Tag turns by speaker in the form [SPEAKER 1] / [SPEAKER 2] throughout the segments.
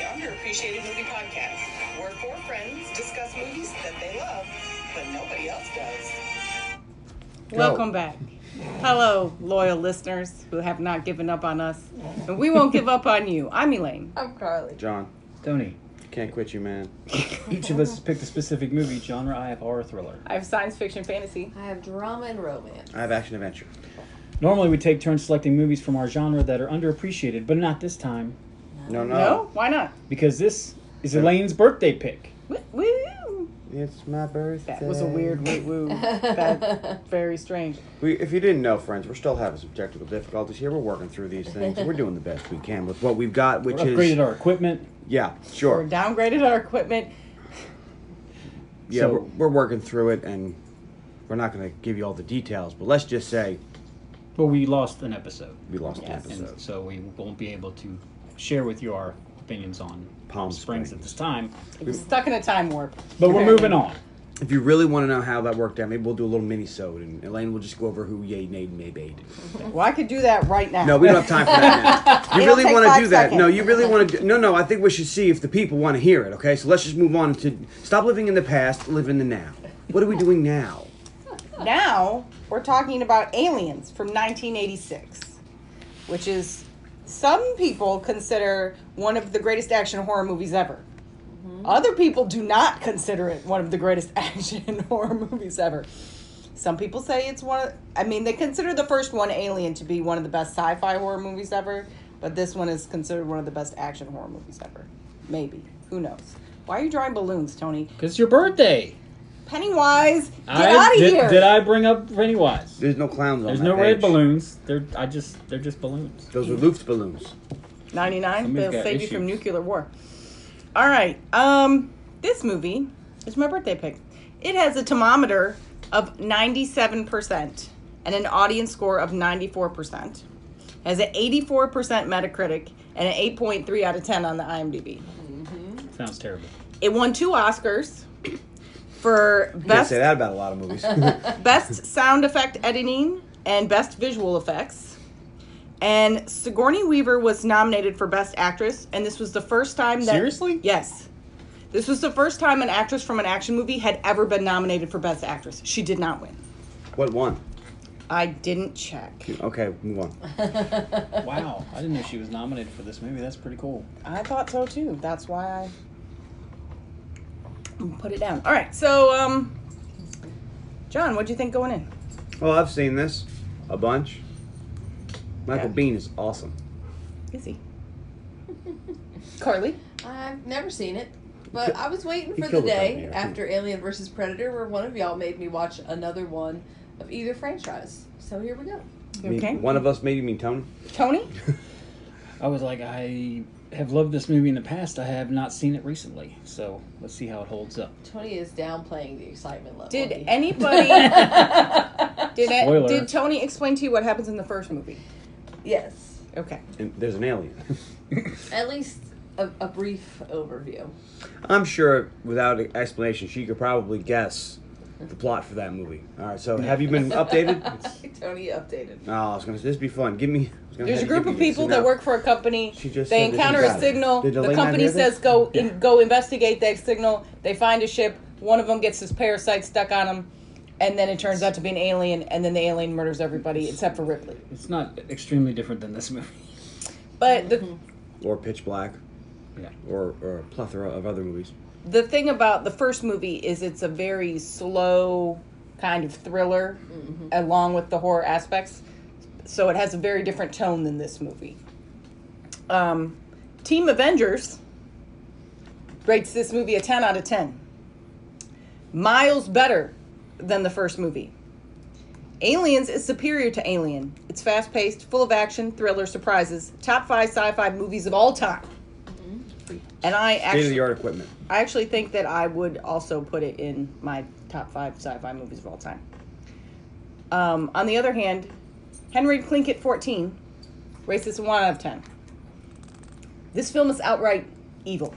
[SPEAKER 1] Appreciated Movie Podcast, where four friends discuss movies that they love, but nobody else does.
[SPEAKER 2] Go.
[SPEAKER 3] Welcome back. Hello, loyal listeners who have not given up on us. And we won't give up on you. I'm Elaine.
[SPEAKER 4] I'm Carly.
[SPEAKER 2] John,
[SPEAKER 5] Tony,
[SPEAKER 2] can't quit you, man.
[SPEAKER 5] each of us has picked a specific movie genre. I have horror thriller.
[SPEAKER 3] I have science fiction fantasy.
[SPEAKER 4] I have drama and romance.
[SPEAKER 2] I have action adventure.
[SPEAKER 3] Uh,
[SPEAKER 5] Normally, we take turns selecting movies from our genre that are underappreciated, but not this time
[SPEAKER 2] No, no.
[SPEAKER 3] No? Why not?
[SPEAKER 5] because this is Elaine's birthday pick.
[SPEAKER 3] Woo- Woo!
[SPEAKER 2] It's my birthday.
[SPEAKER 3] That was a weird woo woo. That's very strange.
[SPEAKER 2] We, if you didn't know, friends, we're still having some technical difficulties here. We're working through these things. and we're doing the best we can with what we've got,
[SPEAKER 5] We
[SPEAKER 2] which
[SPEAKER 5] upgraded
[SPEAKER 2] is
[SPEAKER 5] our equipment.
[SPEAKER 2] yeah,
[SPEAKER 3] We're
[SPEAKER 2] sure,
[SPEAKER 3] downgraded our equipment.
[SPEAKER 2] yeah.
[SPEAKER 5] So-
[SPEAKER 2] we're, we're working through it, and we're not going to give you all the details, but let's just say
[SPEAKER 5] Well, we lost an episode,
[SPEAKER 2] we lost
[SPEAKER 3] Yes.
[SPEAKER 2] the
[SPEAKER 5] and
[SPEAKER 2] episode.
[SPEAKER 5] so we won't be able to share with you our opinions on
[SPEAKER 2] Palm
[SPEAKER 5] Springs at
[SPEAKER 2] Springs.
[SPEAKER 5] this time.
[SPEAKER 3] It was stuck in a time warp.
[SPEAKER 5] But we're moving on.
[SPEAKER 2] If you really want to know how that worked out, maybe we'll do a little mini-sode, and Elaine will just go over who yay, nay, maybe.
[SPEAKER 3] Well, I could do that right now.
[SPEAKER 2] No, we don't have time for that now. You
[SPEAKER 3] It'll
[SPEAKER 2] really
[SPEAKER 3] take
[SPEAKER 2] want to
[SPEAKER 3] five
[SPEAKER 2] do that? No,
[SPEAKER 3] seconds.
[SPEAKER 2] you really want to? Do, no, no. I think we should see if the people want to hear it. Okay, so let's just move on to stop living in the past, live in the now. What are we doing now?
[SPEAKER 3] Now we're talking about Aliens from 1986, which is some people consider one of the greatest action horror movies ever. Other people do not consider it one of the greatest action horror movies ever. Some people say it's one of, I mean, they consider the first one, Alien, to be one of the best sci fi horror movies ever, but this one is considered one of the best action horror movies ever. Maybe. Who knows? Why are you drawing balloons, Tony?
[SPEAKER 5] Because it's your birthday.
[SPEAKER 3] Pennywise, get
[SPEAKER 5] I,
[SPEAKER 3] out of
[SPEAKER 5] did,
[SPEAKER 3] here!
[SPEAKER 5] Did I bring up Pennywise?
[SPEAKER 2] There's no clowns on
[SPEAKER 5] There's
[SPEAKER 2] that
[SPEAKER 5] no red
[SPEAKER 2] page.
[SPEAKER 5] balloons. They're I just they're just balloons.
[SPEAKER 2] Those are Luft balloons.
[SPEAKER 3] 99
[SPEAKER 5] Somebody's
[SPEAKER 3] they'll
[SPEAKER 5] got
[SPEAKER 3] save you from
[SPEAKER 5] issues.
[SPEAKER 3] nuclear war all right um this movie is my birthday pick it has a thermometer of 97% and an audience score of 94% has an 84% metacritic and an 8.3 out of 10 on the imdb
[SPEAKER 5] Sounds terrible.
[SPEAKER 3] it won two oscars for
[SPEAKER 2] Can't
[SPEAKER 3] best
[SPEAKER 2] say that about a lot of movies.
[SPEAKER 3] best sound effect editing and best visual effects. And Sigourney Weaver was nominated for best actress, and this was the first time that
[SPEAKER 5] Seriously?
[SPEAKER 3] yes, this was the first time an actress from an action movie had ever been nominated for best actress. She did not win.
[SPEAKER 2] what one?
[SPEAKER 3] I didn't check.
[SPEAKER 2] Okay, move on.
[SPEAKER 5] Wow, I didn't know she was nominated for this movie. That's pretty cool.
[SPEAKER 3] I thought so too. That's why I put it down. All right, so um, John, what'd you think going in?
[SPEAKER 2] Well, I've seen this a bunch. Michael
[SPEAKER 3] Yeah.
[SPEAKER 2] Bean is awesome.
[SPEAKER 3] Izzy, Carly.
[SPEAKER 4] I've never seen it, but I was waiting
[SPEAKER 2] He
[SPEAKER 4] for the
[SPEAKER 2] killed it down
[SPEAKER 4] day
[SPEAKER 2] here.
[SPEAKER 4] after Alien vs. Predator where one of y'all made me watch another one of either franchise. So here we go.
[SPEAKER 2] Me-
[SPEAKER 3] Okay.
[SPEAKER 2] One of us, maybe mean Tony.
[SPEAKER 3] Tony.
[SPEAKER 5] I was like, I have loved this movie in the past. I have not seen it recently, so let's see how it holds up.
[SPEAKER 4] Tony is downplaying the excitement level.
[SPEAKER 3] Did
[SPEAKER 4] He-
[SPEAKER 3] anybody did it,
[SPEAKER 5] Spoiler.
[SPEAKER 3] did Tony explain to you what happens in the first movie?
[SPEAKER 4] yes.
[SPEAKER 3] Okay.
[SPEAKER 2] And there's an alien.
[SPEAKER 4] At least a, a brief overview.
[SPEAKER 2] I'm sure without explanation, she could probably guess the plot for that movie. All right, so have you been updated?
[SPEAKER 4] Tony updated.
[SPEAKER 2] Oh, I was gonna. This would be fun. Give me. I was gonna
[SPEAKER 3] There's a
[SPEAKER 2] have
[SPEAKER 3] group
[SPEAKER 2] you
[SPEAKER 3] of
[SPEAKER 2] give me this,
[SPEAKER 3] people
[SPEAKER 2] and
[SPEAKER 3] that
[SPEAKER 2] now-
[SPEAKER 3] work for a company.
[SPEAKER 2] She just
[SPEAKER 3] They
[SPEAKER 2] said that she
[SPEAKER 3] encounter
[SPEAKER 2] got
[SPEAKER 3] a
[SPEAKER 2] it.
[SPEAKER 3] signal.
[SPEAKER 2] Did
[SPEAKER 3] The
[SPEAKER 2] Elaine
[SPEAKER 3] company
[SPEAKER 2] not hear
[SPEAKER 3] says
[SPEAKER 2] this?
[SPEAKER 3] go
[SPEAKER 5] Yeah.
[SPEAKER 3] in, go investigate that signal. They find a ship. One of them gets his parasite stuck on him, and then it turns out to be an alien. And then the alien murders everybody except for Ripley.
[SPEAKER 5] It's not extremely different than this movie.
[SPEAKER 3] But the
[SPEAKER 2] or Pitch Black,
[SPEAKER 5] Yeah.
[SPEAKER 2] or, or a plethora of other movies.
[SPEAKER 3] the thing about the first movie is it's a very slow kind of thriller along with the horror aspects so it has a very different tone than this movie um, team avengers rates this movie a 10 out of 10 miles better than the first movie aliens is superior to alien it's fast-paced full of action thriller surprises top five sci-fi movies of all time and i actually
[SPEAKER 2] State of the art equipment.
[SPEAKER 3] I actually think that I would also put it in my top five sci-fi movies of all time. Um, on the other hand, Henry Clinkett 14 rates this a one out of ten. This film is outright evil.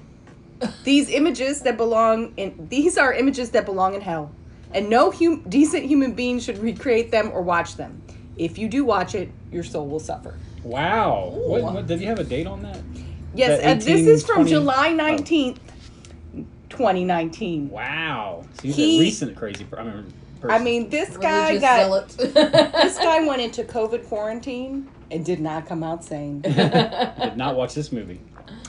[SPEAKER 3] These images that belong in these are images that belong in hell, and no hum, decent human being should recreate them or watch them. If you do watch it, your soul will suffer.
[SPEAKER 5] Wow. What, what, did you have a date on that?
[SPEAKER 3] Yes,
[SPEAKER 5] The
[SPEAKER 3] and this is from July
[SPEAKER 5] 1820 oh.
[SPEAKER 3] 19th, 2019.
[SPEAKER 5] Wow. So he's
[SPEAKER 3] He-
[SPEAKER 5] a recent crazy. Per- I mean,
[SPEAKER 3] I
[SPEAKER 5] person.
[SPEAKER 3] mean, this guy
[SPEAKER 4] Religious
[SPEAKER 3] got
[SPEAKER 4] zealot.
[SPEAKER 3] this guy went into COVID quarantine and did not come out sane.
[SPEAKER 5] did not watch this movie.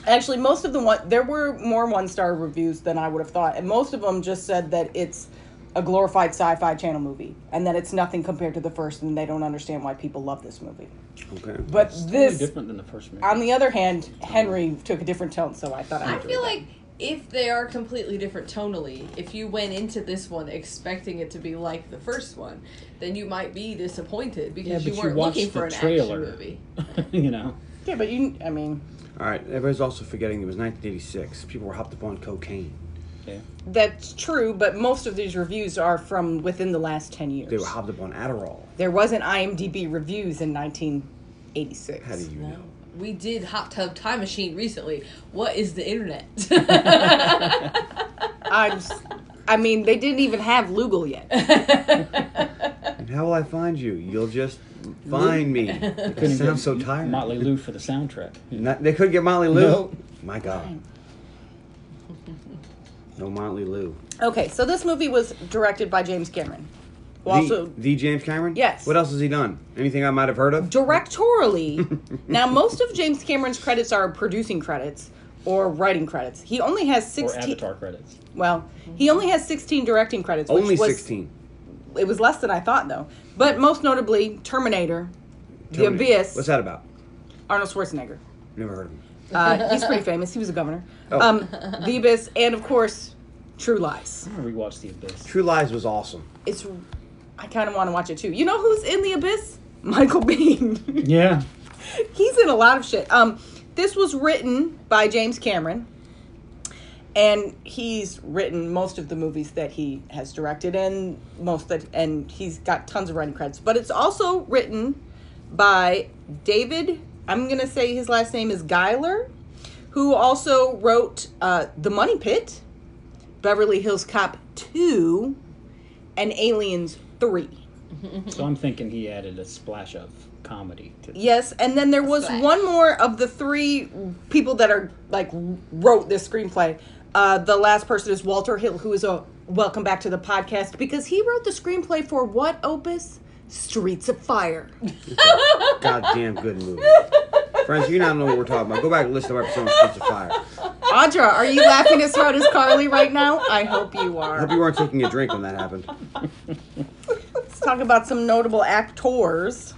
[SPEAKER 3] Actually, most of the one there were more one star reviews than I would have thought, and most of them just said that it's a glorified sci-fi channel movie and that it's nothing compared to the first, and they don't understand why people love this movie.
[SPEAKER 2] Okay.
[SPEAKER 3] But
[SPEAKER 5] Totally
[SPEAKER 3] this,
[SPEAKER 5] different than the first movie.
[SPEAKER 3] on the other hand, Henry took a different tone, so I thought I
[SPEAKER 4] I
[SPEAKER 3] enjoyed
[SPEAKER 4] feel
[SPEAKER 3] that.
[SPEAKER 4] like if they are completely different tonally, if you went into this one expecting it to be like the first one, then you might be disappointed because you weren't looking for an action movie.
[SPEAKER 5] you know.
[SPEAKER 3] yeah, but you, I mean,
[SPEAKER 2] All right. Everybody's also forgetting it was 1986. People were hopped up on cocaine.
[SPEAKER 5] Yeah.
[SPEAKER 3] that's true. But most of these reviews are from within the last ten years.
[SPEAKER 2] They were hopped up on Adderall.
[SPEAKER 3] There wasn't IMDb reviews in 1986.
[SPEAKER 2] How do you know?
[SPEAKER 4] We did Hot Tub Time Machine recently. What is the internet?
[SPEAKER 3] I'm, s- I mean, they didn't even have Lugal yet.
[SPEAKER 2] And how will I find you? You'll just find me. It sounds so tired.
[SPEAKER 5] Motley Lou for the soundtrack.
[SPEAKER 2] Not- they couldn't get Motley Lou.
[SPEAKER 5] No.
[SPEAKER 2] My God. No Motley Lou.
[SPEAKER 3] Okay, so this movie was directed by James Cameron. Who
[SPEAKER 2] The-
[SPEAKER 3] also,
[SPEAKER 2] the James Cameron.
[SPEAKER 3] Yes.
[SPEAKER 2] What else has he done? Anything I might have heard of?
[SPEAKER 3] directorially, now most of James Cameron's credits are producing credits or writing credits. He only has
[SPEAKER 5] Or
[SPEAKER 3] 16.
[SPEAKER 5] Avatar credits.
[SPEAKER 3] Well, he only has 16 directing credits. Which
[SPEAKER 2] Only
[SPEAKER 3] was,
[SPEAKER 2] 16.
[SPEAKER 3] It was less than I thought, though. But most notably, Terminator, The
[SPEAKER 2] Terminator.
[SPEAKER 3] Abyss,
[SPEAKER 2] What's that about?
[SPEAKER 3] Arnold Schwarzenegger.
[SPEAKER 2] Never heard of him.
[SPEAKER 3] Uh, he's pretty famous. He was a governor.
[SPEAKER 2] Oh.
[SPEAKER 3] Um, the Abyss, and of course, True Lies.
[SPEAKER 5] I rewatched The Abyss.
[SPEAKER 2] True Lies was awesome.
[SPEAKER 3] It's. I kind of want to watch it too. You know who's in The Abyss? Michael Bean.
[SPEAKER 5] Yeah.
[SPEAKER 3] he's in a lot of shit. Um, this was written by James Cameron, and he's written most of the movies that he has directed, and most that, and he's got tons of writing credits. But it's also written by David. I'm gonna say his last name is Geiler, who also wrote uh, The Money Pit, Beverly Hills Cop Two, and Aliens Three.
[SPEAKER 5] So I'm thinking he added a splash of comedy to
[SPEAKER 3] Yes, and then there was
[SPEAKER 4] Splash.
[SPEAKER 3] one more of the three people that are like wrote this screenplay. Uh, the last person is Walter Hill, who is a welcome back to the podcast because he wrote the screenplay for what opus? Streets of Fire.
[SPEAKER 2] Goddamn good movie. Friends, you now know what we're talking about. Go back and listen to our episode on Streets of Fire.
[SPEAKER 3] Audra, are you laughing as hard as Carly right now? I hope you
[SPEAKER 2] I
[SPEAKER 3] are.
[SPEAKER 2] hope you weren't taking a drink when that happened.
[SPEAKER 3] Let's talk about some notable actors.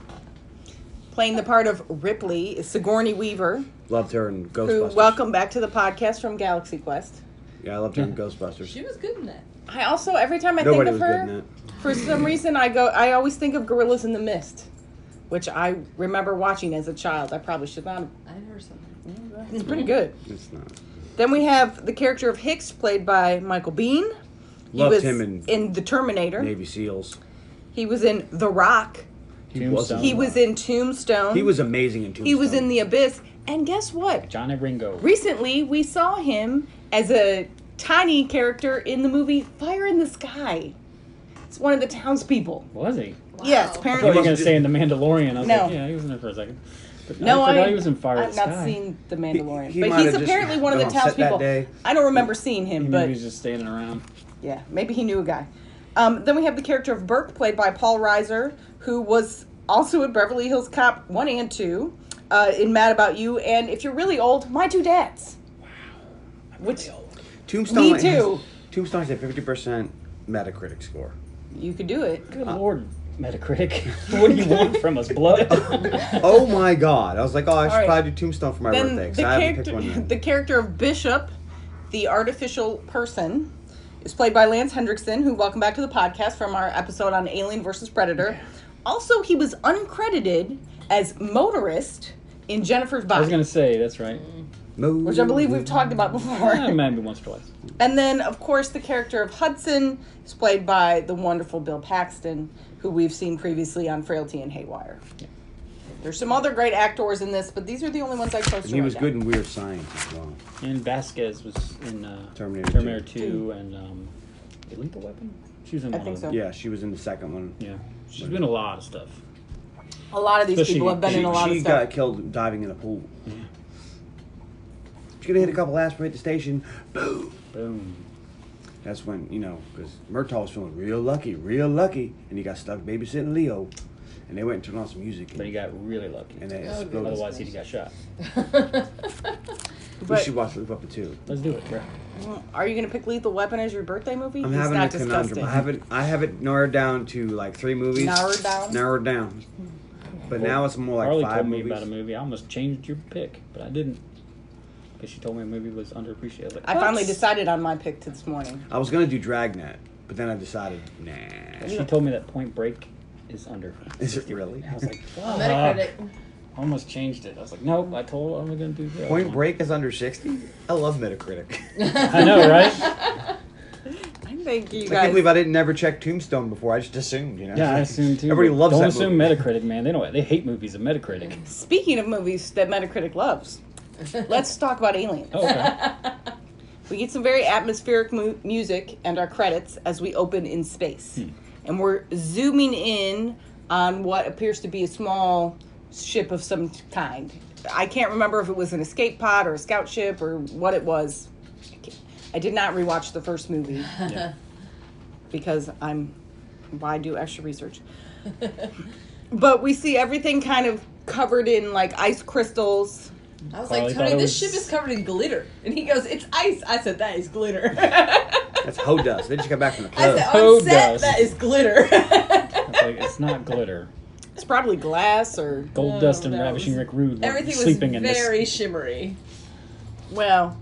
[SPEAKER 3] Playing the part of Ripley is Sigourney Weaver,
[SPEAKER 2] Loved her in
[SPEAKER 3] who
[SPEAKER 2] Ghostbusters.
[SPEAKER 3] welcome back to the podcast from Galaxy Quest.
[SPEAKER 2] Yeah, I loved her in Ghostbusters.
[SPEAKER 4] she was good in that.
[SPEAKER 3] I also every time I
[SPEAKER 2] Nobody
[SPEAKER 3] think of
[SPEAKER 2] was
[SPEAKER 3] her,
[SPEAKER 2] good in that.
[SPEAKER 3] For some reason, I go. I always think of Gorillas in the Mist, which I remember watching as a child. I probably should not. have-
[SPEAKER 4] I never saw that.
[SPEAKER 3] It's pretty good.
[SPEAKER 2] It's not.
[SPEAKER 3] Then we have the character of Hicks, played by Michael Bean. He
[SPEAKER 2] Loved
[SPEAKER 3] was
[SPEAKER 2] him in-
[SPEAKER 3] The Terminator.
[SPEAKER 2] Navy SEAls.
[SPEAKER 3] He was in The Rock.
[SPEAKER 5] Tombstone.
[SPEAKER 3] He was in Tombstone.
[SPEAKER 2] Oh, He was amazing in Tombstone.
[SPEAKER 3] He was in The Abyss. And guess what?
[SPEAKER 5] Johnny Ringo.
[SPEAKER 3] Recently, we saw him as a tiny character in the movie Fire in the Sky. It's one of the townspeople.
[SPEAKER 5] was he?
[SPEAKER 3] Yes,
[SPEAKER 4] Wow.
[SPEAKER 5] I thought you
[SPEAKER 3] apparently.
[SPEAKER 5] were gonna say in The Mandalorian. I was
[SPEAKER 3] No.
[SPEAKER 5] like, yeah, he was in there for a second. But
[SPEAKER 3] No,
[SPEAKER 5] I
[SPEAKER 3] I,
[SPEAKER 5] forgot he was in Fire
[SPEAKER 3] I've
[SPEAKER 5] at
[SPEAKER 3] not
[SPEAKER 5] Sky.
[SPEAKER 3] seen The Mandalorian,
[SPEAKER 2] He- he
[SPEAKER 3] but
[SPEAKER 2] might
[SPEAKER 3] he's
[SPEAKER 2] have just
[SPEAKER 3] apparently one of the
[SPEAKER 2] been on set that
[SPEAKER 3] townspeople.
[SPEAKER 2] day.
[SPEAKER 3] I don't remember seeing him,
[SPEAKER 5] Maybe
[SPEAKER 3] but
[SPEAKER 5] he was just standing around.
[SPEAKER 3] yeah, maybe he knew a guy. Um, then we have the character of Burke, played by Paul Reiser, who was also in Beverly Hills Cop one and two, uh, in Mad About You, and if you're really old, My Two Dads. Wow. Which
[SPEAKER 2] Tombstone.
[SPEAKER 3] Me too.
[SPEAKER 2] Has, Tombstone has a 50% Metacritic score.
[SPEAKER 3] you could do it.
[SPEAKER 5] Good lord, Metacritic. what do you want from us, blood?
[SPEAKER 2] Oh my God. I was like, oh, I should
[SPEAKER 3] right.
[SPEAKER 2] probably do Tombstone for my
[SPEAKER 3] Then
[SPEAKER 2] birthday
[SPEAKER 3] the
[SPEAKER 2] because I haven't picked
[SPEAKER 3] character,
[SPEAKER 2] one yet.
[SPEAKER 3] the character of Bishop, the artificial person, is played by Lance Hendrickson, who welcome back to the podcast from our episode on Alien versus Predator. Also, he was uncredited as motorist in Jennifer's
[SPEAKER 5] I was
[SPEAKER 3] Body,
[SPEAKER 5] gonna say that's right.
[SPEAKER 2] Move.
[SPEAKER 3] which I believe we've talked about before.
[SPEAKER 5] Eh, maybe once or twice.
[SPEAKER 3] And then, of course, the character of Hudson is played by the wonderful Bill Paxton, who we've seen previously on Frailty and Haywire. There's some other great actors in this, but these are the only ones I chose.
[SPEAKER 2] And he was good in Weird Science as well.
[SPEAKER 5] And Vasquez was in uh,
[SPEAKER 2] Terminator two.
[SPEAKER 5] Terminator Two, and um, Lethal Weapon. She was in
[SPEAKER 3] I
[SPEAKER 5] one
[SPEAKER 3] think
[SPEAKER 5] of
[SPEAKER 3] so.
[SPEAKER 5] them.
[SPEAKER 2] Yeah, she was in the second one.
[SPEAKER 5] Yeah, she's been in a lot of stuff.
[SPEAKER 3] A lot of these
[SPEAKER 5] Especially-
[SPEAKER 3] people have been
[SPEAKER 2] She,
[SPEAKER 3] in a lot
[SPEAKER 2] she
[SPEAKER 3] of stuff.
[SPEAKER 2] got killed diving in a pool. She's gonna hit a couple aspirin at the station. Boom.
[SPEAKER 5] Boom.
[SPEAKER 2] That's when you know, because Murtaugh was feeling real lucky, real lucky, and he got stuck babysitting Leo, and they went and turned on some music.
[SPEAKER 5] But he got really lucky.
[SPEAKER 2] and they
[SPEAKER 4] Oh,
[SPEAKER 2] exploded.
[SPEAKER 5] Otherwise, he'd have got shot.
[SPEAKER 2] we
[SPEAKER 3] But-
[SPEAKER 2] should watch Live Up Two.
[SPEAKER 5] Let's do it, bro.
[SPEAKER 3] Are you going to pick Lethal Weapon as your birthday movie?
[SPEAKER 2] I'm
[SPEAKER 3] it's
[SPEAKER 2] having a
[SPEAKER 3] not
[SPEAKER 2] conundrum.
[SPEAKER 3] disgusting.
[SPEAKER 2] I have it. I have it narrowed down to like three movies.
[SPEAKER 3] Narrowed down?
[SPEAKER 2] Narrowed down. But
[SPEAKER 5] Well,
[SPEAKER 2] now it's more like
[SPEAKER 5] Harley
[SPEAKER 2] five
[SPEAKER 5] told me
[SPEAKER 2] movies.
[SPEAKER 5] about a movie. I almost changed your pick, but I didn't because she told me a movie was underappreciated.
[SPEAKER 3] I finally decided on my pick this morning.
[SPEAKER 2] I was gonna do Dragnet, but then I decided, nah.
[SPEAKER 5] she told me that Point Break is under.
[SPEAKER 2] Is it really?
[SPEAKER 5] I was like,
[SPEAKER 4] Metacritic.
[SPEAKER 5] fuck. Almost changed it. I was like, nope. I told her I'm gonna do that.
[SPEAKER 2] Point Break is under sixty. I love Metacritic.
[SPEAKER 5] I know, right?
[SPEAKER 3] I think you
[SPEAKER 2] I can't
[SPEAKER 3] guys.
[SPEAKER 2] believe I didn't never check Tombstone before. I just assumed, you know.
[SPEAKER 5] Yeah, I assume too.
[SPEAKER 2] Everybody loves
[SPEAKER 5] Don't
[SPEAKER 2] that
[SPEAKER 5] assume
[SPEAKER 2] movie.
[SPEAKER 5] Metacritic, man. They don't. They hate movies of Metacritic.
[SPEAKER 3] Speaking of movies that Metacritic loves, let's talk about Aliens.
[SPEAKER 5] Oh, okay.
[SPEAKER 3] We get some very atmospheric mu- music and our credits as we open in space. And we're zooming in on what appears to be a small ship of some t- kind. I can't remember if it was an escape pod or a scout ship or what it was. I can't- I did not rewatch the first movie
[SPEAKER 5] Yeah.
[SPEAKER 3] because I'm why do extra research. but we see everything kind of covered in like ice crystals.
[SPEAKER 4] I was
[SPEAKER 5] Carly
[SPEAKER 4] like, Tony,
[SPEAKER 5] thought it
[SPEAKER 4] this
[SPEAKER 5] was-
[SPEAKER 4] ship is covered in glitter. And he goes, It's ice. I said, That is glitter.
[SPEAKER 2] That's how does. They just got back from the
[SPEAKER 4] I
[SPEAKER 2] club.
[SPEAKER 4] said,
[SPEAKER 5] Who
[SPEAKER 4] On set,
[SPEAKER 5] does?
[SPEAKER 4] that is glitter.
[SPEAKER 5] It's like, it's not glitter.
[SPEAKER 3] It's probably glass or
[SPEAKER 5] Gold
[SPEAKER 4] No,
[SPEAKER 5] dust and
[SPEAKER 4] that
[SPEAKER 5] ravishing
[SPEAKER 4] was-
[SPEAKER 5] Rick Rude were
[SPEAKER 4] Everything was
[SPEAKER 5] sleeping in
[SPEAKER 4] very
[SPEAKER 5] this.
[SPEAKER 4] shimmery.
[SPEAKER 3] Well,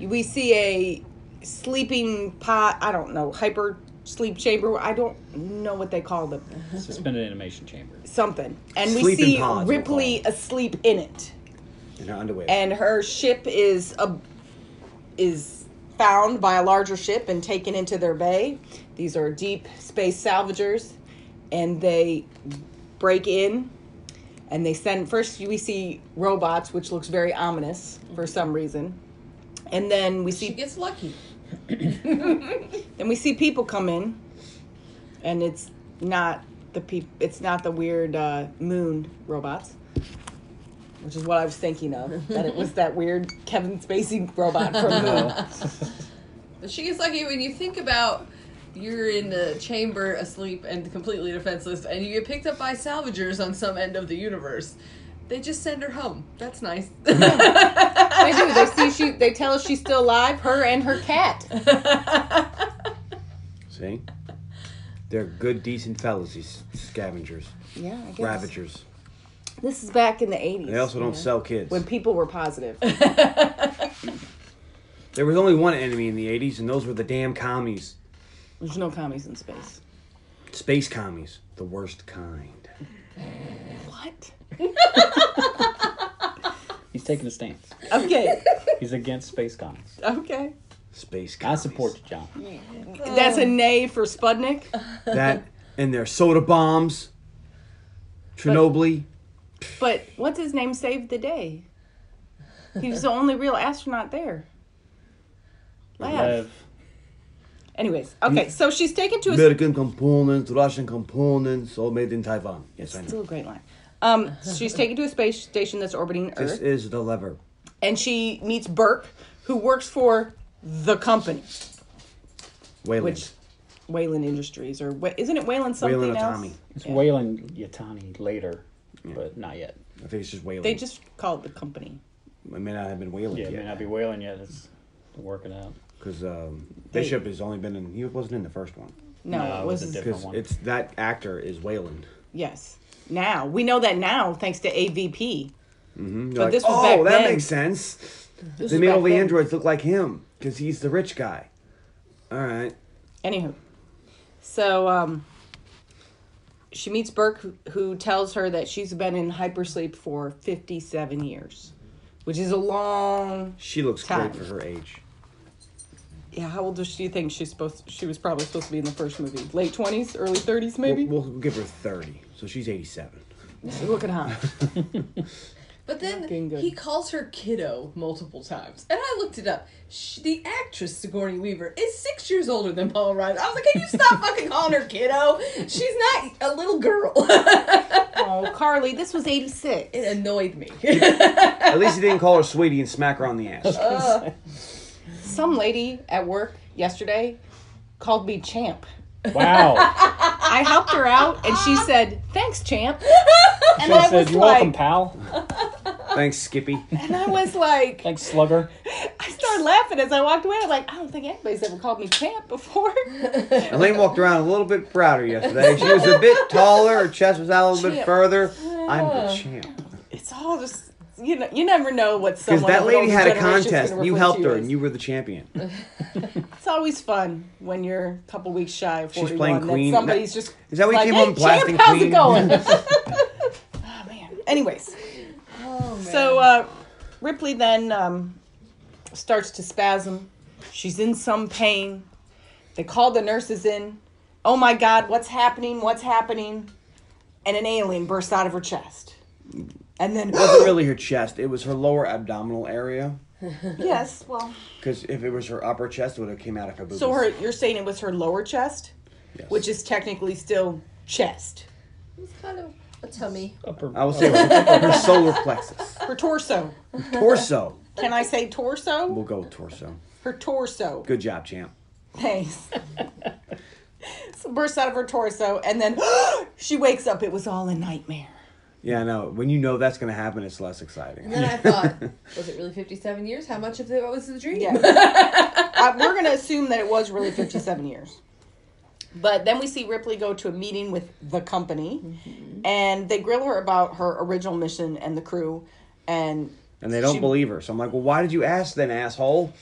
[SPEAKER 3] we see a sleeping pot. I don't know hyper sleep chamber. I don't know what they call them.
[SPEAKER 5] Suspended animation chamber.
[SPEAKER 3] Something, and we
[SPEAKER 2] Sleeping
[SPEAKER 3] see
[SPEAKER 2] pods, we'll call
[SPEAKER 3] Ripley asleep in it, "Oh."
[SPEAKER 2] in her underwear.
[SPEAKER 3] and her ship is a is found by a larger ship and taken into their bay. These are deep space salvagers, and they break in. And they send first we see robots, which looks very ominous for some reason, and then we see
[SPEAKER 4] She gets lucky.
[SPEAKER 3] Then we see people come in, and it's not the peop- It's not the weird uh, moon robots, which is what I was thinking of. that it was that weird Kevin Spacey robot from Moon.
[SPEAKER 4] But she gets lucky when you think about you're in a chamber asleep and completely defenseless, and you get picked up by salvagers on some end of the universe. They just send her home. That's nice.
[SPEAKER 3] they do. They see she. They tell us she's still alive. Her and her cat.
[SPEAKER 2] See, they're good, decent fellas. These scavengers,
[SPEAKER 3] Yeah, I guess.
[SPEAKER 2] ravagers.
[SPEAKER 3] This is back in the eighties
[SPEAKER 2] They also don't sell kids.
[SPEAKER 3] when people were positive.
[SPEAKER 2] There was only one enemy in the '80s, and those were the damn commies,
[SPEAKER 3] There's no commies in space.
[SPEAKER 2] space commies, the worst kind.
[SPEAKER 3] What?
[SPEAKER 5] He's taking a stance.
[SPEAKER 3] Okay.
[SPEAKER 5] He's against space comics.
[SPEAKER 3] okay.
[SPEAKER 2] Space
[SPEAKER 5] I
[SPEAKER 2] commies.
[SPEAKER 5] support you, John.
[SPEAKER 3] That's a nay for Spudnik.
[SPEAKER 2] that, and their soda bombs. Chernobyl.
[SPEAKER 3] But what's his name saved the day? He was the only real astronaut there. Laugh.
[SPEAKER 5] Lev.
[SPEAKER 3] Anyways,
[SPEAKER 2] Mm.
[SPEAKER 3] okay, so she's taken to a
[SPEAKER 2] American components, Russian components, all made in Taiwan. Yes, I know.
[SPEAKER 3] still a great line. Um, she's taken to a space station that's orbiting
[SPEAKER 2] This
[SPEAKER 3] Earth,
[SPEAKER 2] is the lever.
[SPEAKER 3] and she meets Burke, who works for the company,
[SPEAKER 2] Wayland.
[SPEAKER 3] which Wayland Industries or Wa- isn't it Wayland something
[SPEAKER 2] Wayland
[SPEAKER 3] else?
[SPEAKER 2] Atami.
[SPEAKER 5] It's Wayland Yatani later, but not yet.
[SPEAKER 2] I think it's just Wayland.
[SPEAKER 3] They just call it the company.
[SPEAKER 2] it may not have been Wayland
[SPEAKER 5] Yeah, it may
[SPEAKER 2] yet
[SPEAKER 5] not be Wayland yet. It's working out.
[SPEAKER 2] because um, Bishop has only been in. He wasn't in the first one
[SPEAKER 3] No,
[SPEAKER 5] No,
[SPEAKER 3] it
[SPEAKER 5] it was a
[SPEAKER 3] was
[SPEAKER 5] different-
[SPEAKER 2] because
[SPEAKER 5] one.
[SPEAKER 2] it's that actor is Wayland.
[SPEAKER 3] yes. Now we know that now thanks to AVP.
[SPEAKER 2] But
[SPEAKER 3] this was
[SPEAKER 2] oh,
[SPEAKER 3] back
[SPEAKER 2] that
[SPEAKER 3] then."
[SPEAKER 2] makes sense.
[SPEAKER 3] This
[SPEAKER 2] they
[SPEAKER 3] was
[SPEAKER 2] made
[SPEAKER 3] back
[SPEAKER 2] all the
[SPEAKER 3] then.
[SPEAKER 2] androids look like him because he's the rich guy. All right.
[SPEAKER 3] Anywho, so um, she meets Burke, who- who tells her that she's been in hypersleep for 57 years, which is a long.
[SPEAKER 2] She looks
[SPEAKER 3] Time.
[SPEAKER 2] great for her age.
[SPEAKER 3] Yeah, how old does she think she's supposed? She was probably supposed to be in the first movie, late 20s, early 30s, maybe.
[SPEAKER 2] We'll, we'll give her thirty, so she's eighty-seven.
[SPEAKER 3] She's looking hot.
[SPEAKER 4] But
[SPEAKER 3] Looking
[SPEAKER 4] then
[SPEAKER 3] good.
[SPEAKER 4] he calls her kiddo multiple times, and I looked it up. She, the actress Sigourney Weaver is six years older than Paul Rudd. I was like, can you stop fucking calling her kiddo? She's not a little girl.
[SPEAKER 3] oh, Carly, this was 86.
[SPEAKER 4] It annoyed me.
[SPEAKER 2] At least he didn't call her sweetie and smack her on the ass.
[SPEAKER 3] Uh. Some lady at work yesterday called me champ.
[SPEAKER 5] Wow.
[SPEAKER 3] I helped her out and she said, Thanks, champ. And
[SPEAKER 5] Should
[SPEAKER 3] I
[SPEAKER 5] have said,
[SPEAKER 3] was
[SPEAKER 5] You're
[SPEAKER 3] like,
[SPEAKER 5] welcome, pal.
[SPEAKER 2] Thanks, Skippy.
[SPEAKER 3] and I was like,
[SPEAKER 5] Thanks, slugger.
[SPEAKER 3] I started laughing as I walked away. I was like, I don't think anybody's ever called me champ before.
[SPEAKER 2] Elaine walked around a little bit prouder yesterday. She was a bit taller. Her chest was out a little bit further. I'm the champ.
[SPEAKER 3] It's all just you know. You never know what
[SPEAKER 2] Because
[SPEAKER 3] someone.
[SPEAKER 2] that
[SPEAKER 3] of
[SPEAKER 2] lady
[SPEAKER 3] those
[SPEAKER 2] had a
[SPEAKER 3] generations
[SPEAKER 2] contest.
[SPEAKER 3] gonna
[SPEAKER 2] and You
[SPEAKER 3] refer
[SPEAKER 2] helped
[SPEAKER 3] to
[SPEAKER 2] her,
[SPEAKER 3] as.
[SPEAKER 2] and you were the champion.
[SPEAKER 3] It's always fun when you're a couple weeks shy of forty-one.
[SPEAKER 2] She's playing
[SPEAKER 3] that
[SPEAKER 2] Queen.
[SPEAKER 3] Somebody's just.
[SPEAKER 2] Is that what you
[SPEAKER 3] like,
[SPEAKER 2] came
[SPEAKER 3] hey,
[SPEAKER 2] on blasting
[SPEAKER 3] champ, how's
[SPEAKER 2] Queen?
[SPEAKER 3] it going? oh man. Anyways,
[SPEAKER 4] oh, man.
[SPEAKER 3] so uh, Ripley then um, starts to spasm. She's in some pain. They call the nurses in. Oh my God, what's happening? What's happening? And an alien bursts out of her chest. And then,
[SPEAKER 2] It wasn't really her chest. It was her lower abdominal area.
[SPEAKER 3] yes, well.
[SPEAKER 2] Because if it was her upper chest, it would have came out of her boobies.
[SPEAKER 3] So her, you're saying it was her lower chest,
[SPEAKER 2] Yes.
[SPEAKER 3] which is technically still chest.
[SPEAKER 4] it's kind of a tummy.
[SPEAKER 5] Upper,
[SPEAKER 2] I will say it was her, her solar plexus.
[SPEAKER 3] Her torso.
[SPEAKER 2] Torso.
[SPEAKER 3] Can I say torso?
[SPEAKER 2] We'll go with torso.
[SPEAKER 3] Her torso.
[SPEAKER 2] Good job, champ.
[SPEAKER 3] Thanks. so bursts out of her torso, and then she wakes up. It was all a nightmare.
[SPEAKER 2] Yeah, I know. When you know that's going to happen, it's less exciting.
[SPEAKER 4] And then I thought, was it really 57 years? How much of it was the dream?
[SPEAKER 3] Yeah. Uh, we're going to assume that it was really 57 years. But then we see Ripley go to a meeting with the company,
[SPEAKER 2] Mm-hmm.
[SPEAKER 3] and they grill her about her original mission and the crew. And
[SPEAKER 2] And they don't
[SPEAKER 3] She-
[SPEAKER 2] believe her. So I'm like, well, why did you ask then, asshole?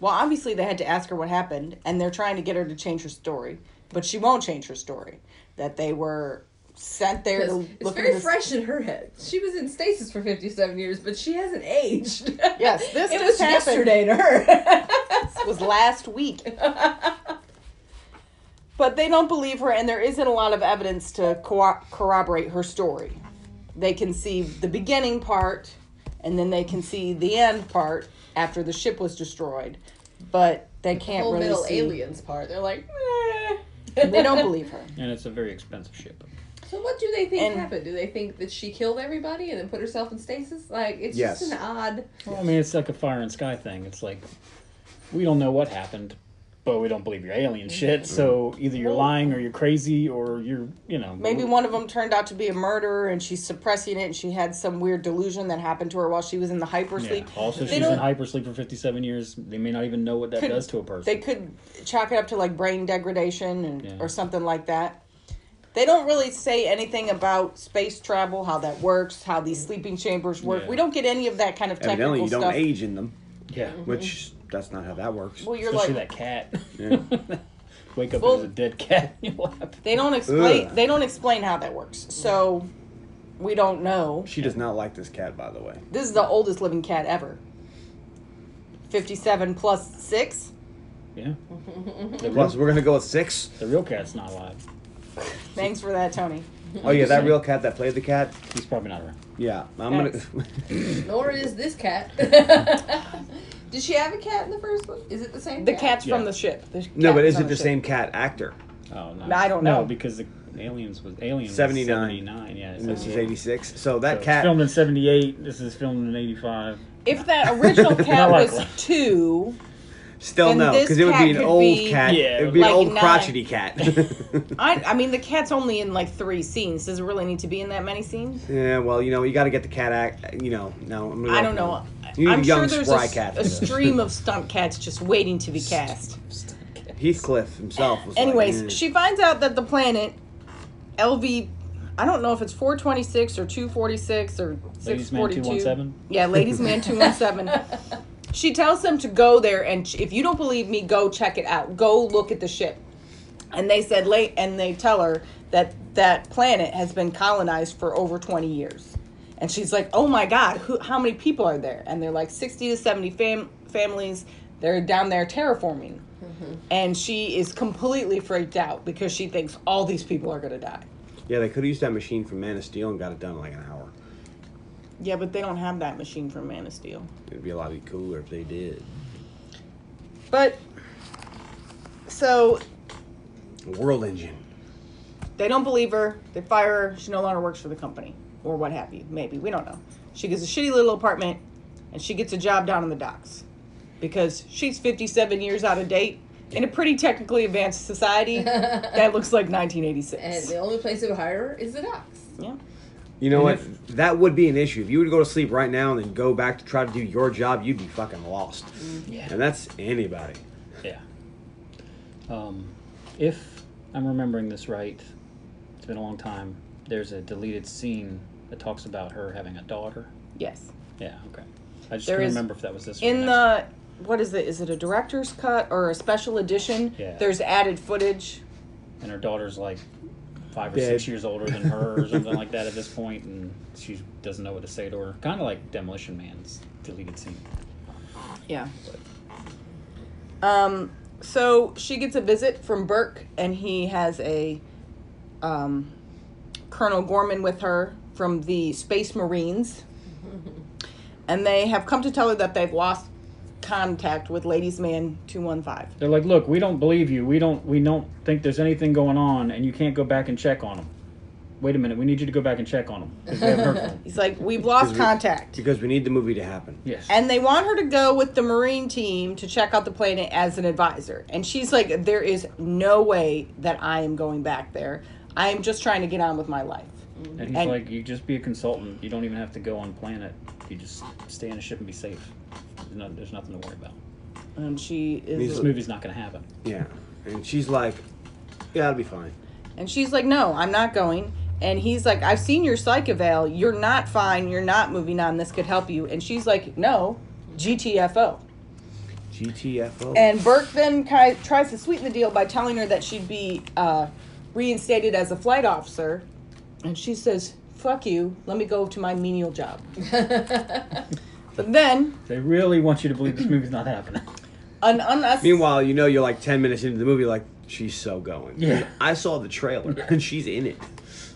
[SPEAKER 3] Well, obviously they had to ask her what happened, and they're trying to get her to change her story, but she won't change her story. That they were sent there to
[SPEAKER 4] It's
[SPEAKER 3] look
[SPEAKER 4] it's
[SPEAKER 3] into
[SPEAKER 4] very
[SPEAKER 3] this-
[SPEAKER 4] fresh in her head. She was in stasis for 57 years, but she hasn't aged.
[SPEAKER 3] Yes, this
[SPEAKER 4] it
[SPEAKER 3] just
[SPEAKER 4] was
[SPEAKER 3] happened.
[SPEAKER 4] yesterday to her.
[SPEAKER 3] It was last week. but they don't believe her, and there isn't a lot of evidence to co- corroborate her story. They can see the beginning part, and then they can see the end part after the ship was destroyed, but they can't
[SPEAKER 4] whole
[SPEAKER 3] really
[SPEAKER 4] middle
[SPEAKER 3] see.
[SPEAKER 4] aliens part. They're like, "Meh."
[SPEAKER 3] They don't believe her.
[SPEAKER 5] and it's a very expensive ship.
[SPEAKER 4] So what do they think
[SPEAKER 3] And-
[SPEAKER 4] happened? Do they think that she killed everybody and then put herself in stasis? Like it's
[SPEAKER 2] Yes.
[SPEAKER 4] just an odd.
[SPEAKER 5] Well, I mean, it's like a fire and sky thing. It's like we don't know what happened, but we don't believe your alien
[SPEAKER 3] Mm-hmm.
[SPEAKER 5] shit. So either you're lying, or you're crazy, or you're you know
[SPEAKER 3] Maybe one of them turned out to be a murderer and she's suppressing it and she had some weird delusion that happened to her while she was in the
[SPEAKER 5] Yeah.
[SPEAKER 3] hypersleep.
[SPEAKER 5] Also,
[SPEAKER 3] They
[SPEAKER 5] she's
[SPEAKER 3] don't-
[SPEAKER 5] in hypersleep for 57 years. They may not even know what that
[SPEAKER 3] Could-
[SPEAKER 5] does to a person.
[SPEAKER 3] They could chalk it up to like brain degradation and,
[SPEAKER 5] Yeah.
[SPEAKER 3] or something like that. They don't really say anything about space travel, how that works, how these sleeping chambers work.
[SPEAKER 5] Yeah.
[SPEAKER 3] We don't get any of that kind of technical
[SPEAKER 2] Evidently, you don't
[SPEAKER 3] stuff. Mm-hmm.
[SPEAKER 2] age in them,
[SPEAKER 5] yeah,
[SPEAKER 2] which that's not how that works.
[SPEAKER 3] Well, you're
[SPEAKER 5] especially
[SPEAKER 3] like
[SPEAKER 5] that cat.
[SPEAKER 2] Yeah.
[SPEAKER 5] Wake up
[SPEAKER 3] Well-
[SPEAKER 5] and there's a dead cat in your lap.
[SPEAKER 3] they don't explain
[SPEAKER 2] Ugh.
[SPEAKER 3] they don't explain how that works. So we don't know.
[SPEAKER 2] She does not like this cat, by the way.
[SPEAKER 3] This is the oldest living cat ever. 57 plus 6.
[SPEAKER 5] Yeah,
[SPEAKER 3] Mm-hmm.
[SPEAKER 5] the
[SPEAKER 2] Plus,
[SPEAKER 5] real,
[SPEAKER 2] we're going to go with six.
[SPEAKER 5] the real cat's not alive.
[SPEAKER 3] Thanks for that, Tony.
[SPEAKER 2] Oh, yeah, that real cat that played the cat.
[SPEAKER 5] He's probably not around.
[SPEAKER 2] Yeah, I'm going to.
[SPEAKER 3] Yes.
[SPEAKER 4] Nor is this cat. Did she have a cat in the first one? Is it the same?
[SPEAKER 3] The
[SPEAKER 4] cat?
[SPEAKER 3] cat's from
[SPEAKER 5] Yeah.
[SPEAKER 3] the ship. The
[SPEAKER 2] No,
[SPEAKER 3] cat
[SPEAKER 2] but
[SPEAKER 3] was
[SPEAKER 2] is
[SPEAKER 3] on
[SPEAKER 2] it the
[SPEAKER 3] ship.
[SPEAKER 2] same cat actor?
[SPEAKER 5] Oh no,
[SPEAKER 3] I don't know.
[SPEAKER 5] No, because the aliens was alien was
[SPEAKER 2] 79.
[SPEAKER 5] 79, Yeah,
[SPEAKER 2] And this is
[SPEAKER 5] 78.
[SPEAKER 2] 86. So that
[SPEAKER 5] So it's
[SPEAKER 2] cat.
[SPEAKER 5] filmed in 78. This is filmed in 85.
[SPEAKER 3] If that original cat
[SPEAKER 5] Not
[SPEAKER 3] was
[SPEAKER 5] likely.
[SPEAKER 3] two,
[SPEAKER 2] Still
[SPEAKER 3] Then
[SPEAKER 2] no,
[SPEAKER 3] this
[SPEAKER 2] because it would
[SPEAKER 3] cat
[SPEAKER 2] be an
[SPEAKER 3] could
[SPEAKER 2] old
[SPEAKER 3] be,
[SPEAKER 2] cat.
[SPEAKER 5] Yeah,
[SPEAKER 2] it would be
[SPEAKER 3] like
[SPEAKER 2] an old
[SPEAKER 3] nine.
[SPEAKER 2] crotchety cat.
[SPEAKER 3] I I mean the cat's only in like three scenes. Does it really need to be in that many scenes?
[SPEAKER 2] yeah, Eh, well, you know, you got to get the cat act. You know, no, I'm gonna
[SPEAKER 3] I don't
[SPEAKER 2] go with
[SPEAKER 3] know.
[SPEAKER 2] no. You need
[SPEAKER 3] I'm
[SPEAKER 2] a young
[SPEAKER 3] sure there's
[SPEAKER 2] spry
[SPEAKER 3] a,
[SPEAKER 2] cat. for
[SPEAKER 3] a
[SPEAKER 2] this.
[SPEAKER 3] stream of stunt cats just waiting to be cast.
[SPEAKER 2] Heathcliff himself. was like,
[SPEAKER 3] Anyways,
[SPEAKER 2] "Mm."
[SPEAKER 3] she finds out that the planet LV, I don't know if it's 426 or 246 or
[SPEAKER 5] Ladies Man
[SPEAKER 3] 642.
[SPEAKER 5] 217.
[SPEAKER 3] Yeah, Ladies Man 217. she tells them to go there and ch- if you don't believe me, go check it out. Go look at the ship. And they said late and they tell her that that planet has been colonized for over 20 years. And she's like, "Oh my god, who how many people are there?" And they're like 60 to 70 fam- families. They're down there terraforming. And she is completely freaked out because she thinks all these people are going to die.
[SPEAKER 2] yeah, they could have used that machine from Man of Steel and got it done in like an hour.
[SPEAKER 3] Yeah, but they don't have that machine for Man of Steel.
[SPEAKER 2] It'd be a lot cooler if they did.
[SPEAKER 3] But so
[SPEAKER 2] A world engine.
[SPEAKER 3] They don't believe her. They fire her. She no longer works for the company or what have you. Maybe. We don't know. She gets a shitty little apartment and she gets a job down on the docks because she's 57 years out of date in a pretty technically advanced society that looks like
[SPEAKER 4] And
[SPEAKER 3] 1986.
[SPEAKER 4] the only place they would hire her is the docks.
[SPEAKER 3] Yeah.
[SPEAKER 2] You know what? That would be an issue. If you were to go to sleep right now and then go back to try to do your job, you'd be fucking lost.
[SPEAKER 3] Mm.
[SPEAKER 5] Yeah.
[SPEAKER 2] And that's anybody.
[SPEAKER 5] Yeah. Um, if I'm remembering this right, it's been a long time. There's a deleted scene that talks about her having a daughter.
[SPEAKER 3] Yes.
[SPEAKER 5] Yeah. Okay. I just
[SPEAKER 3] There
[SPEAKER 5] couldn't
[SPEAKER 3] is-
[SPEAKER 5] remember if that was this. or
[SPEAKER 3] in
[SPEAKER 5] next one.
[SPEAKER 3] the what is it is it a director's cut or a special edition
[SPEAKER 5] Yeah.
[SPEAKER 3] there's added footage
[SPEAKER 5] and her daughter's like five or
[SPEAKER 2] Dead.
[SPEAKER 5] six years older than her or something like that at this point, and she doesn't know what to say to her. Kind of like Demolition Man's deleted scene.
[SPEAKER 3] yeah um so she gets a visit from burke and he has a um colonel gorman with her from the space marines and they have come to tell her that they've lost contact with ladies man 215
[SPEAKER 5] They're like, look, we don't believe you. We don't. We don't think there's anything going on, and you can't go back and check on them. Wait a minute. We need you to go back and check on them because we haven't heard from 'em."
[SPEAKER 3] he's like we've lost
[SPEAKER 2] we-
[SPEAKER 3] contact
[SPEAKER 2] Because we need the movie to happen.
[SPEAKER 5] Yes.
[SPEAKER 3] And they want her to go with the Marine team to check out the planet as an advisor. And she's like, There is no way that I am going back there. I am just trying to get on with my life.
[SPEAKER 5] And he's
[SPEAKER 3] And-
[SPEAKER 5] like, you just be a consultant. You don't even have to go on planet. You just stay in a ship and be safe. There's, no, there's nothing to worry about.
[SPEAKER 3] And she
[SPEAKER 5] This
[SPEAKER 3] is.
[SPEAKER 5] movie's not going to happen.
[SPEAKER 2] Yeah. And she's like, yeah, it'll be fine.
[SPEAKER 3] And she's like, No, I'm not going. And he's like, I've seen your psych eval. You're not fine. You're not moving on. This could help you. And she's like, No, GTFO.
[SPEAKER 2] GTFO.
[SPEAKER 3] And Burke then ki- tries to sweeten the deal by telling her that she'd be uh, reinstated as a flight officer. And she says, fuck you, let me go to my menial job. but then,
[SPEAKER 5] They really want you to believe this movie's not happening.
[SPEAKER 3] an unass-
[SPEAKER 2] Meanwhile, you know you're like 10 minutes into the movie, like, she's so going.
[SPEAKER 5] Yeah.
[SPEAKER 2] I saw the trailer and she's in it.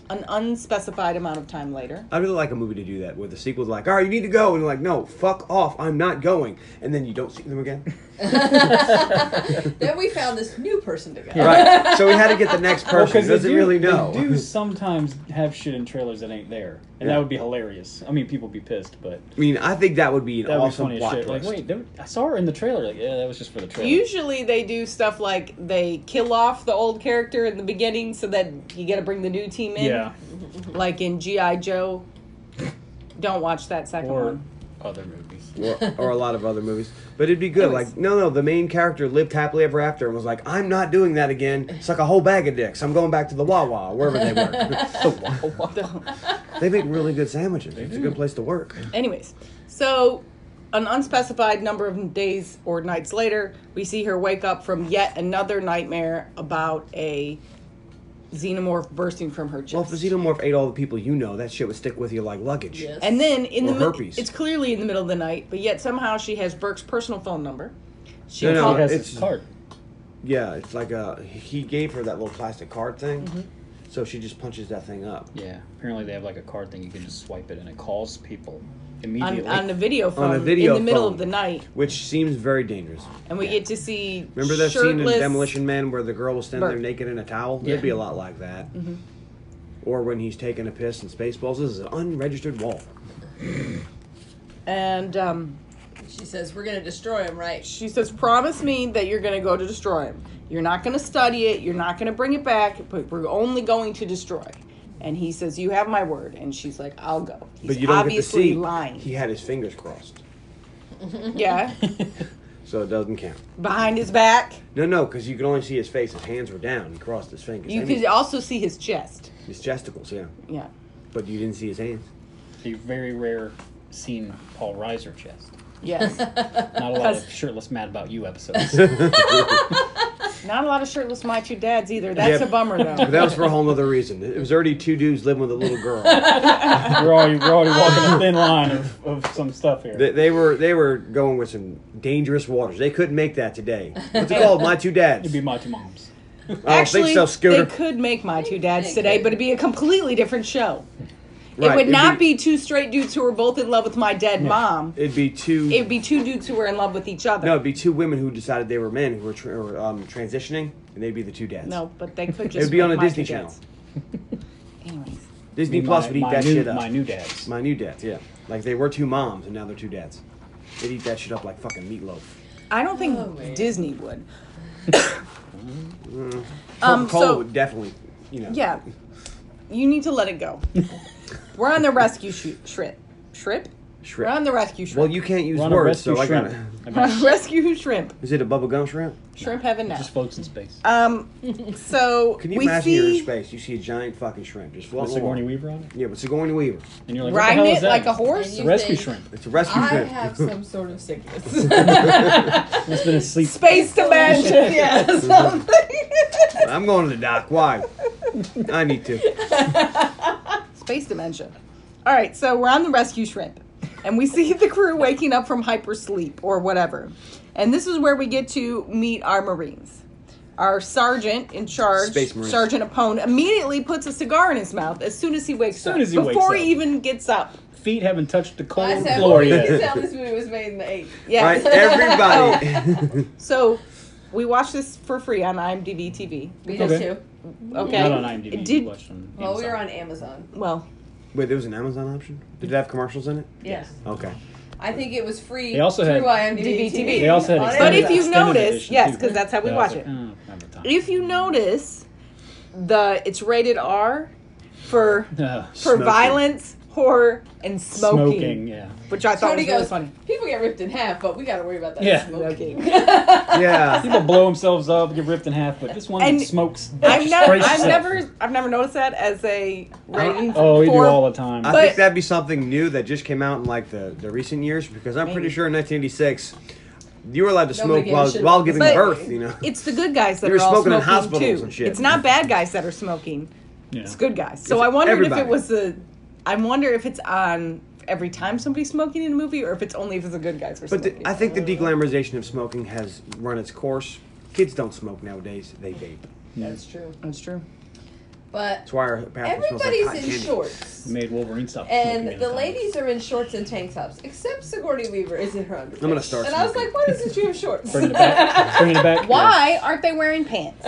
[SPEAKER 3] an unspecified amount of time later,
[SPEAKER 2] I'd really like a movie to do that where the sequel's like, all right, you need to go. And you're like, no, fuck off. I'm not going. And then you don't see them again.
[SPEAKER 4] Then we found this new person to go.
[SPEAKER 2] right. So we had to get the next person. who doesn't
[SPEAKER 5] they do,
[SPEAKER 2] really know.
[SPEAKER 5] They do sometimes have shit in trailers that ain't there, and
[SPEAKER 2] Yeah.
[SPEAKER 5] that would be hilarious. I mean, people would be pissed, but
[SPEAKER 2] I mean, I think that would be an
[SPEAKER 5] that would
[SPEAKER 2] awesome
[SPEAKER 5] be funny as
[SPEAKER 2] plot
[SPEAKER 5] shit. Like,
[SPEAKER 2] twist.
[SPEAKER 5] wait, there, I saw her in the trailer. Like, yeah, that was just for the trailer.
[SPEAKER 3] usually they do stuff like they kill off the old character in the beginning so that you gotta bring the new team in.
[SPEAKER 5] yeah,
[SPEAKER 3] Like in G.I. Joe. Don't watch that second
[SPEAKER 5] or
[SPEAKER 3] one.
[SPEAKER 5] other movies.
[SPEAKER 2] or, or a lot of other movies. But it'd be good. Like, no, no, the main character lived happily ever after and was like, I'm not doing that again. Suck a whole bag of dicks. I'm going back to the Wawa, wherever they work. the Wawa. They make really good sandwiches. It's a good place to work.
[SPEAKER 3] Anyways, so an unspecified number of days or nights later, we see her wake up from yet another nightmare about a xenomorph bursting from her chest.
[SPEAKER 2] Well, if the xenomorph ate all the people you know, that shit would stick with you like luggage.
[SPEAKER 4] Yes.
[SPEAKER 3] and then in the
[SPEAKER 2] Or
[SPEAKER 3] mi-
[SPEAKER 2] herpes.
[SPEAKER 3] it's clearly in the middle of the night, but yet somehow she has Burke's personal phone number. She
[SPEAKER 2] No, no,
[SPEAKER 3] called-
[SPEAKER 5] It has
[SPEAKER 2] It's-
[SPEAKER 5] this card.
[SPEAKER 2] Yeah, it's like a. He gave her that little plastic card thing. So she just punches that thing up.
[SPEAKER 5] Yeah, apparently they have like a card thing. You can just swipe it, and it calls people immediately.
[SPEAKER 3] on, on the video phone
[SPEAKER 2] video
[SPEAKER 3] in the middle
[SPEAKER 2] phone.
[SPEAKER 3] of the night,
[SPEAKER 2] Which seems very dangerous.
[SPEAKER 3] and we get to see
[SPEAKER 2] Remember that scene
[SPEAKER 3] shirtless-
[SPEAKER 2] in Demolition Man where the girl was standing
[SPEAKER 3] Bert.
[SPEAKER 2] there naked in a towel?
[SPEAKER 5] Yeah.
[SPEAKER 2] It'd be a lot like that.
[SPEAKER 3] Mm-hmm.
[SPEAKER 2] Or when he's taking a piss in Spaceballs. This is an unregistered wall.
[SPEAKER 3] and um,
[SPEAKER 4] She says, We're going to destroy him, right?
[SPEAKER 3] She says, "Promise me that you're going to go to destroy him. You're not going to study it. You're not going to bring it back. But we're only going to destroy." And he says, "You have my word." And she's like, "I'll go." He's
[SPEAKER 2] but you don't get to
[SPEAKER 3] obviously
[SPEAKER 2] see.
[SPEAKER 3] lying.
[SPEAKER 2] He had his fingers crossed.
[SPEAKER 3] yeah,
[SPEAKER 2] So it doesn't count.
[SPEAKER 3] behind his back.
[SPEAKER 2] No, no, because you could only see his face. His hands were down. He crossed his fingers.
[SPEAKER 3] You
[SPEAKER 2] I
[SPEAKER 3] could
[SPEAKER 2] mean,
[SPEAKER 3] also see his chest.
[SPEAKER 2] his chesticles, yeah.
[SPEAKER 3] Yeah,
[SPEAKER 2] But you didn't see his hands.
[SPEAKER 5] a very rare scene Paul Reiser chest.
[SPEAKER 3] yes.
[SPEAKER 5] Not a lot
[SPEAKER 3] Because-
[SPEAKER 5] of shirtless mad about you episodes.
[SPEAKER 3] not a lot of shirtless my two dads either. That's
[SPEAKER 2] Yeah.
[SPEAKER 3] a bummer
[SPEAKER 2] But
[SPEAKER 3] though.
[SPEAKER 2] that was for a whole other reason. It was already two dudes living with a little girl.
[SPEAKER 5] we're already we're already walking a thin line of, of some stuff here.
[SPEAKER 2] they, they were they were going with some dangerous waters. They couldn't make that today. What's it called? My two dads.
[SPEAKER 5] It'd be my two moms.
[SPEAKER 2] I don't think so, Scooter.
[SPEAKER 3] they could make my two dads
[SPEAKER 4] They
[SPEAKER 3] today,
[SPEAKER 4] could.
[SPEAKER 3] but it'd be a completely different show.
[SPEAKER 2] Right,
[SPEAKER 3] It would
[SPEAKER 2] it'd
[SPEAKER 3] not be, two straight dudes who were both in love with my dead mom.
[SPEAKER 2] It'd be two.
[SPEAKER 3] It would be two dudes who were in love with each other.
[SPEAKER 2] No, it'd be two women who decided they were men who were tra- or, um, transitioning, and they'd be the two dads.
[SPEAKER 3] No, but they could just.
[SPEAKER 2] it'd be on a
[SPEAKER 3] make my
[SPEAKER 2] Disney
[SPEAKER 3] two
[SPEAKER 2] Channel.
[SPEAKER 3] dads. Anyways,
[SPEAKER 2] Disney Plus
[SPEAKER 5] my,
[SPEAKER 2] would eat
[SPEAKER 5] my
[SPEAKER 2] that
[SPEAKER 5] new,
[SPEAKER 2] shit up.
[SPEAKER 5] My new dads.
[SPEAKER 2] My new dads, yeah. Like they were two moms and now they're two dads. They'd eat that shit up like fucking meatloaf.
[SPEAKER 3] I don't think
[SPEAKER 4] Oh, man.
[SPEAKER 3] Disney would.
[SPEAKER 2] Coca
[SPEAKER 3] Um,
[SPEAKER 2] Cola
[SPEAKER 3] so-
[SPEAKER 2] would definitely, you know.
[SPEAKER 3] Yeah, you need to let it go. We're on the rescue sh- shrimp. Shrimp? We're
[SPEAKER 2] Shrimp.
[SPEAKER 3] on the rescue shrimp.
[SPEAKER 2] well, you can't use
[SPEAKER 5] We're on a
[SPEAKER 2] words,
[SPEAKER 5] rescue
[SPEAKER 2] so I
[SPEAKER 5] shrimp.
[SPEAKER 2] gotta.
[SPEAKER 5] I
[SPEAKER 3] We're
[SPEAKER 5] mean,
[SPEAKER 3] on rescue shrimp.
[SPEAKER 2] Is it a bubblegum shrimp?
[SPEAKER 3] Shrimp heaven now.
[SPEAKER 5] it just floats in space.
[SPEAKER 3] Um, so
[SPEAKER 2] Can you
[SPEAKER 3] we
[SPEAKER 2] imagine
[SPEAKER 3] see
[SPEAKER 2] you're in space? You see a giant fucking shrimp just
[SPEAKER 5] With
[SPEAKER 2] floating.
[SPEAKER 5] Sigourney
[SPEAKER 2] along.
[SPEAKER 5] Weaver on it,
[SPEAKER 2] Yeah, with Sigourney Weaver.
[SPEAKER 5] and you're like, what the
[SPEAKER 3] riding
[SPEAKER 5] hell is
[SPEAKER 3] it
[SPEAKER 5] that?
[SPEAKER 3] like a horse.
[SPEAKER 5] It's
[SPEAKER 4] You
[SPEAKER 5] a rescue
[SPEAKER 4] think-
[SPEAKER 5] shrimp.
[SPEAKER 2] It's a rescue
[SPEAKER 4] I
[SPEAKER 2] shrimp.
[SPEAKER 4] have some sort of sickness.
[SPEAKER 5] It's been asleep.
[SPEAKER 3] Space dimension, yeah,
[SPEAKER 2] Mm-hmm.
[SPEAKER 3] something.
[SPEAKER 2] I'm going to the dock. Why? I need to.
[SPEAKER 3] Space dimension. All right, so we're on the rescue shrimp, and we see the crew waking up from hypersleep or whatever, and this is where we get to meet our marines. Our sergeant in charge,
[SPEAKER 2] Space Marines.
[SPEAKER 3] Sergeant Apone, immediately puts a cigar in his mouth as soon as he wakes
[SPEAKER 5] soon
[SPEAKER 3] up.
[SPEAKER 5] as he wakes
[SPEAKER 3] before
[SPEAKER 5] up.
[SPEAKER 3] he even gets up.
[SPEAKER 5] Feet haven't touched the
[SPEAKER 4] I
[SPEAKER 5] cold
[SPEAKER 4] said,
[SPEAKER 5] floor
[SPEAKER 4] you can
[SPEAKER 5] yet.
[SPEAKER 4] tell this movie was made in the 80s.
[SPEAKER 3] Yes.
[SPEAKER 2] Right? Everybody.
[SPEAKER 3] So we watched this for free on IMDb TV.
[SPEAKER 4] We did
[SPEAKER 5] Okay.
[SPEAKER 4] too.
[SPEAKER 3] Okay.
[SPEAKER 5] Not on IMDb.
[SPEAKER 3] Did-
[SPEAKER 5] you watched on
[SPEAKER 4] Well, we were
[SPEAKER 5] Amazon.
[SPEAKER 4] on Amazon.
[SPEAKER 3] well,
[SPEAKER 2] Wait, there was an Amazon option? Did it have commercials in it?
[SPEAKER 4] Yes.
[SPEAKER 2] Okay.
[SPEAKER 4] I think it was free
[SPEAKER 5] They also
[SPEAKER 4] through
[SPEAKER 5] had-
[SPEAKER 4] IMDb.
[SPEAKER 3] DVTV.
[SPEAKER 5] They also had
[SPEAKER 4] On
[SPEAKER 5] extended,
[SPEAKER 3] but if you
[SPEAKER 5] extended
[SPEAKER 3] notice,
[SPEAKER 5] edition,
[SPEAKER 3] yes,
[SPEAKER 5] too.
[SPEAKER 3] because that's how we
[SPEAKER 5] Yeah, I
[SPEAKER 3] watch
[SPEAKER 5] was
[SPEAKER 3] it.
[SPEAKER 5] like, "Oh, I don't have time."
[SPEAKER 3] If you notice, the it's rated R for
[SPEAKER 5] Uh,
[SPEAKER 3] for
[SPEAKER 2] Smoking.
[SPEAKER 3] violence, horror, and smoking,
[SPEAKER 5] smoking, yeah.
[SPEAKER 3] which I thought
[SPEAKER 4] Tony
[SPEAKER 3] was really
[SPEAKER 4] goes,
[SPEAKER 3] funny.
[SPEAKER 4] people get ripped in half, but we gotta worry about that.
[SPEAKER 5] Yeah.
[SPEAKER 4] Smoking.
[SPEAKER 2] Yeah.
[SPEAKER 5] People blow themselves up, get ripped in half, but this one
[SPEAKER 3] And
[SPEAKER 5] smokes.
[SPEAKER 3] I've,
[SPEAKER 5] just
[SPEAKER 3] never,
[SPEAKER 5] sprays
[SPEAKER 3] I've
[SPEAKER 5] itself.
[SPEAKER 3] never, I've never noticed that as a rating.
[SPEAKER 5] Oh, we do
[SPEAKER 3] for-
[SPEAKER 5] all the time.
[SPEAKER 2] I
[SPEAKER 3] But-
[SPEAKER 2] think that'd be something new that just came out in like the, the recent years because I'm pretty
[SPEAKER 3] Maybe.
[SPEAKER 2] sure in 1986 you were allowed to
[SPEAKER 4] Nobody
[SPEAKER 2] smoke
[SPEAKER 4] gave a
[SPEAKER 2] while,
[SPEAKER 4] shit
[SPEAKER 2] while
[SPEAKER 4] about
[SPEAKER 2] giving
[SPEAKER 3] that.
[SPEAKER 2] birth, you know.
[SPEAKER 3] It's the good guys that
[SPEAKER 2] They were
[SPEAKER 3] are all
[SPEAKER 2] smoking
[SPEAKER 3] smoking
[SPEAKER 2] in hospitals
[SPEAKER 3] too.
[SPEAKER 2] and shit.
[SPEAKER 3] It's not bad guys that are smoking.
[SPEAKER 5] Yeah.
[SPEAKER 3] It's good guys. So I wondered if
[SPEAKER 2] everybody.
[SPEAKER 3] it was the. I wonder if it's on every time somebody's smoking in a movie, or if it's only if it's the good guys. Were
[SPEAKER 2] But the,
[SPEAKER 3] smoking.
[SPEAKER 2] I think the deglamorization of smoking has run its course. Kids don't smoke nowadays; they vape.
[SPEAKER 4] That's true.
[SPEAKER 3] that's true.
[SPEAKER 4] But
[SPEAKER 2] That's why our bathroom smells like
[SPEAKER 4] everybody's
[SPEAKER 2] cotton
[SPEAKER 4] in
[SPEAKER 2] candy.
[SPEAKER 4] shorts.
[SPEAKER 5] made Wolverine stop. smoking in
[SPEAKER 4] And the
[SPEAKER 5] time.
[SPEAKER 4] ladies are in shorts and tank tops, except Sigourney Weaver is in her underwear.
[SPEAKER 2] I'm gonna start
[SPEAKER 4] And I was
[SPEAKER 2] smoking.
[SPEAKER 4] like, why doesn't she have shorts?
[SPEAKER 5] bringing it back. bringing it back.
[SPEAKER 3] Why aren't they wearing pants?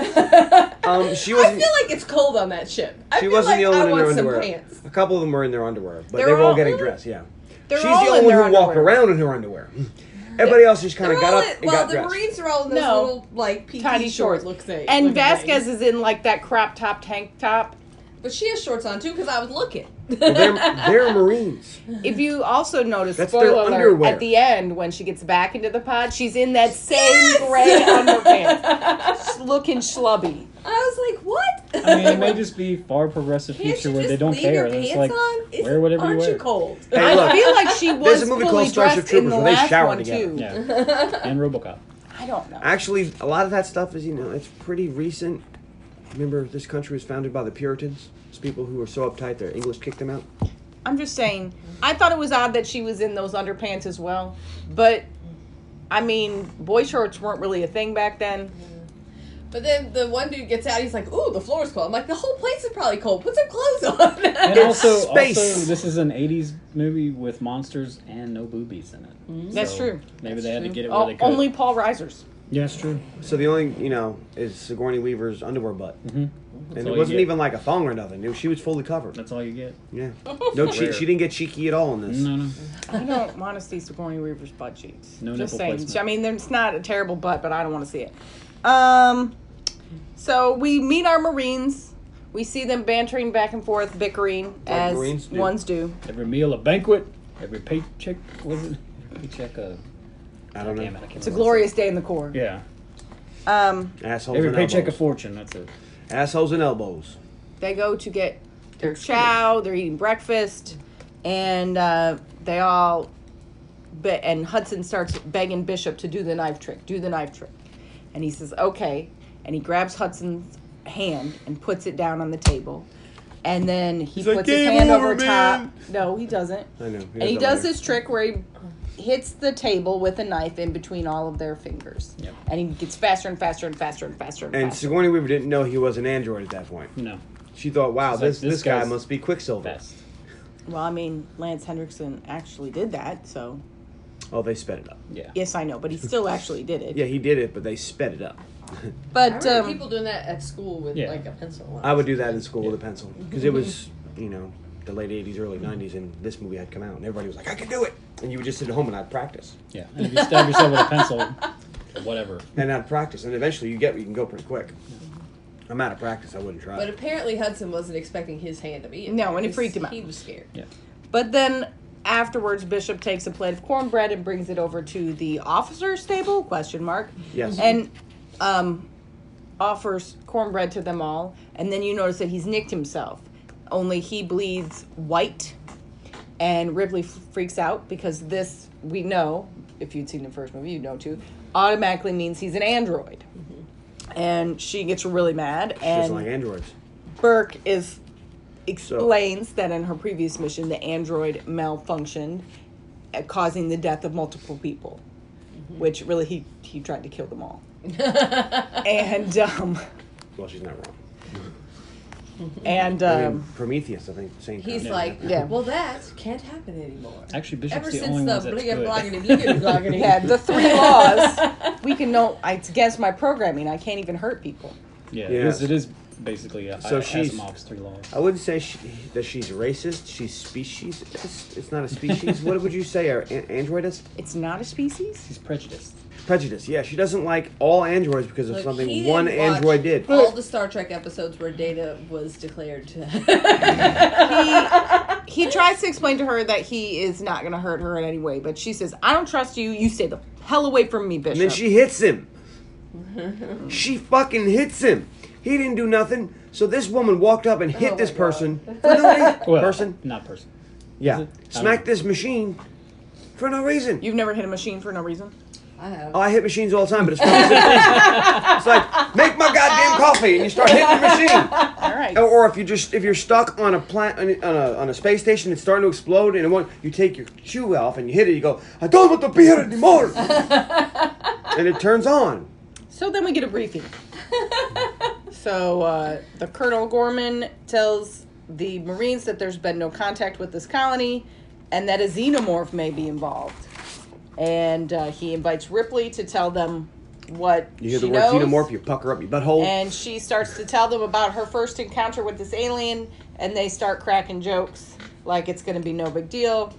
[SPEAKER 2] Um, she
[SPEAKER 4] I
[SPEAKER 2] wasn't.
[SPEAKER 4] feel like it's cold on that ship. I
[SPEAKER 2] she
[SPEAKER 4] feel
[SPEAKER 2] wasn't
[SPEAKER 4] like
[SPEAKER 2] the only
[SPEAKER 4] I
[SPEAKER 2] one in her
[SPEAKER 4] want some
[SPEAKER 2] underwear.
[SPEAKER 4] pants.
[SPEAKER 2] A couple of them were in their underwear, but
[SPEAKER 3] They're
[SPEAKER 2] they were all,
[SPEAKER 3] all-
[SPEAKER 2] getting dressed. Yeah,
[SPEAKER 3] They're
[SPEAKER 2] she's
[SPEAKER 3] all
[SPEAKER 2] the
[SPEAKER 3] in
[SPEAKER 2] only
[SPEAKER 3] their
[SPEAKER 2] one who walked
[SPEAKER 3] underwear.
[SPEAKER 2] around in her underwear. Everybody else just kind of
[SPEAKER 4] They're
[SPEAKER 2] got
[SPEAKER 4] all
[SPEAKER 2] up
[SPEAKER 4] in-
[SPEAKER 2] and
[SPEAKER 4] well,
[SPEAKER 2] got
[SPEAKER 4] the
[SPEAKER 2] dressed.
[SPEAKER 4] Marines are all in those
[SPEAKER 3] No.
[SPEAKER 4] little like PT
[SPEAKER 3] Tiny
[SPEAKER 4] short
[SPEAKER 3] shorts.
[SPEAKER 4] look thing.
[SPEAKER 3] And
[SPEAKER 4] looking
[SPEAKER 3] Vasquez
[SPEAKER 4] things.
[SPEAKER 3] is in like that crop top tank top.
[SPEAKER 4] but she has shorts on too because I was looking.
[SPEAKER 2] Well, they're, they're Marines.
[SPEAKER 3] If you also notice,
[SPEAKER 2] That's
[SPEAKER 3] spoiler
[SPEAKER 2] their
[SPEAKER 3] alert,
[SPEAKER 2] underwear.
[SPEAKER 3] at the end when she gets back into the pod, she's in that same gray underpants, looking schlubby.
[SPEAKER 4] I was like, what?
[SPEAKER 5] I mean, it may just be far progressive
[SPEAKER 4] Can't
[SPEAKER 5] future
[SPEAKER 4] you
[SPEAKER 5] where they
[SPEAKER 4] just
[SPEAKER 5] don't
[SPEAKER 4] leave
[SPEAKER 5] care.
[SPEAKER 4] your
[SPEAKER 5] It's
[SPEAKER 4] pants
[SPEAKER 5] like
[SPEAKER 4] on? It's-
[SPEAKER 5] wear whatever
[SPEAKER 4] aren't
[SPEAKER 5] you wear.
[SPEAKER 4] cold?
[SPEAKER 2] Hey,
[SPEAKER 3] I
[SPEAKER 2] look,
[SPEAKER 3] feel like she was
[SPEAKER 2] There's a movie
[SPEAKER 3] fully
[SPEAKER 2] called Starship
[SPEAKER 3] dressed in the
[SPEAKER 2] Troopers where they
[SPEAKER 3] last
[SPEAKER 2] shower
[SPEAKER 3] one
[SPEAKER 2] together.
[SPEAKER 3] too.
[SPEAKER 5] Yeah, and RoboCop.
[SPEAKER 3] I don't know.
[SPEAKER 2] actually, a lot of that stuff is you know it's pretty recent. Remember, this country was founded by the Puritans. It's people who were so uptight their English kicked them out.
[SPEAKER 3] I'm just saying. I thought it was odd that she was in those underpants as well, but I mean, boy shorts weren't really a thing back then.
[SPEAKER 4] But then the one dude gets out. He's like, "Ooh, the floor's cold." I'm like, "The whole place is probably cold. Put some clothes on."
[SPEAKER 5] And also,
[SPEAKER 2] space.
[SPEAKER 5] also, this is an '80s movie with monsters and no boobies in it.
[SPEAKER 3] That's
[SPEAKER 5] So
[SPEAKER 3] true.
[SPEAKER 5] Maybe they had to get it where
[SPEAKER 3] Oh,
[SPEAKER 5] they could.
[SPEAKER 3] only Paul Risers.
[SPEAKER 5] yeah, that's true.
[SPEAKER 2] So the only you know is Sigourney Weaver's underwear butt, and
[SPEAKER 5] Mhm. all
[SPEAKER 2] it
[SPEAKER 5] you
[SPEAKER 2] wasn't
[SPEAKER 5] get.
[SPEAKER 2] even like a thong or nothing. It- She was fully covered.
[SPEAKER 5] That's all you get.
[SPEAKER 2] Yeah, no
[SPEAKER 5] Rare.
[SPEAKER 2] cheek. She didn't get cheeky at all in this.
[SPEAKER 5] No, no.
[SPEAKER 3] I don't want to see Sigourney Weaver's butt cheeks.
[SPEAKER 5] No
[SPEAKER 3] Just
[SPEAKER 5] nipple
[SPEAKER 3] saying.
[SPEAKER 5] placement.
[SPEAKER 3] I mean, it's not a terrible butt, but I don't want to see it. Um, so we meet our Marines. We see them bantering back and forth, bickering as
[SPEAKER 2] Marines do.
[SPEAKER 3] ones do.
[SPEAKER 5] Every meal a banquet. Every paycheck was it? Every paycheck a.
[SPEAKER 2] I don't know.
[SPEAKER 5] Damn it, I can't
[SPEAKER 3] It's a
[SPEAKER 5] remember.
[SPEAKER 3] glorious day in the Corps.
[SPEAKER 5] Yeah.
[SPEAKER 3] Um,
[SPEAKER 2] Assholes
[SPEAKER 5] Every
[SPEAKER 2] and
[SPEAKER 5] paycheck a
[SPEAKER 2] elbows.
[SPEAKER 5] fortune. That's it.
[SPEAKER 2] Assholes and elbows.
[SPEAKER 3] they go to get their chow. They're eating breakfast, and uh, they all. But and Hudson starts begging Bishop to do the knife trick. Do the knife trick, and he says okay. And he grabs Hudson's hand and puts it down on the table, and then he
[SPEAKER 2] like,
[SPEAKER 3] puts his
[SPEAKER 2] "Game
[SPEAKER 3] hand
[SPEAKER 2] over,
[SPEAKER 3] over, top.
[SPEAKER 2] man."
[SPEAKER 3] No, he doesn't.
[SPEAKER 2] I know.
[SPEAKER 3] and he
[SPEAKER 2] that
[SPEAKER 3] does
[SPEAKER 2] later.
[SPEAKER 3] this trick where he hits the table with a knife in between all of their fingers,
[SPEAKER 5] Yep.
[SPEAKER 3] and he gets faster and faster and faster and faster and,
[SPEAKER 2] And
[SPEAKER 3] faster.
[SPEAKER 2] Sigourney Weaver didn't know he was an android at that point.
[SPEAKER 5] No.
[SPEAKER 2] She thought, "Wow,
[SPEAKER 5] She's like,
[SPEAKER 2] this
[SPEAKER 5] this
[SPEAKER 2] this guy
[SPEAKER 5] guy's
[SPEAKER 2] must be Quicksilver."
[SPEAKER 5] Best.
[SPEAKER 3] Well, I mean, Lance Hendrickson actually did that, so
[SPEAKER 2] Oh, they sped it up.
[SPEAKER 5] Yeah.
[SPEAKER 3] Yes, I know, but he still actually did it.
[SPEAKER 2] Yeah, he did it, but they sped it up.
[SPEAKER 4] I
[SPEAKER 3] But
[SPEAKER 4] remember
[SPEAKER 3] um,
[SPEAKER 4] people doing that at school with
[SPEAKER 5] Yeah.
[SPEAKER 4] like a pencil.
[SPEAKER 2] I would do that in school with a pencil because it was, you know, the late '80s, early '90s, and this movie had come out, and everybody was like, "I can do it," and you would just sit at home and I'd practice,
[SPEAKER 5] Yeah, and if you stab yourself with a pencil, whatever.
[SPEAKER 2] and I'd practice, and eventually you get you can go pretty quick. I'm out of practice. I wouldn't try.
[SPEAKER 4] But apparently Hudson wasn't expecting his hand to be. in
[SPEAKER 3] No,
[SPEAKER 4] there.
[SPEAKER 3] and it
[SPEAKER 4] He's-
[SPEAKER 3] freaked him out.
[SPEAKER 4] He was scared.
[SPEAKER 5] Yeah,
[SPEAKER 3] But then afterwards, Bishop takes a plate of cornbread and brings it over to the officer's table? Question mark.
[SPEAKER 2] Yes.
[SPEAKER 3] And um, offers cornbread to them all, and then you notice that he's nicked himself. Only he bleeds white, and Ripley f- freaks out because this we know if you'd seen the first movie, you'd know too. Automatically means he's an android, and she gets really mad.
[SPEAKER 2] Mm-hmm. just
[SPEAKER 3] And
[SPEAKER 2] like androids.
[SPEAKER 3] Burke is explains that in her previous mission, the android malfunctioned, uh, causing the death of multiple people,
[SPEAKER 2] Mm-hmm.
[SPEAKER 3] which really he he tried to kill them all. and um,
[SPEAKER 2] Well, she's not wrong.
[SPEAKER 3] and
[SPEAKER 2] I mean,
[SPEAKER 3] um,
[SPEAKER 2] Prometheus, I think, same.
[SPEAKER 4] He's
[SPEAKER 2] concept.
[SPEAKER 4] like,
[SPEAKER 3] Yeah.
[SPEAKER 4] well, that can't happen anymore.
[SPEAKER 5] actually, Bishop's
[SPEAKER 4] Ever
[SPEAKER 5] the
[SPEAKER 4] since
[SPEAKER 5] only
[SPEAKER 4] the
[SPEAKER 5] one that's
[SPEAKER 4] bliggity
[SPEAKER 5] good.
[SPEAKER 4] bloggity bliggity bloggity.
[SPEAKER 3] yeah, the three laws. We can know it's against my programming. I can't even hurt people.
[SPEAKER 5] Yeah,
[SPEAKER 2] Yeah.
[SPEAKER 5] It, is, it is basically a,
[SPEAKER 2] So
[SPEAKER 5] so
[SPEAKER 2] she's-
[SPEAKER 5] Asimov's three laws.
[SPEAKER 2] I wouldn't say she, that she's racist. She's speciesist. It's not a species. what would you say? Are an- androidist?
[SPEAKER 3] It's not a species.
[SPEAKER 5] She's prejudiced.
[SPEAKER 2] Prejudice. Yeah, she doesn't like all androids because of
[SPEAKER 4] Look, he
[SPEAKER 2] something
[SPEAKER 4] didn't
[SPEAKER 2] one
[SPEAKER 4] watch
[SPEAKER 2] android did.
[SPEAKER 4] All the Star Trek episodes where Data was declared.
[SPEAKER 3] He tries to explain to her that he is not going to hurt her in any way, but she says, "I don't trust you. You stay the hell away from me, Bishop."
[SPEAKER 2] And then she hits him. she fucking hits him. He didn't do nothing. So this woman walked up and hit
[SPEAKER 4] Oh my
[SPEAKER 2] this
[SPEAKER 4] God.
[SPEAKER 2] person for no reason. person?
[SPEAKER 5] not person.
[SPEAKER 2] Yeah.
[SPEAKER 5] I
[SPEAKER 2] Smacked
[SPEAKER 5] don't-
[SPEAKER 2] this machine for no reason.
[SPEAKER 3] You've never hit a machine for no reason.
[SPEAKER 4] I have.
[SPEAKER 2] Oh, I hit machines all the time, but it's funny. it's like make my goddamn coffee, and you start hitting the machine.
[SPEAKER 3] All right.
[SPEAKER 2] Or, or if you just if you're stuck on a plant on a, on a, on a space station, it's starting to explode, and it won't, you take your shoe off and you hit it. You go, I don't want to be here anymore, and it turns on.
[SPEAKER 3] So then we get a briefing. so uh, the Colonel Gorman tells the Marines that there's been no contact with this colony and that a xenomorph may be involved. And uh, he invites Ripley to tell them what
[SPEAKER 2] You hear
[SPEAKER 3] she
[SPEAKER 2] the word
[SPEAKER 3] knows.
[SPEAKER 2] xenomorph, you pucker up your butthole.
[SPEAKER 3] And she starts to tell them about her first encounter with this alien, and they start cracking jokes like it's going to be no big deal.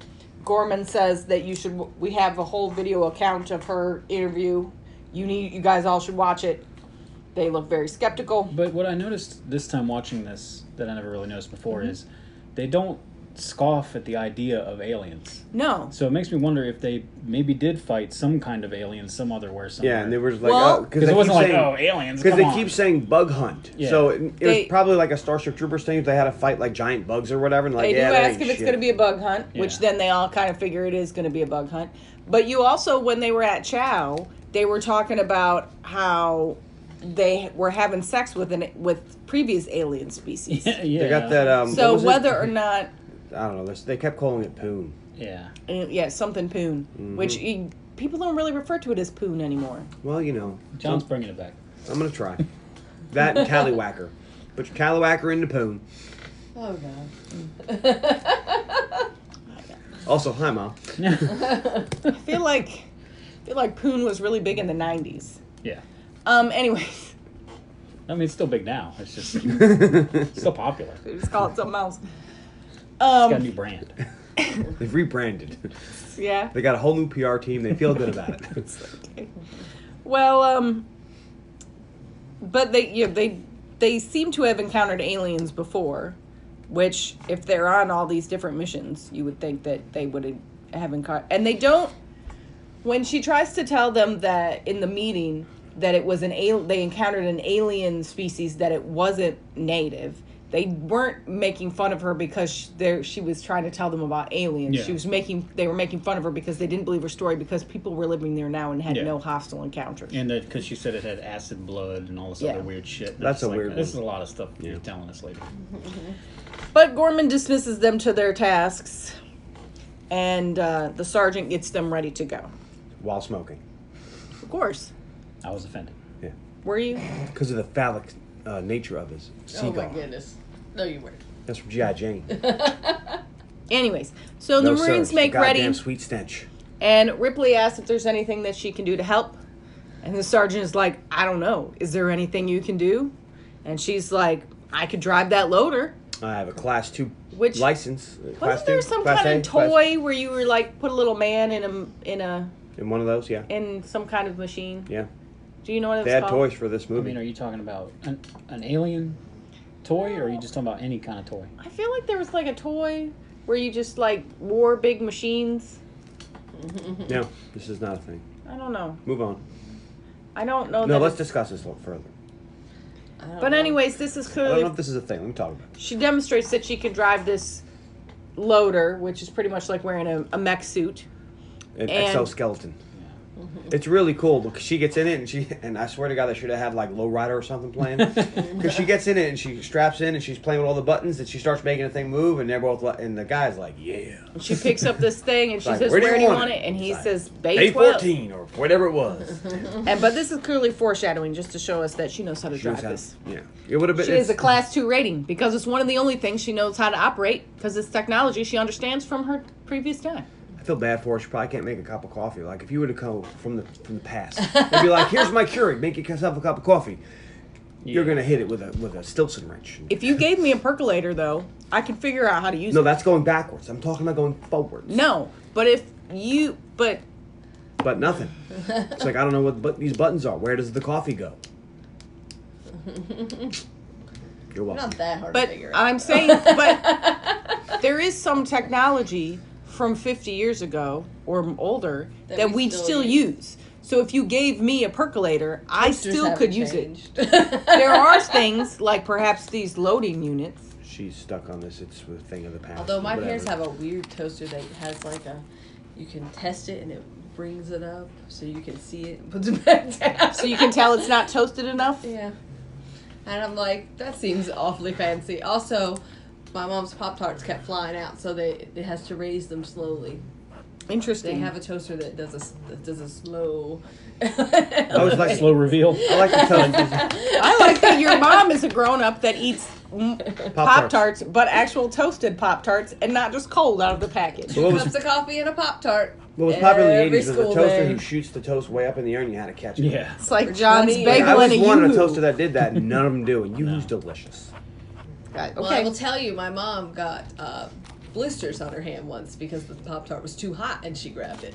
[SPEAKER 3] Gorman says that you should. We have a whole video account of her interview. You need. You guys all should watch it. They look very skeptical.
[SPEAKER 5] But what I noticed this time watching this that I never really noticed before
[SPEAKER 4] Mm-hmm.
[SPEAKER 5] is they don't scoff at the idea of aliens.
[SPEAKER 3] No.
[SPEAKER 5] So it makes me wonder if they maybe did fight some kind of alien some other where somewhere.
[SPEAKER 2] yeah, and they were just like,
[SPEAKER 3] Well-
[SPEAKER 2] oh,
[SPEAKER 5] because
[SPEAKER 2] they
[SPEAKER 5] it
[SPEAKER 2] keep
[SPEAKER 5] wasn't like
[SPEAKER 2] saying-
[SPEAKER 5] oh aliens
[SPEAKER 2] Because
[SPEAKER 5] because
[SPEAKER 2] they keep saying bug hunt,
[SPEAKER 5] Yeah.
[SPEAKER 2] so it, it
[SPEAKER 3] They-
[SPEAKER 2] was probably like a Starship Troopers thing. They had to fight like giant bugs or whatever, and like
[SPEAKER 3] They
[SPEAKER 2] yeah,
[SPEAKER 3] do
[SPEAKER 2] that
[SPEAKER 3] ask
[SPEAKER 2] ain't
[SPEAKER 3] if it's
[SPEAKER 2] shit.
[SPEAKER 3] going to be a bug hunt, which
[SPEAKER 5] Yeah.
[SPEAKER 3] then they all kind of figure it is going to be a bug hunt. But you also, when they were at Chow, they were talking about how they were having sex with an with previous alien species.
[SPEAKER 5] yeah,
[SPEAKER 2] They got that. Um, what
[SPEAKER 3] So
[SPEAKER 2] was it?
[SPEAKER 3] whether or not,
[SPEAKER 2] I don't know. there's- They kept calling it poon.
[SPEAKER 5] yeah.
[SPEAKER 3] uh, yeah, something poon, which
[SPEAKER 2] Mm-hmm.
[SPEAKER 3] you, people don't really refer to it as poon anymore.
[SPEAKER 2] Well, you know,
[SPEAKER 5] John's bringing it back.
[SPEAKER 2] I'm gonna try that and tallywhacker. Put your tallywhacker into poon.
[SPEAKER 4] oh god.
[SPEAKER 2] Also, hi mom.
[SPEAKER 3] I feel like, I feel like poon was really big in the '90s.
[SPEAKER 5] Yeah,
[SPEAKER 3] Um, anyways,
[SPEAKER 5] I mean it's still big now. It's just still popular. It's
[SPEAKER 3] just call it something else.
[SPEAKER 5] got a
[SPEAKER 3] Um,
[SPEAKER 5] new brand.
[SPEAKER 2] They've rebranded.
[SPEAKER 3] yeah.
[SPEAKER 2] They got a whole new PR team. They feel good about it.
[SPEAKER 3] Well, um, but they yeah, they they seem to have encountered aliens before, which if they're on all these different missions, you would think that they would have encountered, and they don't. When she tries to tell them that in the meeting that it was an al- they encountered an alien species that it wasn't native. They weren't making fun of her because sh- there she was trying to tell them about aliens.
[SPEAKER 5] Yeah.
[SPEAKER 3] She was making they were making fun of her because they didn't believe her story because people were living there now and had
[SPEAKER 5] Yeah.
[SPEAKER 3] no hostile encounters.
[SPEAKER 5] And that because she said it had acid blood and all this
[SPEAKER 3] Yeah.
[SPEAKER 5] other weird shit. And
[SPEAKER 2] That's
[SPEAKER 5] it's
[SPEAKER 2] a
[SPEAKER 5] like,
[SPEAKER 2] weird
[SPEAKER 5] This is
[SPEAKER 2] one.
[SPEAKER 5] a lot of stuff you're telling us later.
[SPEAKER 3] But Gorman dismisses them to their tasks, and uh, the sergeant gets them ready to go.
[SPEAKER 2] While smoking.
[SPEAKER 3] Of course.
[SPEAKER 5] I was offended.
[SPEAKER 2] Yeah.
[SPEAKER 3] Were you?
[SPEAKER 2] Because of the phallic uh, nature of his
[SPEAKER 4] Oh my
[SPEAKER 2] seagull.
[SPEAKER 4] goodness. No, you weren't.
[SPEAKER 2] That's from GI Jane.
[SPEAKER 3] Anyways, so the
[SPEAKER 2] sir,
[SPEAKER 3] Marines
[SPEAKER 2] it's the
[SPEAKER 3] make ready,
[SPEAKER 2] Goddamn sweet stench.
[SPEAKER 3] and Ripley asks if there's anything that she can do to help. And the sergeant is like, I don't know. Is there anything you can do? And she's like, I could drive that loader.
[SPEAKER 2] I have a class two
[SPEAKER 3] Which-
[SPEAKER 2] license. uh, class
[SPEAKER 3] Wasn't there
[SPEAKER 2] two,
[SPEAKER 3] some
[SPEAKER 2] class
[SPEAKER 3] kind
[SPEAKER 2] A,
[SPEAKER 3] of
[SPEAKER 2] class-
[SPEAKER 3] toy where you were like put a little man in a in a
[SPEAKER 2] in one of those? Yeah,
[SPEAKER 3] in some kind of machine?
[SPEAKER 2] yeah.
[SPEAKER 3] Do you know what it
[SPEAKER 2] They
[SPEAKER 3] was
[SPEAKER 2] had
[SPEAKER 3] called?
[SPEAKER 2] toys for this
[SPEAKER 5] I
[SPEAKER 2] movie.
[SPEAKER 5] mean, are you talking about an, an alien toy, or are you just talking about any kind of toy?
[SPEAKER 3] I feel like there was like a toy where you just like wore big machines.
[SPEAKER 2] no, this is not a thing.
[SPEAKER 3] I don't know.
[SPEAKER 2] Move on.
[SPEAKER 3] I don't know.
[SPEAKER 2] no,
[SPEAKER 3] Oh, that
[SPEAKER 2] let's
[SPEAKER 3] it's-
[SPEAKER 2] discuss this a little further.
[SPEAKER 4] I don't
[SPEAKER 3] But
[SPEAKER 4] know.
[SPEAKER 3] anyways, this is
[SPEAKER 2] I don't
[SPEAKER 3] clearly
[SPEAKER 2] know if this is a thing. Let me talk about it.
[SPEAKER 3] she demonstrates that she can drive this loader, which is pretty much like wearing a, a mech suit.
[SPEAKER 2] An
[SPEAKER 3] And- Mm-hmm.
[SPEAKER 2] exoskeleton. It's really cool because she gets in it and she and I swear to God they should have had like Low Rider or something playing because she gets in it and she straps in and she's playing with all the buttons and she starts making the thing move and they're both like, and the guy's like yeah
[SPEAKER 3] She picks up this thing and she
[SPEAKER 2] Like,
[SPEAKER 3] says,
[SPEAKER 2] "Where do you want
[SPEAKER 3] want
[SPEAKER 2] it?"
[SPEAKER 3] it?" And he
[SPEAKER 2] Like,
[SPEAKER 3] says,
[SPEAKER 2] A
[SPEAKER 3] "Bay 12."
[SPEAKER 2] fourteen or whatever it was
[SPEAKER 3] And but this is clearly foreshadowing, just to show us that she knows how to
[SPEAKER 2] She
[SPEAKER 3] drive
[SPEAKER 2] was had-
[SPEAKER 3] this.
[SPEAKER 2] yeah it would have been
[SPEAKER 3] She has a
[SPEAKER 2] it's-
[SPEAKER 3] class two rating because it's one of the only things she knows how to operate because it's technology she understands from her previous time.
[SPEAKER 2] I feel bad for her she probably can't make a cup of coffee like if you were to come from the from the past and be like here's my Keurig make yourself a cup of coffee you're
[SPEAKER 5] Yeah.
[SPEAKER 2] gonna hit it with a with a Stilson wrench
[SPEAKER 3] If you gave me a percolator, though, I could figure out how to use
[SPEAKER 2] no
[SPEAKER 3] it.
[SPEAKER 2] that's going backwards I'm talking about going forwards
[SPEAKER 3] No, but if you, but
[SPEAKER 2] but nothing. It's like I don't know what but these buttons are. Where does the coffee go? You're welcome.
[SPEAKER 4] Not that hard to
[SPEAKER 3] but
[SPEAKER 4] figure out.
[SPEAKER 3] I'm saying, but there is some technology from 50 years ago or older that,
[SPEAKER 4] That
[SPEAKER 3] we,
[SPEAKER 4] we
[SPEAKER 3] still,
[SPEAKER 4] still
[SPEAKER 3] use. So if you gave me a percolator, I
[SPEAKER 4] Sisters
[SPEAKER 3] still
[SPEAKER 4] haven't
[SPEAKER 3] could use it.
[SPEAKER 4] changed.
[SPEAKER 3] There are things like perhaps these loading units.
[SPEAKER 2] She's stuck on this. It's the thing of the past.
[SPEAKER 4] Although my
[SPEAKER 2] whatever.
[SPEAKER 4] parents have a weird toaster that has like a, you can test it and it brings it up so you can see it and puts it back down.
[SPEAKER 3] So you can tell it's not toasted enough.
[SPEAKER 4] Yeah. And I'm like, that seems awfully fancy. Also, my mom's Pop Tarts kept flying out, so they it has to raise them slowly. They
[SPEAKER 3] Interesting.
[SPEAKER 4] have a toaster that does a s- that does a slow.
[SPEAKER 2] I was like
[SPEAKER 5] Slow reveal.
[SPEAKER 2] I like the
[SPEAKER 3] I like that your mom is a grown up that eats Pop Tarts, but actual toasted Pop Tarts and not just cold out of the package.
[SPEAKER 2] tell. What
[SPEAKER 4] cups
[SPEAKER 2] was,
[SPEAKER 4] of coffee and a Pop Tart.
[SPEAKER 2] what was popular in
[SPEAKER 4] Every
[SPEAKER 2] the '80s was a
[SPEAKER 4] school
[SPEAKER 2] toaster
[SPEAKER 4] day.
[SPEAKER 2] who shoots the toast way up in the air and you had to catch it.
[SPEAKER 5] Yeah.
[SPEAKER 3] It's like John's
[SPEAKER 4] 20 years.
[SPEAKER 3] bagel
[SPEAKER 2] I
[SPEAKER 3] and
[SPEAKER 2] was
[SPEAKER 3] a
[SPEAKER 2] wanted a
[SPEAKER 3] Yoo-hoo.
[SPEAKER 2] toaster that did that, and none of them do, and Yoo-Hoo's delicious.
[SPEAKER 3] Right,
[SPEAKER 4] Well, I
[SPEAKER 3] Okay.
[SPEAKER 4] will tell you, my mom got uh, blisters on her hand once because the Pop Tart was too hot and she grabbed it.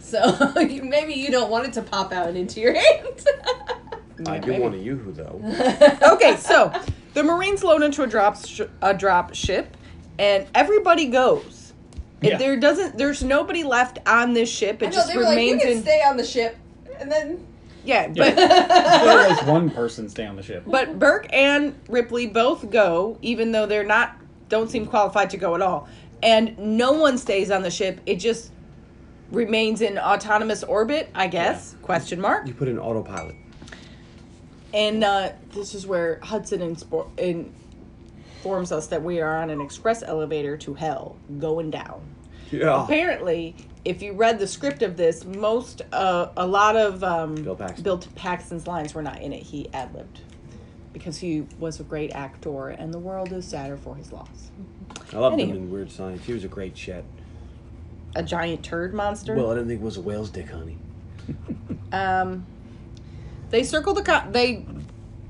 [SPEAKER 4] So you, maybe you don't want it to pop out and into your hand.
[SPEAKER 2] I do want a Yoo-Hoo though.
[SPEAKER 3] okay, so the Marines load into a drop sh- a drop ship, and everybody goes. And
[SPEAKER 5] Yeah.
[SPEAKER 3] There doesn't. There's nobody left on this ship. It
[SPEAKER 4] I know,
[SPEAKER 3] just
[SPEAKER 4] they were like, you
[SPEAKER 3] remains
[SPEAKER 4] can
[SPEAKER 3] in.
[SPEAKER 4] stay on the ship. And then
[SPEAKER 3] yeah, but
[SPEAKER 5] Yeah. There was one person stay on the ship.
[SPEAKER 3] But Burke and Ripley both go, even though they're not don't seem qualified to go at all. And no one stays on the ship. It just remains in autonomous orbit, I guess. Question mark.
[SPEAKER 2] You put in autopilot.
[SPEAKER 3] And uh, this is where Hudson inspo- in- informs us that we are on an express elevator to hell, going down.
[SPEAKER 2] Yeah.
[SPEAKER 3] Apparently, if you read the script of this, most uh, a lot of um,
[SPEAKER 2] Bill Paxton.
[SPEAKER 3] Bill Paxton's lines were not in it. He ad libbed because he was a great actor, and the world is sadder for his loss.
[SPEAKER 2] I loved him
[SPEAKER 3] Anywho.
[SPEAKER 2] in Weird Science. He was a great shit.
[SPEAKER 3] A giant turd monster.
[SPEAKER 2] Well, I didn't think it was a whale's dick, honey.
[SPEAKER 3] um, they circle the co- they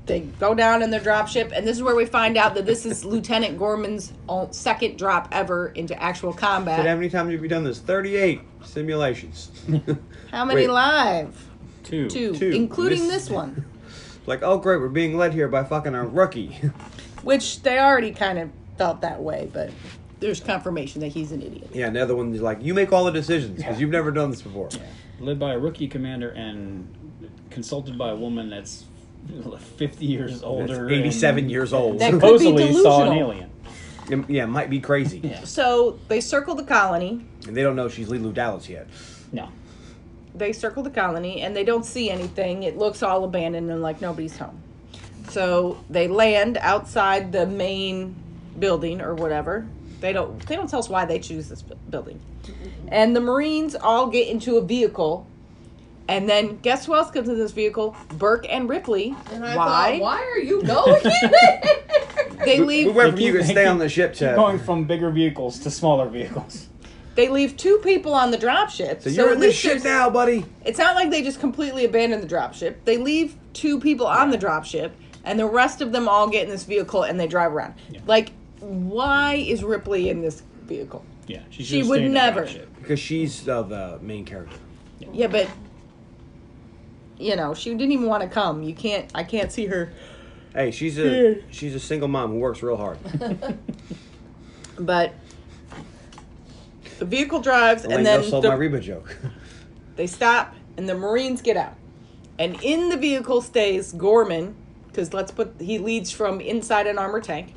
[SPEAKER 3] they go down in their drop ship, and this is where we find out that this is Lieutenant Gorman's o- second drop ever into actual
[SPEAKER 2] Said, how
[SPEAKER 3] combat.
[SPEAKER 2] many times have you done this? 38 simulations.
[SPEAKER 3] How many
[SPEAKER 2] Wait.
[SPEAKER 3] live?
[SPEAKER 5] Two.
[SPEAKER 3] Two,
[SPEAKER 2] Two.
[SPEAKER 3] including
[SPEAKER 2] Miss-
[SPEAKER 3] this one.
[SPEAKER 2] like, oh great, we're being led here by fucking a rookie.
[SPEAKER 3] which they already kind of felt that way, but there's confirmation that he's an idiot.
[SPEAKER 2] yeah, and the other one's like, you make all the decisions because you've never done this before.
[SPEAKER 5] Led by a rookie commander and consulted by a woman that's 50 years
[SPEAKER 2] That's
[SPEAKER 5] older.
[SPEAKER 2] 87
[SPEAKER 5] and
[SPEAKER 2] years old.
[SPEAKER 3] That- could be
[SPEAKER 5] Supposedly saw an
[SPEAKER 3] delusional.
[SPEAKER 5] alien.
[SPEAKER 2] yeah, might be crazy.
[SPEAKER 5] Yeah.
[SPEAKER 3] So they circle the colony.
[SPEAKER 2] And they don't know she's Lulu Dallas yet.
[SPEAKER 5] No.
[SPEAKER 3] They circle the colony and they don't see anything. It looks all abandoned and like nobody's home. So they land outside the main building or whatever. They don't they don't tell us why they choose this bu- building. And the Marines all get into a vehicle. And then guess who else comes in this vehicle? Burke and Ripley.
[SPEAKER 4] and I
[SPEAKER 3] why?
[SPEAKER 4] thought, uh, why are you going in there?
[SPEAKER 3] They
[SPEAKER 2] We
[SPEAKER 3] leave
[SPEAKER 2] went from you
[SPEAKER 5] keep-
[SPEAKER 2] can
[SPEAKER 5] they
[SPEAKER 2] stay
[SPEAKER 5] keep-
[SPEAKER 2] on the ship
[SPEAKER 5] Keep
[SPEAKER 2] to
[SPEAKER 5] going from bigger vehicles to smaller vehicles.
[SPEAKER 3] They leave two people on the dropship.
[SPEAKER 2] So you're
[SPEAKER 3] at
[SPEAKER 2] in this
[SPEAKER 3] least there's-
[SPEAKER 2] shit now, buddy.
[SPEAKER 3] It's not like they just completely abandon the dropship. They leave two people on the dropship, and the rest of them all get in this vehicle and they drive around. Like, why is Ripley in this vehicle?
[SPEAKER 5] Yeah,
[SPEAKER 3] She
[SPEAKER 5] she, should've
[SPEAKER 3] would
[SPEAKER 5] stayed in
[SPEAKER 3] never.
[SPEAKER 5] that ship.
[SPEAKER 2] Because she's uh, the main character.
[SPEAKER 3] Yeah, but you know, she didn't even want to come. You can't. I can't see her.
[SPEAKER 2] Hey, she's a she's a single mom who works real hard.
[SPEAKER 3] But the vehicle drives,
[SPEAKER 2] Elaine
[SPEAKER 3] and then
[SPEAKER 2] just sold
[SPEAKER 3] the-
[SPEAKER 2] my Reba joke.
[SPEAKER 3] they stop, and the Marines get out. And in the vehicle stays Gorman, because let's put he leads from inside an armor tank,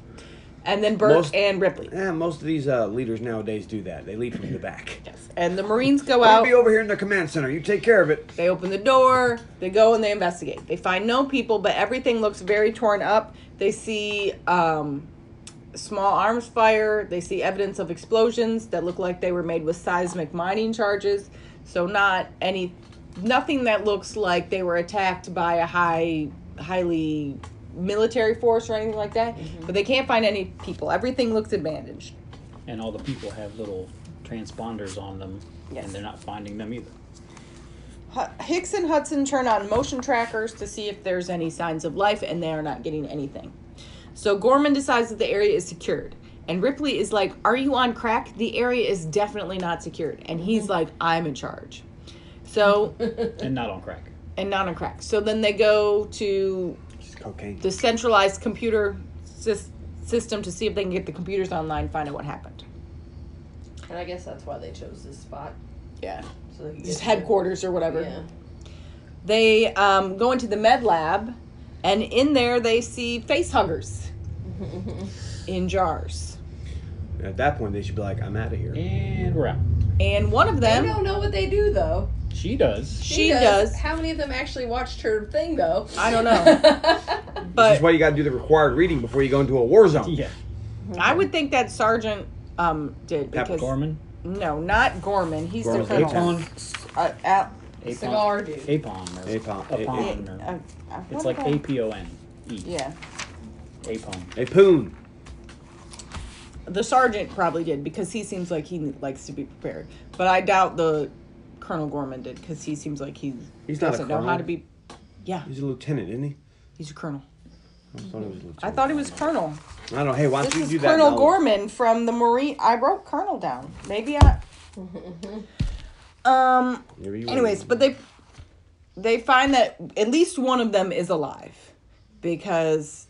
[SPEAKER 3] and then Burke
[SPEAKER 2] Most-
[SPEAKER 3] and Ripley.
[SPEAKER 2] yeah, most of these uh, leaders nowadays do that. They lead from the back.
[SPEAKER 3] Yes. And the Marines go
[SPEAKER 2] I'll
[SPEAKER 3] out.
[SPEAKER 2] be over here in the command center. You take care of it.
[SPEAKER 3] They open the door, they go and they investigate. They find no people, but everything looks very torn up. They see um, small arms fire, they see evidence of explosions that look like they were made with seismic mining charges. So not any nothing that looks like they were attacked by a high highly military force or anything like that. But they can't find any people. Everything looks advantaged.
[SPEAKER 5] And all the people have little transponders on them,
[SPEAKER 3] Yes.
[SPEAKER 5] and they're not finding them either.
[SPEAKER 3] Hu- Hicks and Hudson turn on motion trackers to see if there's any signs of life, and they are not getting anything. So Gorman decides that the area is secured. And Ripley is like, Are you on crack? The area is definitely not secured. And he's like, I'm in charge. So,
[SPEAKER 5] And not on crack.
[SPEAKER 3] and not on crack. So then they go to
[SPEAKER 2] She's cocaine.
[SPEAKER 3] the centralized computer sys- system to see if they can get the computers online, find out what happened.
[SPEAKER 4] And I guess that's why they chose this spot.
[SPEAKER 3] Yeah.
[SPEAKER 4] So they could
[SPEAKER 3] Just
[SPEAKER 4] get-
[SPEAKER 3] headquarters or whatever.
[SPEAKER 4] Yeah.
[SPEAKER 3] they um, go into the med lab and in there they see face huggers in jars
[SPEAKER 2] At that point, they should be like, "I'm out of here."
[SPEAKER 5] And we're out.
[SPEAKER 3] and one of
[SPEAKER 4] They
[SPEAKER 3] them
[SPEAKER 4] don't know what they do though.
[SPEAKER 5] She does.
[SPEAKER 3] She does.
[SPEAKER 4] How many of them actually watched her thing though?
[SPEAKER 3] I don't know.
[SPEAKER 2] This is
[SPEAKER 3] but
[SPEAKER 2] why you got to do the required reading before you go into a war zone.
[SPEAKER 5] Yeah.
[SPEAKER 3] i would think that sergeant um, did
[SPEAKER 2] Pap
[SPEAKER 3] because
[SPEAKER 5] Gorman.
[SPEAKER 3] no not gorman he's
[SPEAKER 2] Gorman's
[SPEAKER 3] the colonel
[SPEAKER 5] Apon.
[SPEAKER 3] uh, Al-
[SPEAKER 5] Apon.
[SPEAKER 4] Cigar dude.
[SPEAKER 5] Apon. Or
[SPEAKER 2] Apon.
[SPEAKER 5] Apon.
[SPEAKER 3] uh, uh,
[SPEAKER 5] or-
[SPEAKER 3] what
[SPEAKER 5] it's like
[SPEAKER 3] about-
[SPEAKER 5] A P O N E.
[SPEAKER 3] yeah
[SPEAKER 5] Apon.
[SPEAKER 2] Hey, Poon.
[SPEAKER 3] the sergeant probably did because he seems like he likes to be prepared but i doubt the colonel gorman did because he seems like he
[SPEAKER 2] He's not a
[SPEAKER 3] doesn't know how
[SPEAKER 2] colonel.
[SPEAKER 3] to be yeah
[SPEAKER 2] He's a lieutenant, isn't he?
[SPEAKER 3] he's a colonel
[SPEAKER 2] I thought he was. a Lieutenant.
[SPEAKER 3] I thought he was Colonel.
[SPEAKER 2] I don't know. Hey, why don't
[SPEAKER 3] This
[SPEAKER 2] you
[SPEAKER 3] is
[SPEAKER 2] do that?
[SPEAKER 3] Colonel
[SPEAKER 2] now?
[SPEAKER 3] Gorman from the Marine. I wrote Colonel down. Maybe I. um.
[SPEAKER 2] Maybe you
[SPEAKER 3] Anyways,
[SPEAKER 2] wouldn't.
[SPEAKER 3] but they they find that at least one of them is alive because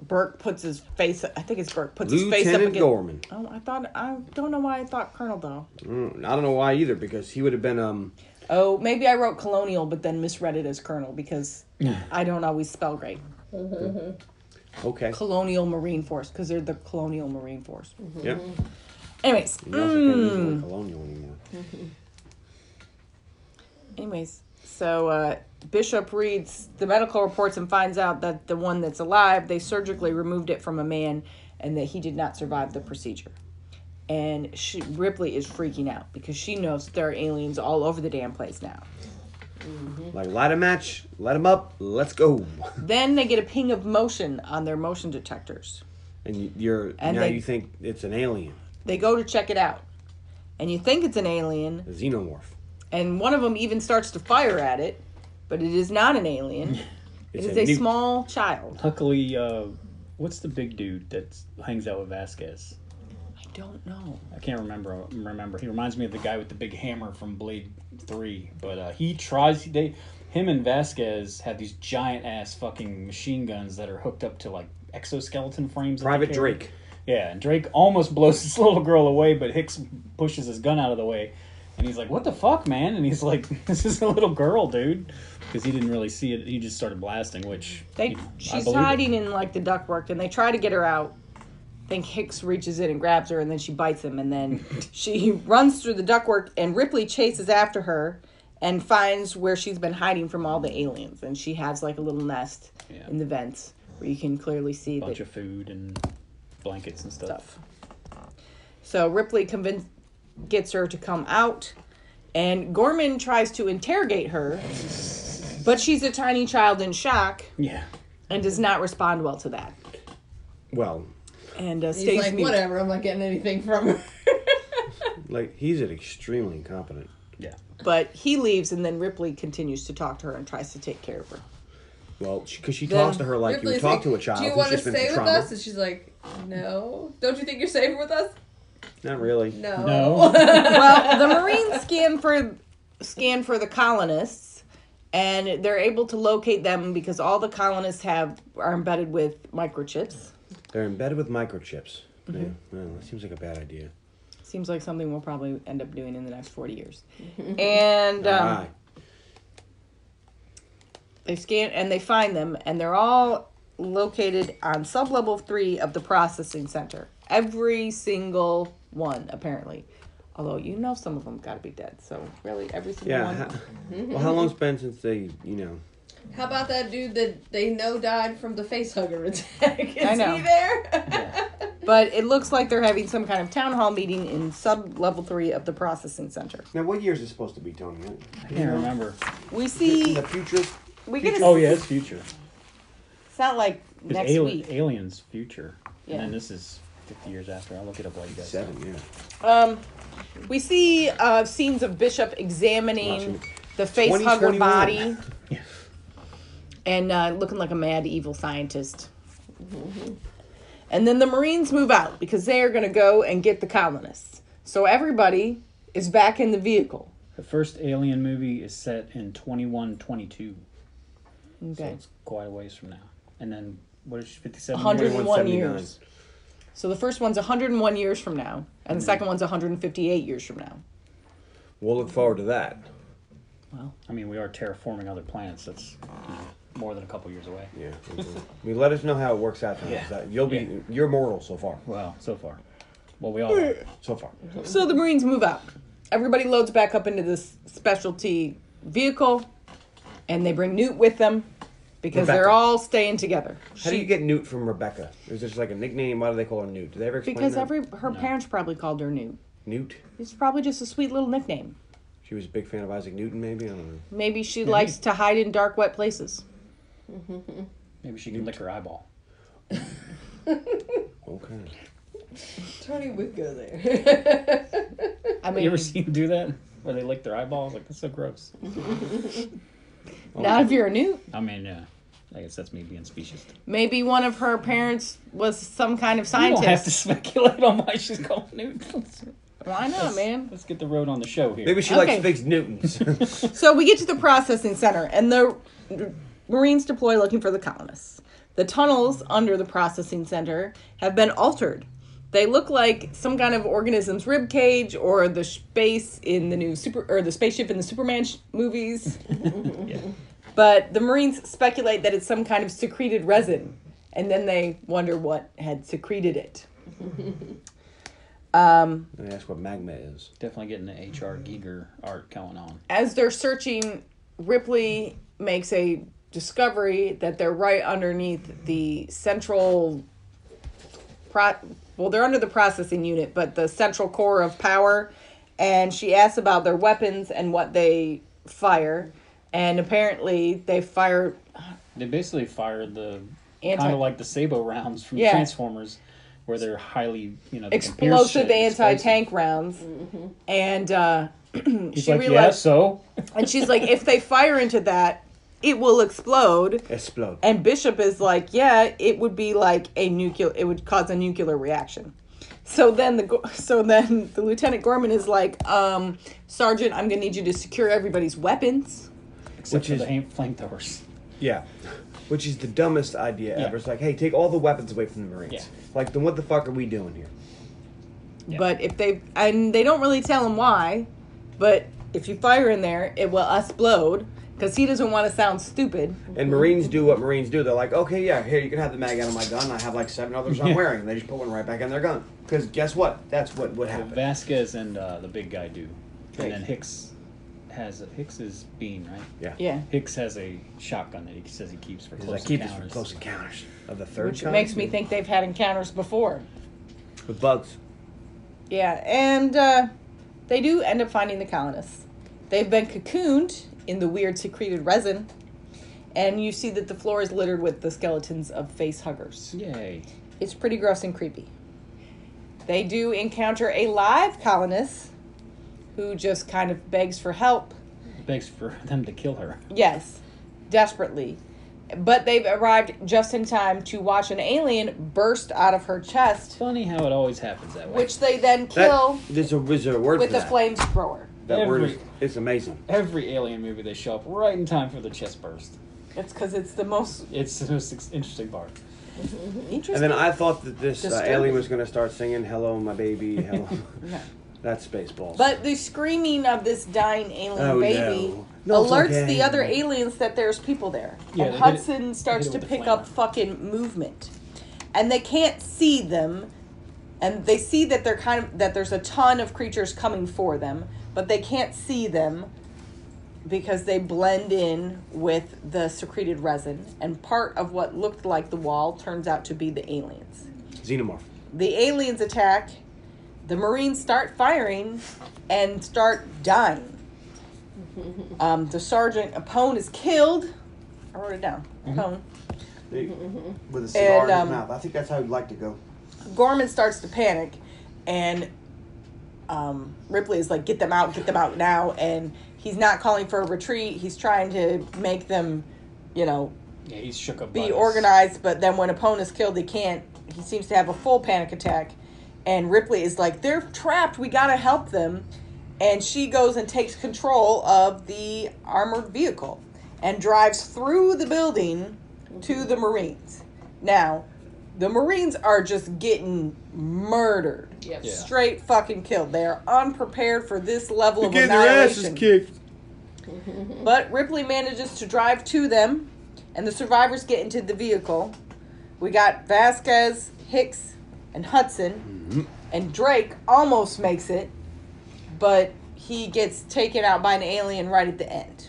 [SPEAKER 3] Burke puts his face. I think it's Burke puts his face up
[SPEAKER 2] Lieutenant
[SPEAKER 3] against.
[SPEAKER 2] Gorman.
[SPEAKER 3] Oh, I thought I don't know why I thought Colonel though.
[SPEAKER 2] Mm, I don't know why either, because he would have been um.
[SPEAKER 3] Oh, maybe I wrote Colonial, but then misread it as Colonel because I don't always spell right.
[SPEAKER 2] Okay.
[SPEAKER 3] Colonial Marine Force because they're the Colonial Marine Force.
[SPEAKER 2] Yeah.
[SPEAKER 3] Anyways,
[SPEAKER 2] You also can't use the
[SPEAKER 3] Mm.
[SPEAKER 2] word colonial anymore.
[SPEAKER 3] Anyways, so uh, Bishop reads the medical reports and finds out that the one that's alive, they surgically removed it from a man and that he did not survive the procedure. And she, Ripley is freaking out because she knows there are aliens all over the damn place now.
[SPEAKER 2] Like light a match, light him up, let's go.
[SPEAKER 3] Then they get a ping of motion on their motion detectors.
[SPEAKER 2] And you- you're
[SPEAKER 3] And
[SPEAKER 2] now
[SPEAKER 3] they-
[SPEAKER 2] you think it's an alien,
[SPEAKER 3] They go to check it out. And you think it's an alien,
[SPEAKER 2] a xenomorph.
[SPEAKER 3] and one of them even starts to fire at it, but it is not an alien. It
[SPEAKER 2] It's
[SPEAKER 3] is
[SPEAKER 2] a
[SPEAKER 3] a
[SPEAKER 2] nuke.
[SPEAKER 3] small child.
[SPEAKER 5] Huckley, uh, what's the big dude that hangs out with Vasquez?
[SPEAKER 3] I don't know.
[SPEAKER 5] I can't remember. Remember, he reminds me of the guy with the big hammer from Blade Three. But uh, he tries. They, him and Vasquez have these giant ass fucking machine guns that are hooked up to like exoskeleton frames. that they
[SPEAKER 2] Private
[SPEAKER 5] carry.
[SPEAKER 2] Drake.
[SPEAKER 5] Yeah, and Drake almost blows this little girl away, but Hicks pushes his gun out of the way, and he's like, "What the fuck, man?" And he's like, "This is a little girl, dude," because he didn't really see it. He just started blasting, which
[SPEAKER 3] They
[SPEAKER 5] you know, I
[SPEAKER 3] she's
[SPEAKER 5] believe it.
[SPEAKER 3] hiding in like the ductwork, and they try to get her out. think Hicks reaches in and grabs her, and then she bites him, and then she runs through the ductwork, and Ripley chases after her and finds where she's been hiding from all the aliens, and she has like a little nest
[SPEAKER 5] Yeah.
[SPEAKER 3] in the vents where you can clearly see
[SPEAKER 5] bunch
[SPEAKER 3] that
[SPEAKER 5] of food and blankets and stuff.
[SPEAKER 3] stuff. So Ripley convince gets her to come out, and Gorman tries to interrogate her, but she's a tiny child in shock
[SPEAKER 5] Yeah.
[SPEAKER 3] and does not respond well to that. uh,
[SPEAKER 2] Well,
[SPEAKER 3] and uh,
[SPEAKER 4] He's
[SPEAKER 3] stays
[SPEAKER 4] like,
[SPEAKER 3] mute.
[SPEAKER 4] whatever. I'm not getting anything from her.
[SPEAKER 2] Like he's an extremely incompetent.
[SPEAKER 5] Yeah.
[SPEAKER 3] But he leaves, and then Ripley continues to talk to her and tries to take care of her.
[SPEAKER 2] Well, because she, talks to her like you would
[SPEAKER 4] Ripley's
[SPEAKER 2] talk
[SPEAKER 4] like,
[SPEAKER 2] to a child
[SPEAKER 4] Do you
[SPEAKER 2] who's
[SPEAKER 4] want to
[SPEAKER 2] just been
[SPEAKER 4] stay
[SPEAKER 2] through
[SPEAKER 4] with
[SPEAKER 2] trauma.
[SPEAKER 4] us? And she's like, no. Don't you think you're safe with us?
[SPEAKER 2] Not really.
[SPEAKER 3] Oh.
[SPEAKER 4] No.
[SPEAKER 5] No.
[SPEAKER 3] well, the Marines scan for scan for the colonists, and they're able to locate them because all the colonists have are embedded with microchips.
[SPEAKER 2] They're embedded with microchips.
[SPEAKER 4] Mm-hmm.
[SPEAKER 2] Yeah. Well, that seems like a bad idea.
[SPEAKER 3] Seems like something we'll probably end up doing in the next forty years. And um,
[SPEAKER 2] Aye.
[SPEAKER 3] they scan and they find them, and they're all located on sublevel three of the processing center. Every single one, apparently. Although you know some of them got to be dead, so really every single
[SPEAKER 2] Yeah.
[SPEAKER 3] one.
[SPEAKER 2] ha-
[SPEAKER 4] Mm-hmm.
[SPEAKER 2] well, how long's been since they, you know?
[SPEAKER 4] How about that dude that they know died from the face hugger attack? Is
[SPEAKER 3] I know.
[SPEAKER 4] he there?
[SPEAKER 3] But it looks like they're having some kind of town hall meeting in sub level three of the processing center.
[SPEAKER 2] Now, what year is it supposed to be, Tony?
[SPEAKER 5] I can't remember.
[SPEAKER 3] We
[SPEAKER 2] In
[SPEAKER 3] see
[SPEAKER 2] the future.
[SPEAKER 3] we get a
[SPEAKER 5] Oh yeah, it's future.
[SPEAKER 3] it's not like
[SPEAKER 5] It's
[SPEAKER 3] next
[SPEAKER 5] Ali-
[SPEAKER 3] week.
[SPEAKER 5] Aliens future.
[SPEAKER 3] Yeah.
[SPEAKER 5] And then this is 50 years after. I'll look it up while you guys talk.
[SPEAKER 2] Seven. Yeah.
[SPEAKER 3] Um, we see uh, scenes of Bishop examining
[SPEAKER 2] Watching.
[SPEAKER 3] the face hugger
[SPEAKER 2] 2021.
[SPEAKER 3] body and uh, looking like a mad evil scientist. And then the Marines move out because they are going to go and get the colonists. So everybody is back in the vehicle.
[SPEAKER 5] The first Alien movie is set in 2122. So
[SPEAKER 3] Okay.
[SPEAKER 5] it's quite a ways from now. And then, what is she, 57?
[SPEAKER 3] 101
[SPEAKER 2] 2179.
[SPEAKER 3] years. So the first one's 101 years from now, and the second one's 158 years from now.
[SPEAKER 2] We'll look forward to that.
[SPEAKER 5] I mean, we are terraforming other planets. That's you know, more than a couple years away.
[SPEAKER 2] Yeah. we Mm-hmm. let us know how it works out. Tony, 'cause that- You'll be
[SPEAKER 5] Yeah.
[SPEAKER 2] you're mortal so far.
[SPEAKER 5] Well, so far. Well, we all are.
[SPEAKER 2] So far.
[SPEAKER 3] So the Marines move out. Everybody loads back up into this specialty vehicle, and they bring Newt with them because they're
[SPEAKER 2] Rebecca.
[SPEAKER 3] all staying together.
[SPEAKER 2] How do you get Newt from Rebecca? Is this like a nickname? Why do they call her Newt? Do they ever explain
[SPEAKER 3] Because
[SPEAKER 2] that?
[SPEAKER 3] every her parents probably called her Newt.
[SPEAKER 2] Newt.
[SPEAKER 3] It's probably just a sweet little nickname.
[SPEAKER 2] She was a big fan of Isaac Newton, maybe. I don't know.
[SPEAKER 3] Maybe she likes to hide in dark, wet places.
[SPEAKER 5] Maybe she can lick her eyeball.
[SPEAKER 2] Okay.
[SPEAKER 4] Tony would go there.
[SPEAKER 3] I
[SPEAKER 5] You
[SPEAKER 3] mean,
[SPEAKER 5] ever seen them do that? Where they lick their eyeball? Like, that's so gross.
[SPEAKER 3] not if you're a Newt.
[SPEAKER 5] I mean, uh, I guess that's me being specious.
[SPEAKER 3] Maybe one of her parents was some kind of
[SPEAKER 5] I don't have
[SPEAKER 3] scientist.
[SPEAKER 5] to speculate on why she's called Newtons.
[SPEAKER 3] Why not, man?
[SPEAKER 5] Let's get the road on the show here.
[SPEAKER 2] Maybe she
[SPEAKER 3] Okay.
[SPEAKER 2] likes figs Newtons.
[SPEAKER 3] So we get to the processing center, and the Marines deploy looking for the colonists. The tunnels under the processing center have been altered. They look like some kind of organism's rib cage or the space in the new super or the spaceship in the Superman sh- movies. But the Marines speculate that it's some kind of secreted resin, and then they wonder what had secreted it.
[SPEAKER 2] and ask what magma is.
[SPEAKER 5] Definitely getting the HR Giger art going on.
[SPEAKER 3] as they're searching, Ripley makes a discovery that they're right underneath the central pro well, they're under the processing unit, but the central core of power. And she asks about their weapons and what they fire. And apparently they fire
[SPEAKER 5] They basically fired the
[SPEAKER 3] Anti-
[SPEAKER 5] kind of like the Sabo rounds from
[SPEAKER 3] Yeah.
[SPEAKER 5] Transformers, where they're highly, you know, they can pierce
[SPEAKER 3] explosive
[SPEAKER 5] shit in space.
[SPEAKER 3] anti tank rounds. And uh,
[SPEAKER 5] He's
[SPEAKER 3] she
[SPEAKER 5] like, yeah,
[SPEAKER 3] realized
[SPEAKER 5] so
[SPEAKER 3] and she's like, if they fire into that, it will explode.
[SPEAKER 2] Explode.
[SPEAKER 3] And Bishop is like, yeah, it would be like a nuclear, it would cause a nuclear reaction. So then the go- so then the Lieutenant Gorman is like, um, Sergeant, I'm gonna need you to secure everybody's weapons.
[SPEAKER 5] except
[SPEAKER 2] Which
[SPEAKER 5] for
[SPEAKER 2] is-
[SPEAKER 5] the hand- flamethrowers.
[SPEAKER 2] yeah. Which is the dumbest idea
[SPEAKER 5] Yeah.
[SPEAKER 2] ever. It's like, hey, take all the weapons away from the Marines.
[SPEAKER 5] Yeah.
[SPEAKER 2] Like, then what the fuck are we doing here?
[SPEAKER 3] But if they and they don't really tell him why, but if you fire in there, it will explode because he doesn't want to sound stupid.
[SPEAKER 2] And Marines do what Marines do. They're like, okay, yeah, here you can have the mag out of my gun. I have like seven others I'm wearing. And they just put one right back in their gun. Because guess what? That's what would happen.
[SPEAKER 5] Vasquez and uh, the big guy do,
[SPEAKER 2] Right.
[SPEAKER 5] and then Hicks has Hicks is Bean, right?
[SPEAKER 2] yeah.
[SPEAKER 3] Yeah,
[SPEAKER 5] Hicks has a shotgun that he says he keeps for
[SPEAKER 2] He's
[SPEAKER 5] close
[SPEAKER 2] like, keep us from
[SPEAKER 5] encounters.
[SPEAKER 2] close encounters of the third
[SPEAKER 3] which
[SPEAKER 2] kind.
[SPEAKER 3] makes me think they've had encounters before.
[SPEAKER 2] with bugs.
[SPEAKER 3] Yeah, and uh, they do end up finding the colonists. They've been cocooned in the weird secreted resin, and you see that the floor is littered with the skeletons of face huggers.
[SPEAKER 5] Yay!
[SPEAKER 3] It's pretty gross and creepy. They do encounter a live colonist who just kind of begs for help.
[SPEAKER 5] Begs for them to kill her.
[SPEAKER 3] Yes, desperately. But they've arrived just in time to watch an alien burst out of her chest,
[SPEAKER 5] Funny how it always happens that way.
[SPEAKER 3] which they then
[SPEAKER 2] That,
[SPEAKER 3] kill
[SPEAKER 2] there's a there's a word
[SPEAKER 3] with
[SPEAKER 2] for
[SPEAKER 3] a
[SPEAKER 2] that.
[SPEAKER 3] flamethrower.
[SPEAKER 2] That word is
[SPEAKER 5] Every-
[SPEAKER 2] it's amazing.
[SPEAKER 5] Every alien movie, they show up right in time for the chest burst.
[SPEAKER 3] It's because it's the most
[SPEAKER 5] It's the most ex- interesting part.
[SPEAKER 3] interesting.
[SPEAKER 2] And then I thought that this uh,
[SPEAKER 3] Disturbing.
[SPEAKER 2] alien was going to start singing "Hello, my baby, hello."
[SPEAKER 3] Yeah.
[SPEAKER 2] That's Spaceballs.
[SPEAKER 3] But the screaming of this dying alien
[SPEAKER 2] Oh,
[SPEAKER 3] baby
[SPEAKER 2] no. No, it's
[SPEAKER 3] alerts
[SPEAKER 2] okay.
[SPEAKER 3] the other aliens that there's people there.
[SPEAKER 5] Yeah,
[SPEAKER 3] and
[SPEAKER 5] they hit it-
[SPEAKER 3] Hudson
[SPEAKER 5] they hit
[SPEAKER 3] starts
[SPEAKER 5] it
[SPEAKER 3] to
[SPEAKER 5] with the
[SPEAKER 3] pick
[SPEAKER 5] flamer.
[SPEAKER 3] up fucking movement. And they can't see them. And they see that they're kind of that there's a ton of creatures coming for them, but they can't see them because they blend in with the secreted resin and part of what looked like the wall turns out to be the aliens
[SPEAKER 2] Xenomorph.
[SPEAKER 3] the aliens attack, the Marines start firing and start dying. Um, the sergeant Apone is killed. I wrote it down. Apone.
[SPEAKER 2] With a cigar in his
[SPEAKER 3] Mm-hmm, um,
[SPEAKER 2] mouth. I think that's how he'd like to go.
[SPEAKER 3] Gorman starts to panic, and um, Ripley is like, "Get them out! Get them out now!" And he's not calling for a retreat. He's trying to make them, you know,
[SPEAKER 5] Yeah, he's shook up.
[SPEAKER 3] be
[SPEAKER 5] by this.
[SPEAKER 3] organized, but then when opponent is killed, they can't. He seems to have a full panic attack, and Ripley is like, "They're trapped. We gotta help them," and she goes and takes control of the armored vehicle and drives through the building to the Marines. Now, the Marines are just getting murdered.
[SPEAKER 4] Yep.
[SPEAKER 5] Yeah.
[SPEAKER 3] Straight fucking killed. They are unprepared for this level of
[SPEAKER 2] Get their
[SPEAKER 3] annihilation.
[SPEAKER 2] asses kicked.
[SPEAKER 3] But Ripley manages to drive to them, and the survivors get into the vehicle. We got Vasquez, Hicks, and Hudson, and Drake almost makes it, but he gets taken out by an alien right at the end.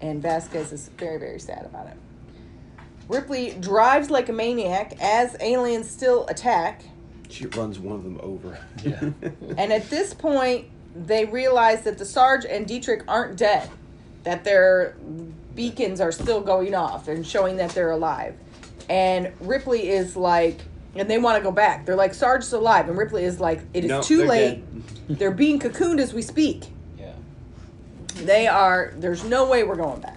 [SPEAKER 3] And Vasquez is very, very sad about it. Ripley drives like a maniac as aliens still attack.
[SPEAKER 2] She runs one of them over.
[SPEAKER 5] Yeah.
[SPEAKER 3] And at this point, they realize that the Sarge and Dietrich aren't dead, that their beacons are still going off and showing that they're alive. And Ripley is like, and they want to go back. They're like, Sarge's alive. And Ripley is like, it is
[SPEAKER 2] No,
[SPEAKER 3] too
[SPEAKER 2] they're
[SPEAKER 3] late. they're being cocooned as we speak.
[SPEAKER 5] yeah.
[SPEAKER 3] They are. There's no way we're going back.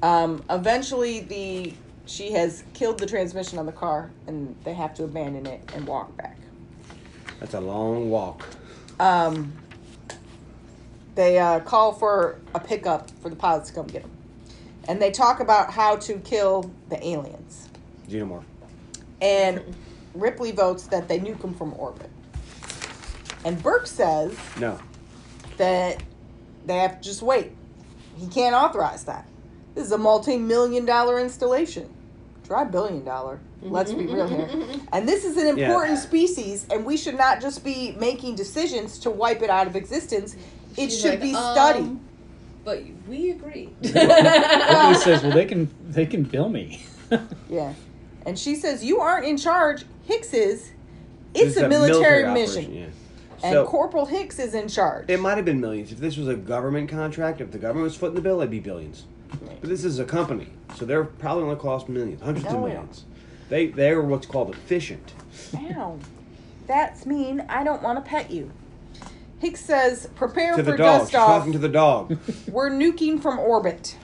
[SPEAKER 3] Um, eventually, the she has killed the transmission on the car, and they have to abandon it and walk back.
[SPEAKER 2] That's a long walk.
[SPEAKER 3] um, they uh, call for a pickup for the pilots to come get them. And they talk about how to kill the aliens.
[SPEAKER 2] Xenomorph.
[SPEAKER 3] And Ripley votes that they nuke them from orbit. And Burke says
[SPEAKER 2] No.
[SPEAKER 3] that they have to just wait. He can't authorize that. This is a multi million dollar installation. Try billion dollar. Let's be real here. And this is an
[SPEAKER 2] Yeah.
[SPEAKER 3] important species, and we should not just be making decisions to wipe it out of existence. It
[SPEAKER 4] She's
[SPEAKER 3] should
[SPEAKER 4] like,
[SPEAKER 3] be
[SPEAKER 4] um,
[SPEAKER 3] studied.
[SPEAKER 4] But we agree.
[SPEAKER 5] Ripley says, "Well, they can they can bill me."
[SPEAKER 3] yeah. And she says, You aren't in charge. Hicks is. It's a military, mission.
[SPEAKER 2] operation, yeah.
[SPEAKER 3] And
[SPEAKER 2] So
[SPEAKER 3] Corporal Hicks is in charge.
[SPEAKER 2] it might have been millions. If this was a government contract, if the government was footing the bill, it'd be billions. But this is a company, so they're probably only cost millions, hundreds
[SPEAKER 3] Oh,
[SPEAKER 2] of
[SPEAKER 3] yeah.
[SPEAKER 2] millions. They they're what's called efficient.
[SPEAKER 3] Ow. That's mean. I don't want to pet you. Hicks says, Prepare
[SPEAKER 2] To
[SPEAKER 3] for
[SPEAKER 2] the dog. She's
[SPEAKER 3] dust off.
[SPEAKER 2] talking to the dog.
[SPEAKER 3] We're nuking from orbit.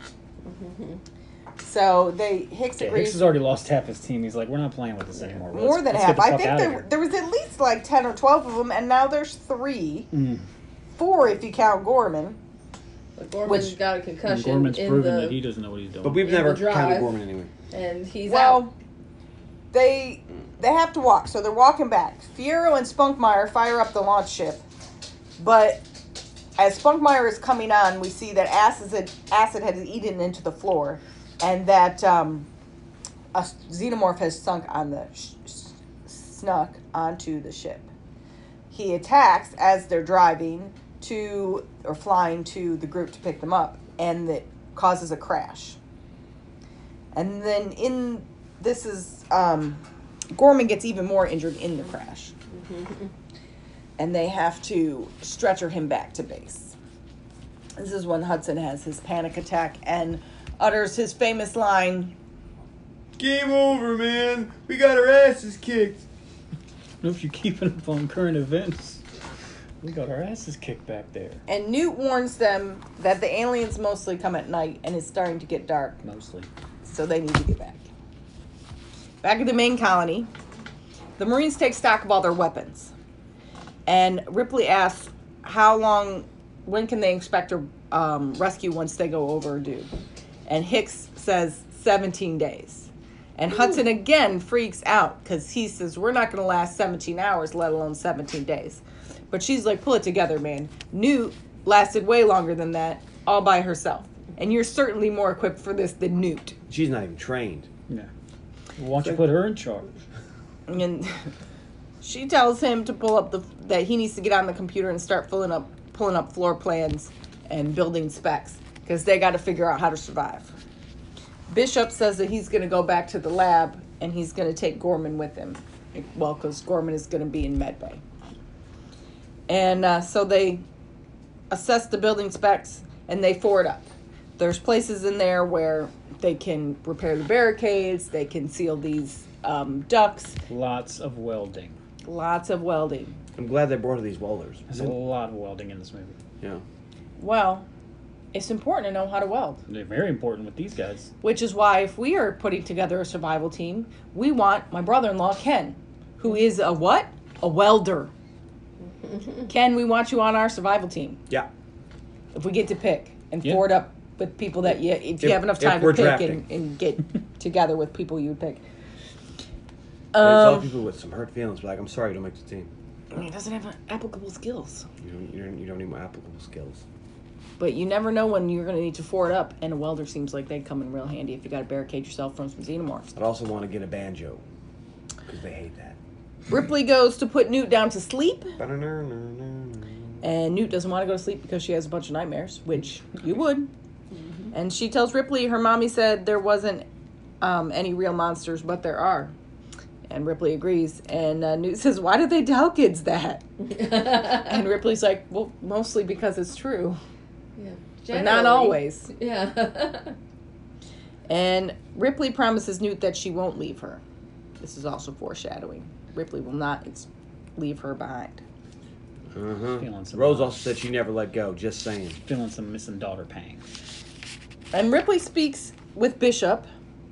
[SPEAKER 3] so they Hicks
[SPEAKER 5] Yeah,
[SPEAKER 3] agrees
[SPEAKER 5] Hicks has already lost half his team. He's like, "We're not playing with this anymore."
[SPEAKER 3] more
[SPEAKER 5] Let's-
[SPEAKER 3] than
[SPEAKER 5] let's
[SPEAKER 3] half.
[SPEAKER 5] get
[SPEAKER 3] I
[SPEAKER 5] the
[SPEAKER 3] think
[SPEAKER 5] fuck
[SPEAKER 3] there,
[SPEAKER 5] outta here."
[SPEAKER 3] there was at least like 10 or 12 of them, and now there's three.
[SPEAKER 5] Mm.
[SPEAKER 3] Four if you count Gorman.
[SPEAKER 4] But Gorman
[SPEAKER 3] Which-
[SPEAKER 4] got a concussion
[SPEAKER 5] Gorman's
[SPEAKER 4] in
[SPEAKER 5] proven
[SPEAKER 4] the,
[SPEAKER 5] that he doesn't know what he's doing.
[SPEAKER 2] but we've
[SPEAKER 4] In the
[SPEAKER 2] never
[SPEAKER 4] drive.
[SPEAKER 2] counted Gorman anyway.
[SPEAKER 4] and he's
[SPEAKER 3] well,
[SPEAKER 4] out.
[SPEAKER 3] they they have to walk, so they're walking back. Fiero and Spunkmeyer fire up the launch ship, but as Spunkmeyer is coming on, we see that acid acid has eaten into the floor, and that um, a xenomorph has sunk on the sh- s- snuck onto the ship. He attacks as they're driving to or flying to the group to pick them up, and that causes a crash. And then in this is um, Gorman gets even more injured in the crash, and they have to stretcher him back to base. This is when Hudson has his panic attack and utters his famous line.
[SPEAKER 2] Game over, man. We got our asses kicked.
[SPEAKER 5] know if you're keeping up on current events. We got our asses kicked back there.
[SPEAKER 3] And Newt warns them that the aliens mostly come at night and it's starting to get dark,
[SPEAKER 5] Mostly.
[SPEAKER 3] so they need to get back. Back at the main colony, the Marines take stock of all their weapons. And Ripley asks, How long, when can they expect a um, rescue once they go overdue? And Hicks says, 17 days. And Hudson again freaks out because he says, We're not going to last 17 hours, let alone 17 days. But she's like, Pull it together, man. Newt lasted way longer than that all by herself. And you're certainly more equipped for this than Newt.
[SPEAKER 2] She's not even trained.
[SPEAKER 5] Yeah. Well, why don't you put her in charge?
[SPEAKER 3] and she tells him to pull up the that he needs to get on the computer and start filling up pulling up floor plans and building specs because they got to figure out how to survive. Bishop says that he's going to go back to the lab and he's going to take Gorman with him. Well, because Gorman is going to be in medbay. And uh, so they assess the building specs and they forward up. There's places in there where they can repair the barricades, they can seal these um, ducts,
[SPEAKER 5] Lots of welding.
[SPEAKER 3] Lots of welding.
[SPEAKER 2] I'm glad they brought her these welders.
[SPEAKER 5] There's a lot of welding in this movie.
[SPEAKER 2] Yeah.
[SPEAKER 3] Well, it's important to know how to weld,
[SPEAKER 5] They're very important with these guys.
[SPEAKER 3] which is why if we are putting together a survival team, we want my brother in law, Ken, who is a what? A welder. Ken, we want you on our survival team
[SPEAKER 2] Yeah.
[SPEAKER 3] if we get to pick and
[SPEAKER 5] Yeah.
[SPEAKER 3] forward up with people that you, if you
[SPEAKER 2] If-
[SPEAKER 3] have enough
[SPEAKER 2] if
[SPEAKER 3] time to
[SPEAKER 2] we're
[SPEAKER 3] pick
[SPEAKER 2] drafting.
[SPEAKER 3] and, and get together with people you would pick.
[SPEAKER 2] There's all
[SPEAKER 3] Um,
[SPEAKER 2] people with some hurt feelings, but like, I'm sorry you don't make the team.
[SPEAKER 3] He doesn't have applicable skills.
[SPEAKER 2] You don't, you don't, you don't need my applicable skills.
[SPEAKER 3] But you never know when you're going to need to forward up, and a welder seems like they'd come in real handy if you got to barricade yourself from some xenomorphs.
[SPEAKER 2] I'd also want to get a banjo because they hate that.
[SPEAKER 3] Ripley goes to put Newt down to sleep,
[SPEAKER 2] Ba-da-na-na-na-na.
[SPEAKER 3] and Newt doesn't want to go to sleep because she has a bunch of nightmares, which you would. And she tells Ripley her mommy said there wasn't um, any real monsters, but there are. And Ripley agrees. And uh, Newt says, Why did they tell kids that? and Ripley's like, Well, mostly because it's true,
[SPEAKER 4] Yeah.
[SPEAKER 3] but not
[SPEAKER 4] Generally.
[SPEAKER 3] always.
[SPEAKER 4] Yeah.
[SPEAKER 3] And Ripley promises Newt that she won't leave her. This is also foreshadowing. Ripley will not ex- leave her behind.
[SPEAKER 5] Feeling some,
[SPEAKER 2] Uh-huh. Rose also said she never let go, just saying.
[SPEAKER 5] feeling some missing daughter pangs.
[SPEAKER 3] And Ripley speaks with Bishop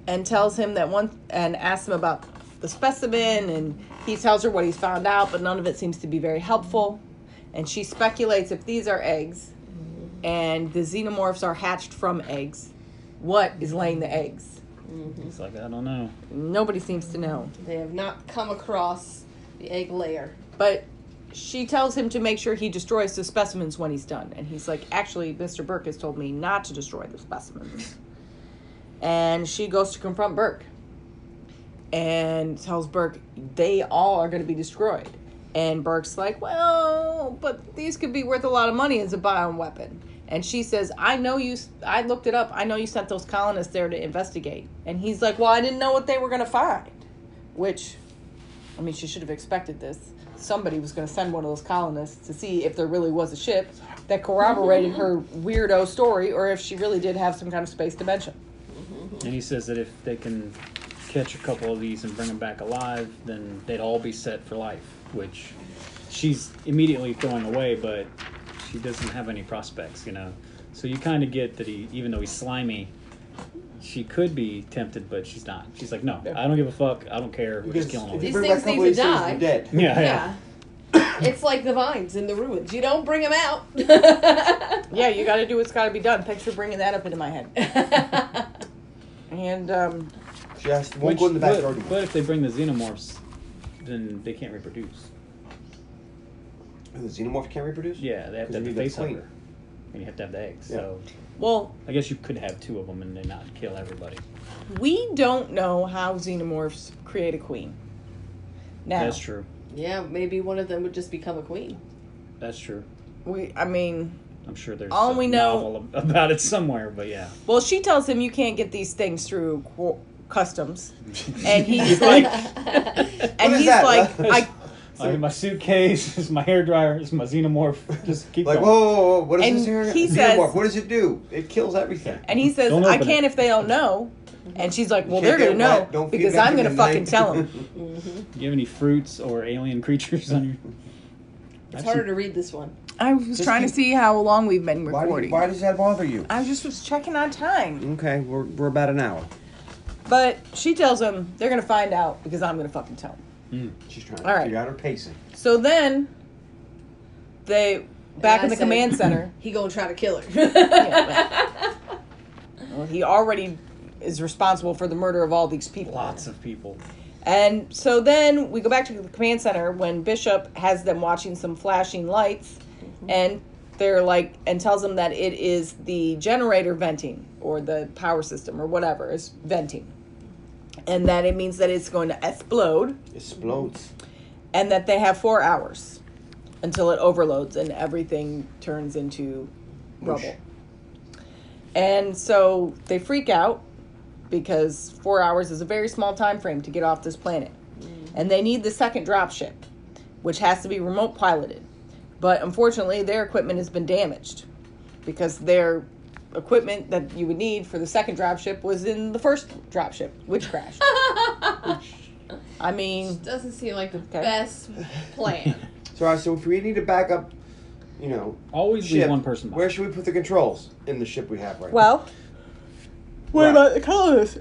[SPEAKER 3] and tells him that one and asks him about the specimen and he tells her what he's found out, but none of it seems to be very helpful. And she speculates if these are eggs and the xenomorphs are hatched from eggs, what is laying the eggs?
[SPEAKER 5] It's like I don't know.
[SPEAKER 3] Nobody seems to know.
[SPEAKER 6] They have not come across the egg layer.
[SPEAKER 3] But she tells him to make sure he destroys the specimens when he's done. And he's like, actually, Mr. Burke has told me not to destroy the specimens. and she goes to confront Burke and tells Burke they all are going to be destroyed. And Burke's like, well, but these could be worth a lot of money as a bioweapon. And she says, I know you, I looked it up. I know you sent those colonists there to investigate. And he's like, well, I didn't know what they were going to find. Which I mean, she should have expected this. Somebody was going to send one of those colonists to see if there really was a ship that corroborated her weirdo story or if she really did have some kind of space dimension.
[SPEAKER 5] And he says that if they can catch a couple of these and bring them back alive, then they'd all be set for life, which she's immediately throwing away, but she doesn't have any prospects, you know. So you kind of get that he, even though he's slimy, she could be tempted, but she's not. She's like, no, I don't give a fuck. I don't care. We're just killing all these.
[SPEAKER 6] These things need to die.
[SPEAKER 2] dead.
[SPEAKER 5] Yeah, yeah.
[SPEAKER 6] Yeah. it's like the vines in the ruins. You don't bring them out.
[SPEAKER 3] Yeah, you got to do what's got to be done. Thanks for bringing that up into my head. And um,
[SPEAKER 2] Just
[SPEAKER 5] Which- but, but if they bring the xenomorphs, then they can't reproduce.
[SPEAKER 2] the xenomorph can't reproduce?
[SPEAKER 5] Yeah, they have to have
[SPEAKER 2] Because
[SPEAKER 5] the
[SPEAKER 2] you need
[SPEAKER 5] face
[SPEAKER 2] that clean.
[SPEAKER 5] hugger, and you have to have the eggs. So
[SPEAKER 3] well,
[SPEAKER 5] I guess you could have two of them and then not kill everybody.
[SPEAKER 3] we don't know how xenomorphs create a queen. Now,
[SPEAKER 5] That's true.
[SPEAKER 6] yeah, maybe one of them would just become a queen.
[SPEAKER 5] That's true.
[SPEAKER 3] we I mean,
[SPEAKER 5] I'm sure there's
[SPEAKER 3] All
[SPEAKER 5] a
[SPEAKER 3] we know-
[SPEAKER 5] novel ab- about it somewhere, but yeah.
[SPEAKER 3] well, she tells him you can't get these things through qu- customs, and he's
[SPEAKER 5] It's
[SPEAKER 3] like,
[SPEAKER 5] like
[SPEAKER 3] and
[SPEAKER 2] is
[SPEAKER 3] he's
[SPEAKER 2] that?
[SPEAKER 3] like, I.
[SPEAKER 5] I mean, my suitcase is my hairdryer is my xenomorph. Just keep
[SPEAKER 2] Like,
[SPEAKER 5] going.
[SPEAKER 2] whoa, whoa, whoa, what is
[SPEAKER 3] And
[SPEAKER 2] this here?
[SPEAKER 3] he
[SPEAKER 2] Xenomorph,
[SPEAKER 3] says-
[SPEAKER 2] what does it do? It kills everything.
[SPEAKER 3] And he says,
[SPEAKER 5] Don't
[SPEAKER 3] I
[SPEAKER 5] open
[SPEAKER 3] can't
[SPEAKER 5] it.
[SPEAKER 3] if they don't know. And she's like, well,
[SPEAKER 2] can't
[SPEAKER 3] they're going to
[SPEAKER 2] get
[SPEAKER 3] know
[SPEAKER 2] wet. Don't feed
[SPEAKER 3] because
[SPEAKER 2] that
[SPEAKER 3] I'm
[SPEAKER 2] to
[SPEAKER 3] going to
[SPEAKER 2] them,
[SPEAKER 3] fucking
[SPEAKER 2] mate."
[SPEAKER 3] tell them.
[SPEAKER 5] Do you have any fruits or alien creatures on your?
[SPEAKER 6] It's harder to read this one.
[SPEAKER 3] I was
[SPEAKER 2] Just
[SPEAKER 3] trying to
[SPEAKER 2] keep-
[SPEAKER 3] see how long we've been
[SPEAKER 2] Why, do
[SPEAKER 3] recording.
[SPEAKER 2] you, why does that bother you?
[SPEAKER 3] I just was checking on time.
[SPEAKER 2] Okay, we're, we're about an hour.
[SPEAKER 3] But she tells them they're going to find out because I'm going to fucking tell them.
[SPEAKER 2] She's trying to
[SPEAKER 3] All right.
[SPEAKER 2] figure out her pacing.
[SPEAKER 3] So then they
[SPEAKER 6] And
[SPEAKER 3] back
[SPEAKER 6] I
[SPEAKER 3] in the
[SPEAKER 6] said-
[SPEAKER 3] command center.
[SPEAKER 6] He gonna try to kill her.
[SPEAKER 3] Well, he already is responsible for the murder of all these people.
[SPEAKER 5] Lots of people.
[SPEAKER 3] And so then we go back to the command center when Bishop has them watching some flashing lights and they're like and tells them that it is the generator venting or the power system or whatever is venting. And that it means that it's going to explode
[SPEAKER 2] Explodes.
[SPEAKER 3] and that they have 4 hours until it overloads and everything turns into rubble. And so they freak out because four hours is a very small time frame to get off this planet. And they need the second dropship, which has to be remote piloted. But unfortunately, their equipment has been damaged because their equipment that you would need for the second dropship was in the first dropship, which crashed. I mean,
[SPEAKER 4] Doesn't seem like the best plan.
[SPEAKER 2] So I said, if we need to back up, you know,
[SPEAKER 5] Always leave
[SPEAKER 2] ship,
[SPEAKER 5] one person. behind.
[SPEAKER 2] where should we put the controls in the ship we have right now?
[SPEAKER 3] well, what
[SPEAKER 2] Right.
[SPEAKER 3] about the colonists?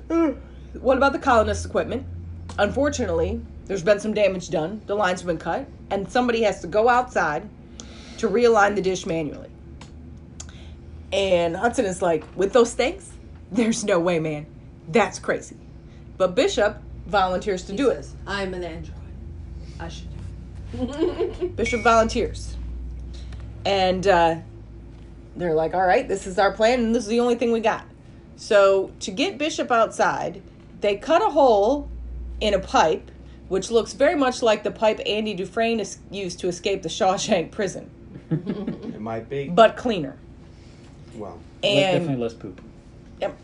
[SPEAKER 3] What about the colonists' equipment? Unfortunately, there's been some damage done. The lines have been cut, and somebody has to go outside to realign the dish manually. And Hudson is like, with those things, there's no way, man. That's crazy. But Bishop volunteers to do it.
[SPEAKER 6] I'm an android. I should. do
[SPEAKER 3] Bishop volunteers. And uh, they're like, all right, this is our plan, and this is the only thing we got. So, to get Bishop outside, they cut a hole in a pipe, which looks very much like the pipe Andy Dufresne is- used to escape the Shawshank prison,
[SPEAKER 2] It might be.
[SPEAKER 3] but cleaner.
[SPEAKER 2] well,
[SPEAKER 5] Like,
[SPEAKER 3] And,
[SPEAKER 5] definitely less poop.
[SPEAKER 3] yep.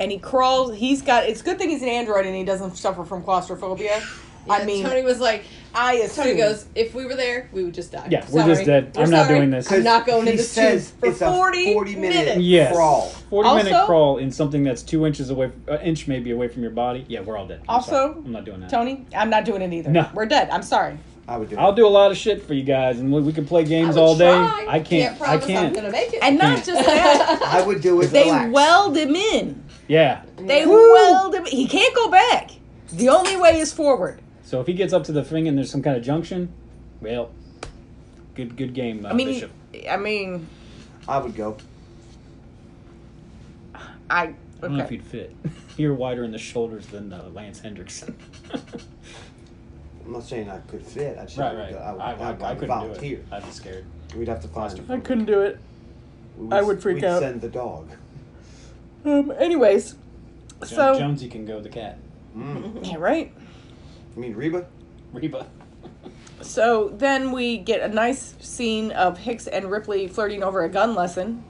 [SPEAKER 3] and he crawls. He's got, it's a good thing he's an android and he doesn't suffer from claustrophobia. I
[SPEAKER 4] Yeah,
[SPEAKER 3] mean,
[SPEAKER 4] Tony was like,
[SPEAKER 3] I assume.
[SPEAKER 4] Tony goes, if we were there, we would just die.
[SPEAKER 5] Yeah, we're just dead.
[SPEAKER 4] We're
[SPEAKER 5] I'm not
[SPEAKER 4] sorry.
[SPEAKER 5] doing this.
[SPEAKER 4] I'm not going
[SPEAKER 2] he
[SPEAKER 4] in the
[SPEAKER 2] says
[SPEAKER 4] tube for
[SPEAKER 2] it's a
[SPEAKER 4] 40,
[SPEAKER 2] 40 minute-
[SPEAKER 4] minutes.
[SPEAKER 5] Yes.
[SPEAKER 2] Crawl.
[SPEAKER 5] Forty minute
[SPEAKER 3] Also-
[SPEAKER 5] crawl in something that's two inches away, an inch maybe away from your body. Yeah, we're all dead. I'm
[SPEAKER 3] Also,
[SPEAKER 5] sorry. I'm not doing that.
[SPEAKER 3] Tony, I'm not doing it either.
[SPEAKER 5] No.
[SPEAKER 3] We're dead. I'm sorry.
[SPEAKER 2] I would do it.
[SPEAKER 5] I'll do a lot of shit for you guys, and we, we can play games
[SPEAKER 4] I would
[SPEAKER 5] all day.
[SPEAKER 4] try.
[SPEAKER 5] I can't. I
[SPEAKER 4] promise I'm
[SPEAKER 5] can't.
[SPEAKER 4] gonna make it.
[SPEAKER 3] And not just that,
[SPEAKER 2] I would do it.
[SPEAKER 3] they
[SPEAKER 2] Relax.
[SPEAKER 3] weld him in.
[SPEAKER 5] Yeah.
[SPEAKER 3] They weld him. He can't go back. The only way is forward.
[SPEAKER 5] So if he gets up to the thing and there's some kind of junction, well, good good game, uh,
[SPEAKER 3] I mean,
[SPEAKER 5] Bishop.
[SPEAKER 3] I mean,
[SPEAKER 2] I would go.
[SPEAKER 3] I.
[SPEAKER 5] I don't know if
[SPEAKER 3] Okay.
[SPEAKER 5] you'd fit. You're wider in the shoulders than uh, Lance Hendrickson.
[SPEAKER 2] I'm not saying I could fit. I just
[SPEAKER 5] right,
[SPEAKER 2] would
[SPEAKER 5] right.
[SPEAKER 2] go.
[SPEAKER 5] I,
[SPEAKER 2] I would,
[SPEAKER 5] I,
[SPEAKER 2] would,
[SPEAKER 5] I
[SPEAKER 2] would
[SPEAKER 5] couldn't
[SPEAKER 2] volunteer.
[SPEAKER 5] do it. I'd be scared.
[SPEAKER 2] We'd have to find.
[SPEAKER 3] do it.
[SPEAKER 2] We
[SPEAKER 3] I would freak
[SPEAKER 2] we'd
[SPEAKER 3] out.
[SPEAKER 2] Send the dog.
[SPEAKER 3] Um. Anyways,
[SPEAKER 5] Jo-
[SPEAKER 3] so
[SPEAKER 5] Jonesy can go the cat.
[SPEAKER 2] Mm.
[SPEAKER 3] yeah, right.
[SPEAKER 2] I mean Reba.
[SPEAKER 5] Reba.
[SPEAKER 3] So then we get a nice scene of Hicks and Ripley flirting over a gun lesson,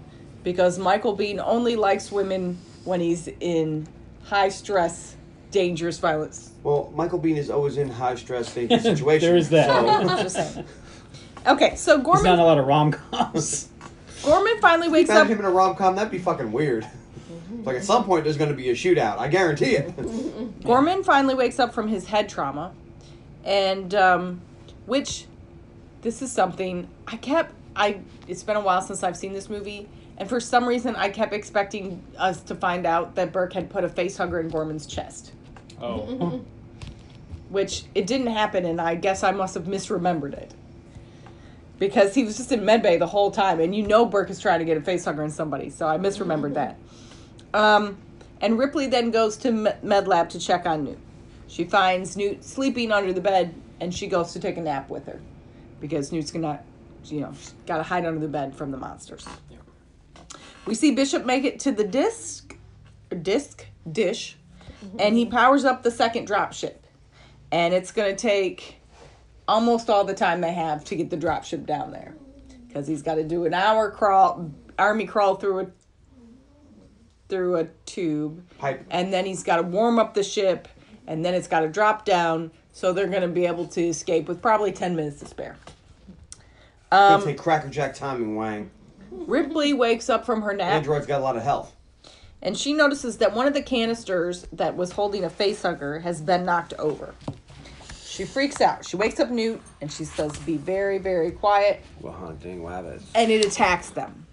[SPEAKER 3] because Michael Bean only likes women when he's in high stress, dangerous, violence
[SPEAKER 2] Well, Michael Bean is always in high stress, dangerous situations.
[SPEAKER 5] There is that.
[SPEAKER 2] So,
[SPEAKER 3] Just saying. Okay, so
[SPEAKER 5] He's not in
[SPEAKER 3] Gorman
[SPEAKER 5] a lot of rom coms.
[SPEAKER 3] Gorman finally wakes
[SPEAKER 2] found
[SPEAKER 3] up.
[SPEAKER 2] him in a rom com. That'd be fucking weird.
[SPEAKER 3] Mm-hmm.
[SPEAKER 2] like at some point, there's going to be a shootout. I guarantee it.
[SPEAKER 3] Gorman finally wakes up from his head trauma, and um, which this is something I kept. I it's been a while since I've seen this movie, and for some reason I kept expecting us to find out that Burke had put a face hugger in Gorman's chest,
[SPEAKER 5] Oh.
[SPEAKER 3] which it didn't happen, and I guess I must have misremembered it. Because he was just in medbay the whole time, and you know Burke is trying to get a face hugger in somebody, so I misremembered that. Um, and Ripley then goes to me- med lab to check on Newt. She finds Newt sleeping under the bed, and she goes to take a nap with her because Newt's gonna, you know, she's gotta hide under the bed from the monsters. We see Bishop make it to the disc, disc dish, and he powers up the second dropship, and it's gonna take almost all the time they have to get the dropship down there because he's got to do an hour crawl, army crawl through a through a tube
[SPEAKER 2] Pipe.
[SPEAKER 3] and then he's got to warm up the ship and then it's got to drop down so they're going to be able to escape with probably 10 minutes to spare
[SPEAKER 2] Um, take Cracker Jack timing, Wang.
[SPEAKER 3] ripley wakes up from her nap
[SPEAKER 2] Android's got a lot of health.
[SPEAKER 3] and she notices that one of the canisters that was holding a facehugger has been knocked over. She freaks out. She wakes up Newt and she says, Be very, very quiet.
[SPEAKER 2] Well, hunting wabbits.
[SPEAKER 3] And it attacks them.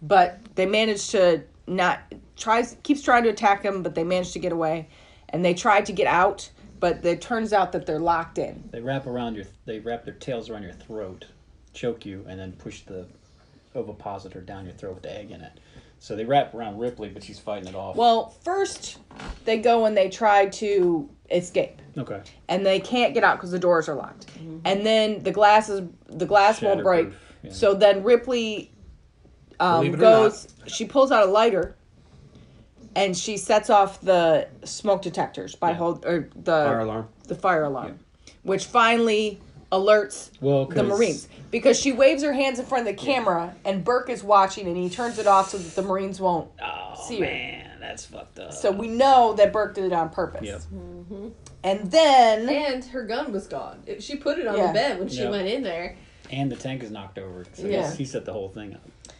[SPEAKER 3] But they manage to not, tries, keeps trying to attack them, but they manage to get away. And they try to get out, but it turns out that they're locked in.
[SPEAKER 5] They wrap around your. They wrap their tails around your throat, choke you, and then push the ovipositor down your throat with the egg in it. So they wrap around Ripley, but she's fighting it off.
[SPEAKER 3] Well, first they go and they try to escape,
[SPEAKER 5] okay.
[SPEAKER 3] and they can't get out because the doors are locked.
[SPEAKER 2] Mm-hmm.
[SPEAKER 3] And then the glasses, the glass won't break.
[SPEAKER 5] Shatterproof, yeah.
[SPEAKER 3] So then Ripley um,
[SPEAKER 2] Believe it or not.
[SPEAKER 3] goes. She pulls out a lighter, and she sets off the smoke detectors by hold or the
[SPEAKER 2] Fire alarm.
[SPEAKER 3] the fire alarm, which finally alerts
[SPEAKER 5] Well,
[SPEAKER 3] the
[SPEAKER 5] 'cause-
[SPEAKER 3] Marines because she waves her hands in front of the camera and Burke is watching and he turns it off so that the Marines won't
[SPEAKER 2] Oh,
[SPEAKER 3] see her.
[SPEAKER 5] Man, that's fucked up.
[SPEAKER 3] So we know that Burke did it on purpose.
[SPEAKER 5] Yep.
[SPEAKER 3] And then
[SPEAKER 6] And her gun was gone. It- She put it on
[SPEAKER 3] Yeah.
[SPEAKER 6] the bed when she
[SPEAKER 5] Yeah.
[SPEAKER 6] went in there.
[SPEAKER 5] And the tank is knocked over. So
[SPEAKER 6] Yeah.
[SPEAKER 5] He set the whole thing up.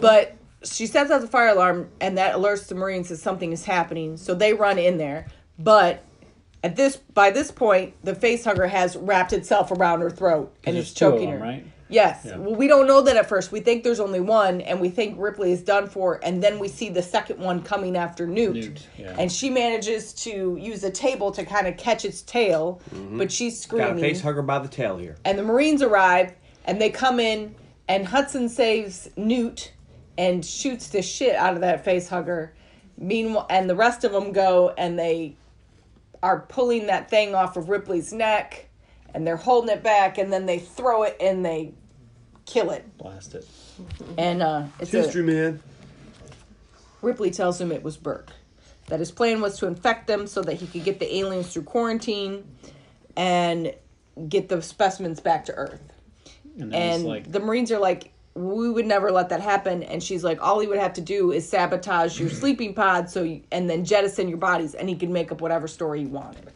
[SPEAKER 3] but she sets out the fire alarm and that alerts the Marines that something is happening. So they run in there. But at this by this point, the facehugger has wrapped itself around her throat and
[SPEAKER 5] There's
[SPEAKER 3] is
[SPEAKER 5] two of
[SPEAKER 3] choking
[SPEAKER 5] them,
[SPEAKER 3] her.
[SPEAKER 5] right?
[SPEAKER 3] Yes.
[SPEAKER 5] Yeah.
[SPEAKER 3] Well, we don't know that at first. We think there's only one, and we think Ripley is done for. And then we see the second one coming after Newt,
[SPEAKER 5] Newt, yeah.
[SPEAKER 3] and she manages to use a table to kind of catch its tail,
[SPEAKER 5] Mm-hmm.
[SPEAKER 3] but she's
[SPEAKER 2] Got a
[SPEAKER 3] screaming.
[SPEAKER 2] face hugger by the tail here.
[SPEAKER 3] and the Marines arrive and they come in and Hudson saves Newt and shoots the shit out of that face hugger. Meanwhile, and the rest of them go and they are pulling that thing off of Ripley's neck and they're holding it back and then they throw it and they kill it.
[SPEAKER 5] Blast it.
[SPEAKER 3] And uh, it's a-
[SPEAKER 2] History man.
[SPEAKER 3] Ripley tells him it was Burke. That his plan was to infect them so that he could get the aliens through quarantine and get the specimens back to Earth.
[SPEAKER 5] And then
[SPEAKER 3] and
[SPEAKER 5] it's like,
[SPEAKER 3] the marines are like we would never let that happen and she's like all he would have to do is sabotage your sleeping pod so you, and then jettison your bodies and he could make up whatever story he wanted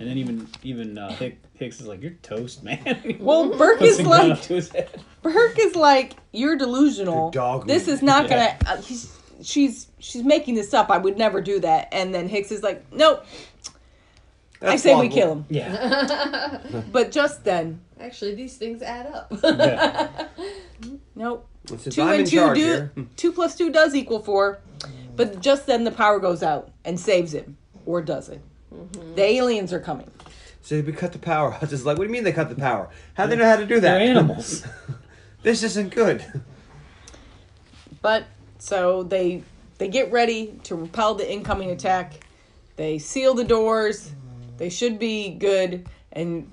[SPEAKER 5] and then even even uh, Hick, Hicks is like, "You're toast, man."
[SPEAKER 3] well burke
[SPEAKER 5] Puts
[SPEAKER 3] is
[SPEAKER 5] a gun
[SPEAKER 3] like
[SPEAKER 5] up to his head.
[SPEAKER 3] burke is like you're delusional
[SPEAKER 2] You're dog
[SPEAKER 3] this
[SPEAKER 2] meat."
[SPEAKER 3] is not
[SPEAKER 5] Yeah.
[SPEAKER 3] gonna uh, he's, she's she's making this up i would never do that and then hicks is like nope i
[SPEAKER 2] That's
[SPEAKER 3] say we
[SPEAKER 2] plausible.
[SPEAKER 3] kill him
[SPEAKER 5] Yeah.
[SPEAKER 3] but just then
[SPEAKER 6] Actually, these things add up.
[SPEAKER 5] yeah.
[SPEAKER 3] nope
[SPEAKER 2] Since
[SPEAKER 3] two
[SPEAKER 2] I'm in
[SPEAKER 3] and two
[SPEAKER 2] charge
[SPEAKER 3] do
[SPEAKER 2] here.
[SPEAKER 3] two plus two does equal four, but just then the power goes out and saves him, or does it? The aliens are coming.
[SPEAKER 2] So we cut the power. I was just like, what do you mean they cut the power? How do they know how to do that?
[SPEAKER 5] They're animals.
[SPEAKER 2] this isn't good.
[SPEAKER 3] But so they they get ready to repel the incoming attack. They seal the doors. They should be good. And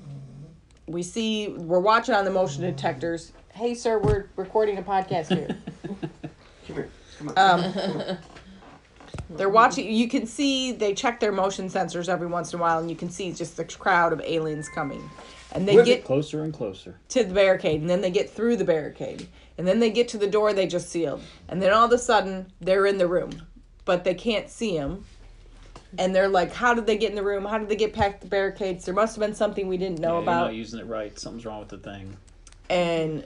[SPEAKER 3] we see we're watching on the motion detectors. Hey, sir, we're recording a podcast here. Um,
[SPEAKER 2] Come here. Come on.
[SPEAKER 3] They're watching. You can see they check their motion sensors every once in a while, and you can see just the crowd of aliens coming. And they
[SPEAKER 5] Whip
[SPEAKER 3] get
[SPEAKER 5] it closer and closer.
[SPEAKER 3] to the barricade, and then they get through the barricade, and then they get to the door they just sealed, and then all of a sudden they're in the room, but they can't see him, and they're like, "How did they get in the room? How did they get past the barricades? There must have been something we didn't know
[SPEAKER 5] Yeah, You're
[SPEAKER 3] about."
[SPEAKER 5] not using it right. Something's wrong with the thing.
[SPEAKER 3] and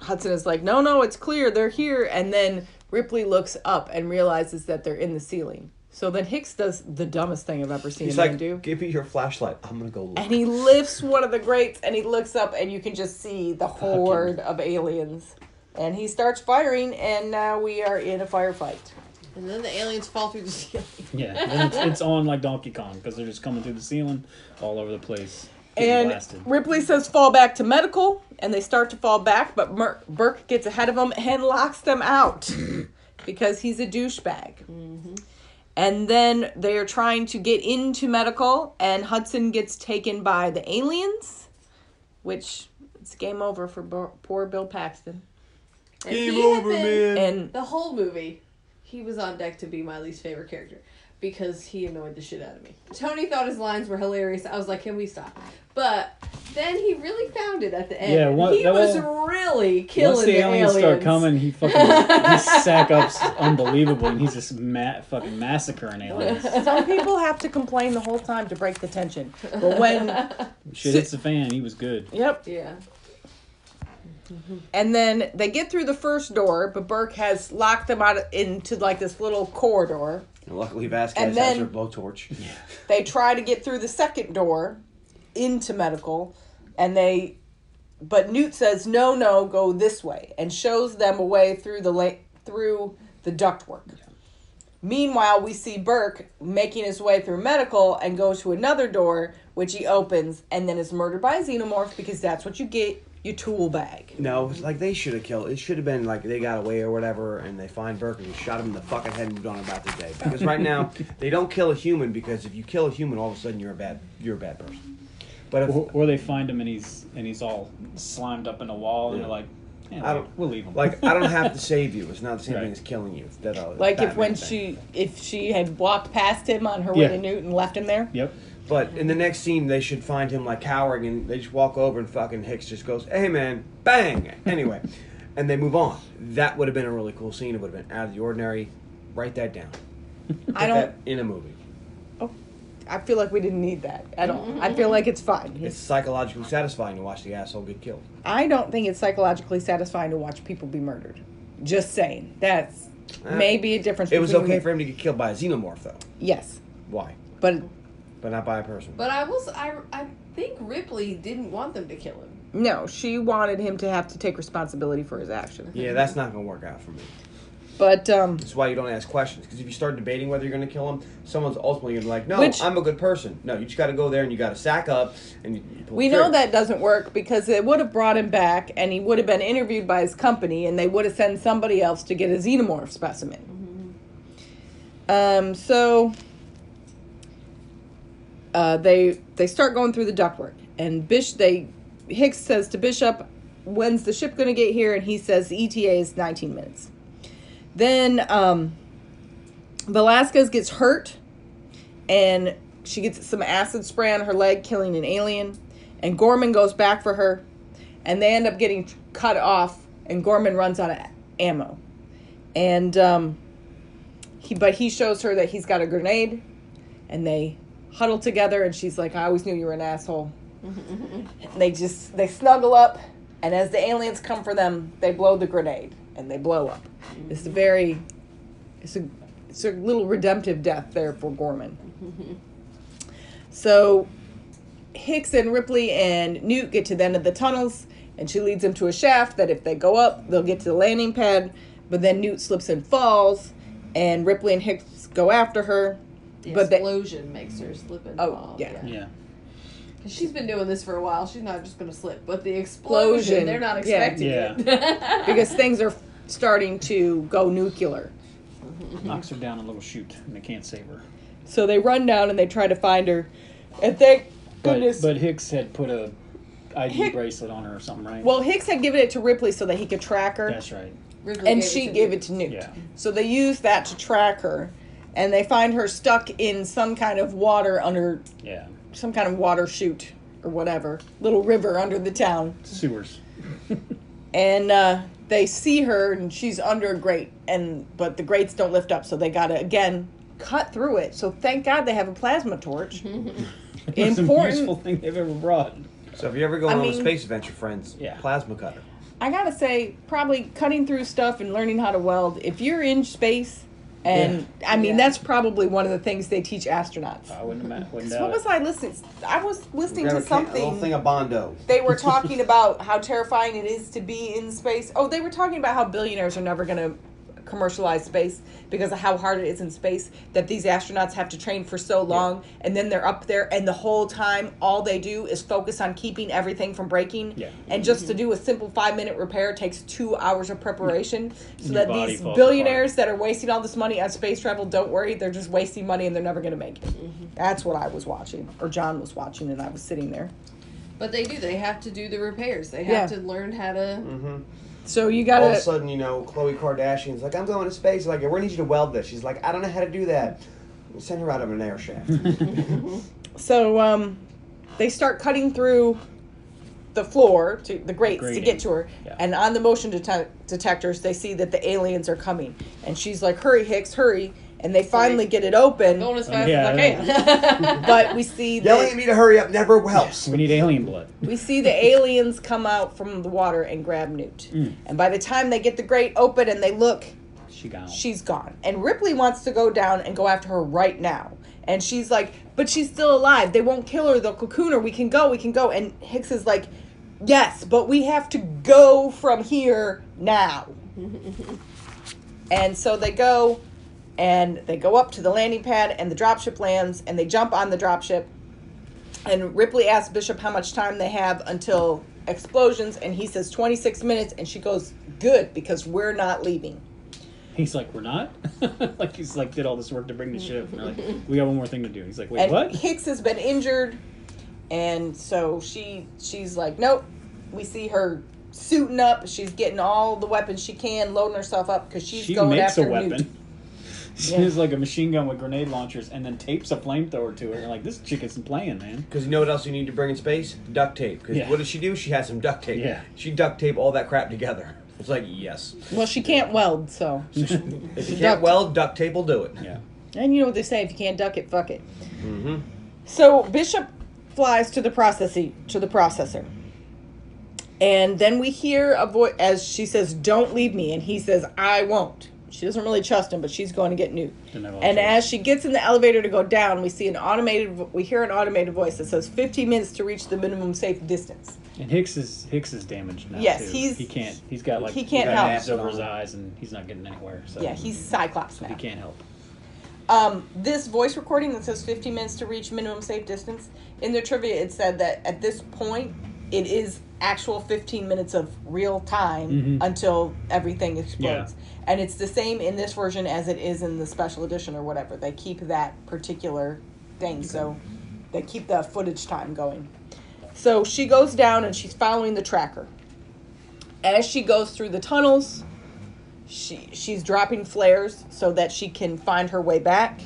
[SPEAKER 3] Hudson is like, "No, no, it's clear. They're here." And then Ripley looks up and realizes that they're in the ceiling. So then Hicks does the dumbest thing I've ever seen
[SPEAKER 2] He's
[SPEAKER 3] him
[SPEAKER 2] like,
[SPEAKER 3] do.
[SPEAKER 2] give me your flashlight. I'm gonna go look.
[SPEAKER 3] and he lifts one of the grates and he looks up and you can just see the horde of aliens and he starts firing and now we are in a firefight
[SPEAKER 6] And then the aliens fall through the ceiling.
[SPEAKER 5] Yeah. Then it's, it's on like Donkey Kong because they're just coming through the ceiling, all over the place, getting
[SPEAKER 3] and
[SPEAKER 5] blasted.
[SPEAKER 3] ripley says fall back to medical and they start to fall back but Mer- burke gets ahead of them and locks them out because he's a douchebag
[SPEAKER 5] Mm-hmm.
[SPEAKER 3] and then they are trying to get into medical and hudson gets taken by the aliens which it's game over for Bo- poor bill paxton
[SPEAKER 6] And he had been-
[SPEAKER 3] and
[SPEAKER 6] The whole movie, he was on deck to be my least favorite character because he annoyed the shit out of me. Tony thought his lines were hilarious. I was like, can we stop? But then he really found it at the end.
[SPEAKER 5] Yeah, what-
[SPEAKER 6] he
[SPEAKER 5] that
[SPEAKER 6] was
[SPEAKER 5] was-
[SPEAKER 6] really killing
[SPEAKER 5] Once the,
[SPEAKER 6] the
[SPEAKER 5] aliens,
[SPEAKER 6] aliens.
[SPEAKER 5] start coming, he fucking his sack up's unbelievable, and he's just ma- fucking massacring aliens.
[SPEAKER 3] Some people have to complain the whole time to break the tension. But when
[SPEAKER 5] Shit hits the fan. He was good.
[SPEAKER 3] Yep.
[SPEAKER 6] Yeah.
[SPEAKER 3] And then they get through the first door, but Burke has locked them out into like this little corridor.
[SPEAKER 2] And luckily, Vasquez
[SPEAKER 3] And then-
[SPEAKER 2] has her blowtorch.
[SPEAKER 3] They try to get through the second door into medical, and they, but Newt says no, no, go this way, and shows them a way through the la- through the ductwork. Meanwhile, we see Burke making his way through medical and goes to another door, which he opens, and then is murdered by a xenomorph because that's what you get your tool bag.
[SPEAKER 2] No, it's like they should have killed. It should have been like they got away or whatever, and they find Burke and shot him in the fucking head and moved on about their day. Because right now they don't kill a human because if you kill a human, all of a sudden you're a bad you're a bad person. But if,
[SPEAKER 5] Or, or they find him and he's and he's all slimed up in a wall, and they're like, eh,
[SPEAKER 2] I don't-
[SPEAKER 5] we'll leave him.
[SPEAKER 2] like I don't have to save you, it's not the same
[SPEAKER 5] Right.
[SPEAKER 2] thing as killing you. It's that, uh,
[SPEAKER 3] Like if
[SPEAKER 2] Batman
[SPEAKER 3] when
[SPEAKER 2] thing.
[SPEAKER 3] she if she had walked past him on her way
[SPEAKER 5] Yeah.
[SPEAKER 3] to Newton and left him there.
[SPEAKER 5] yep.
[SPEAKER 2] But in the next scene, they should find him like cowering, and they just walk over, and fucking Hicks just goes, "Hey man, bang!" Anyway, and they move on. That would have been a really cool scene. It would have been out of the ordinary. Write that down.
[SPEAKER 3] I
[SPEAKER 2] Put
[SPEAKER 3] don't.
[SPEAKER 2] that in a movie.
[SPEAKER 3] I feel like we didn't need that at all. I feel like it's fine.
[SPEAKER 2] It's psychologically satisfying to watch the asshole get killed.
[SPEAKER 3] I don't think it's psychologically satisfying to watch people be murdered. Just saying. That's
[SPEAKER 2] Uh,
[SPEAKER 3] maybe a difference.
[SPEAKER 2] It was
[SPEAKER 3] between-
[SPEAKER 2] okay for him to get killed by a xenomorph, though.
[SPEAKER 3] Yes,
[SPEAKER 2] Why?
[SPEAKER 3] but
[SPEAKER 2] But not by a person.
[SPEAKER 6] But I was I I think Ripley didn't want them to kill him.
[SPEAKER 3] no, she wanted him to have to take responsibility for his actions.
[SPEAKER 2] yeah, that's not going to work out for me.
[SPEAKER 3] But um,
[SPEAKER 2] That's why you don't ask questions. Because if you start debating whether you're going to kill him, someone's ultimately going to be like, no,
[SPEAKER 3] Which-
[SPEAKER 2] I'm a good person. No, you just got to go there and you got to sack up. and you, you pull
[SPEAKER 3] we
[SPEAKER 2] the
[SPEAKER 3] know
[SPEAKER 2] trigger.
[SPEAKER 3] that doesn't work because it would have brought him back, and he would have been interviewed by his company, and they would have sent somebody else to get a xenomorph specimen. Um, so uh, they they start going through the ductwork, and Bish they Hicks says to Bishop, "When's the ship going to get here?" And he says, the "ETA is 19 minutes." Then um, Velasquez gets hurt, and she gets some acid spray on her leg, killing an alien. And Gorman goes back for her, and they end up getting t- cut off, and Gorman runs out of ammo, and um, he but he shows her that he's got a grenade, and they huddle together, and she's like, "I always knew you were an asshole." And they just they snuggle up, and as the aliens come for them, they blow the grenade and they blow up. It's a very it's a it's a little redemptive death there for Gorman. so Hicks and Ripley and Newt get to the end of the tunnels, and she leads them to a shaft that if they go up, they'll get to the landing pad. But then Newt slips and falls, and Ripley and Hicks go after her.
[SPEAKER 6] The
[SPEAKER 3] but they,
[SPEAKER 6] explosion makes her slip and
[SPEAKER 3] Oh,
[SPEAKER 6] fall.
[SPEAKER 3] yeah.
[SPEAKER 5] Yeah.
[SPEAKER 6] 'Cause she's been doing this for a while. She's not just gonna slip. But the explosion,
[SPEAKER 3] Explosion.
[SPEAKER 6] they're not
[SPEAKER 3] Yeah.
[SPEAKER 6] expecting
[SPEAKER 5] Yeah.
[SPEAKER 6] it.
[SPEAKER 3] because things are starting to go nuclear.
[SPEAKER 5] Knocks her down a little chute, and they can't save her.
[SPEAKER 3] So they run down and they try to find her. And thank
[SPEAKER 5] But,
[SPEAKER 3] goodness.
[SPEAKER 5] but Hicks had put a ID
[SPEAKER 3] Hick-
[SPEAKER 5] bracelet on her or something, right?
[SPEAKER 3] well, Hicks had given it to Ripley so that he could track her.
[SPEAKER 5] that's right.
[SPEAKER 6] Ripley
[SPEAKER 3] and
[SPEAKER 6] gave
[SPEAKER 3] she
[SPEAKER 6] to
[SPEAKER 3] gave
[SPEAKER 6] Newt.
[SPEAKER 3] it to Newt.
[SPEAKER 5] Yeah.
[SPEAKER 3] So they use that to track her. And they find her stuck in some kind of water under
[SPEAKER 5] Yeah,
[SPEAKER 3] some kind of water chute or whatever, little river under the town.
[SPEAKER 5] sewers.
[SPEAKER 3] and uh, they see her and she's under a grate and but the grates don't lift up so they gotta again cut through it so thank god they have a plasma torch
[SPEAKER 6] Mm-hmm.
[SPEAKER 5] That's the useful
[SPEAKER 3] important
[SPEAKER 5] thing they've ever brought.
[SPEAKER 2] So if you're ever going
[SPEAKER 3] I
[SPEAKER 2] on
[SPEAKER 3] mean-
[SPEAKER 2] a space adventure, friends,
[SPEAKER 5] Yeah.
[SPEAKER 2] plasma cutter.
[SPEAKER 3] i gotta say probably cutting through stuff and learning how to weld if you're in space and i mean
[SPEAKER 6] Yeah.
[SPEAKER 3] that's probably one of the things they teach astronauts
[SPEAKER 5] I wouldn't imagine. Wouldn't doubt
[SPEAKER 3] what was
[SPEAKER 5] it.
[SPEAKER 3] i listening i was listening
[SPEAKER 2] Grab
[SPEAKER 3] to
[SPEAKER 2] a can- a little thing
[SPEAKER 3] something
[SPEAKER 2] of Bondo.
[SPEAKER 3] they were talking about how terrifying it is to be in space. Oh, they were talking about how billionaires are never going to commercialize space because of how hard it is in space that these astronauts have to train for so long and then they're up there and the whole time all they do is focus on keeping everything from breaking
[SPEAKER 5] Yeah.
[SPEAKER 3] and just to do a simple 5 minute repair takes 2 hours of preparation so
[SPEAKER 5] Your
[SPEAKER 3] that
[SPEAKER 5] body
[SPEAKER 3] these
[SPEAKER 5] falls
[SPEAKER 3] billionaires that are wasting all this money on space travel don't worry they're just wasting money and they're never going to make it.
[SPEAKER 5] Mm-hmm.
[SPEAKER 3] That's what I was watching or John was watching and I was sitting there.
[SPEAKER 6] But they do. They have to do the repairs. They
[SPEAKER 3] Yeah.
[SPEAKER 6] have to learn how to.
[SPEAKER 2] Mm-hmm.
[SPEAKER 3] So you
[SPEAKER 2] All
[SPEAKER 3] got
[SPEAKER 2] of a
[SPEAKER 3] to
[SPEAKER 2] sudden, you know, Khloe Kardashian's like, I'm going to space. Like, we're need you to weld this. She's like, I don't know how to do that. Send her out of an air shaft.
[SPEAKER 3] So um, they start cutting through the floor to the grates to
[SPEAKER 5] Grating.
[SPEAKER 3] get to her,
[SPEAKER 5] Yeah.
[SPEAKER 3] and on the motion dete- detectors, they see that the aliens are coming, and she's like, "Hurry, Hicks, hurry!" and they finally get it open.
[SPEAKER 4] Going as fast
[SPEAKER 5] Yeah,
[SPEAKER 4] as I
[SPEAKER 5] I
[SPEAKER 4] can.
[SPEAKER 3] But we see
[SPEAKER 2] Yelling at
[SPEAKER 3] the,
[SPEAKER 2] me to hurry up never helps.
[SPEAKER 5] We need alien blood.
[SPEAKER 3] we see the aliens come out from the water and grab Newt. And by the time they get the grate open and they look,
[SPEAKER 5] She gone.
[SPEAKER 3] she's gone. And Ripley wants to go down and go after her right now. And she's like, but she's still alive. They won't kill her. They'll cocoon her. We can go. We can go. And Hicks is like, yes, but we have to go from here now. and so they go and they go up to the landing pad and the dropship lands and they jump on the dropship. And Ripley asks Bishop how much time they have until explosions. And he says 26 minutes. And she goes, good, because we're not leaving.
[SPEAKER 5] He's like, we're not. like he's like did all this work to bring the ship. And they're like, we got one more thing to do. He's like, wait,
[SPEAKER 3] and
[SPEAKER 5] what?
[SPEAKER 3] Hicks has been injured, and so she she's like, nope. We see her suiting up. She's getting all the weapons she can, loading herself up because she's
[SPEAKER 5] she
[SPEAKER 3] going
[SPEAKER 5] makes a
[SPEAKER 3] after
[SPEAKER 5] weapon.
[SPEAKER 3] Newt.
[SPEAKER 5] She
[SPEAKER 3] Yeah.
[SPEAKER 5] has like a machine gun with grenade launchers and then tapes a flamethrower to it. And like, this chick isn't playing, man.
[SPEAKER 2] Because you know what else you need to bring in space? Duct tape. 'Cause
[SPEAKER 5] Yeah.
[SPEAKER 2] what does she do? She has some duct tape.
[SPEAKER 5] Yeah.
[SPEAKER 2] She duct tape all that crap together. It's like yes.
[SPEAKER 3] Well, she can't weld, so.
[SPEAKER 2] If you
[SPEAKER 3] Duct-
[SPEAKER 2] can't weld, duct tape will do it.
[SPEAKER 5] Yeah.
[SPEAKER 3] And you know what they say: if you can't duck it, fuck it. So Bishop flies to the processing to the processor, and then we hear a voice as she says, "Don't leave me," and he says, "I won't." She doesn't really trust him, but she's going to get Newt.
[SPEAKER 5] Didn't have a
[SPEAKER 3] And
[SPEAKER 5] choice.
[SPEAKER 3] as she gets in the elevator to go down, we see an automated. vo- We hear an automated voice that says, "15 minutes to reach the minimum safe distance."
[SPEAKER 5] And Hicks is Hicks is damaged now.
[SPEAKER 3] Yes,
[SPEAKER 5] too.
[SPEAKER 3] he's-
[SPEAKER 5] he can't. He's got like
[SPEAKER 3] he can't
[SPEAKER 5] he's got
[SPEAKER 3] help.
[SPEAKER 5] an ass over his eyes, and he's not getting anywhere. So
[SPEAKER 3] Yeah, he's Cyclops now.
[SPEAKER 5] he can't help.
[SPEAKER 3] um, this voice recording that says 15 minutes to reach minimum safe distance in the trivia it said that at this point it is actual 15 minutes of real time until everything explodes and it's the same in this version as it is in the special edition or whatever they keep that particular thing so they keep the footage time going so she goes down and she's following the tracker as she goes through the tunnels she she's dropping flares so that she can find her way back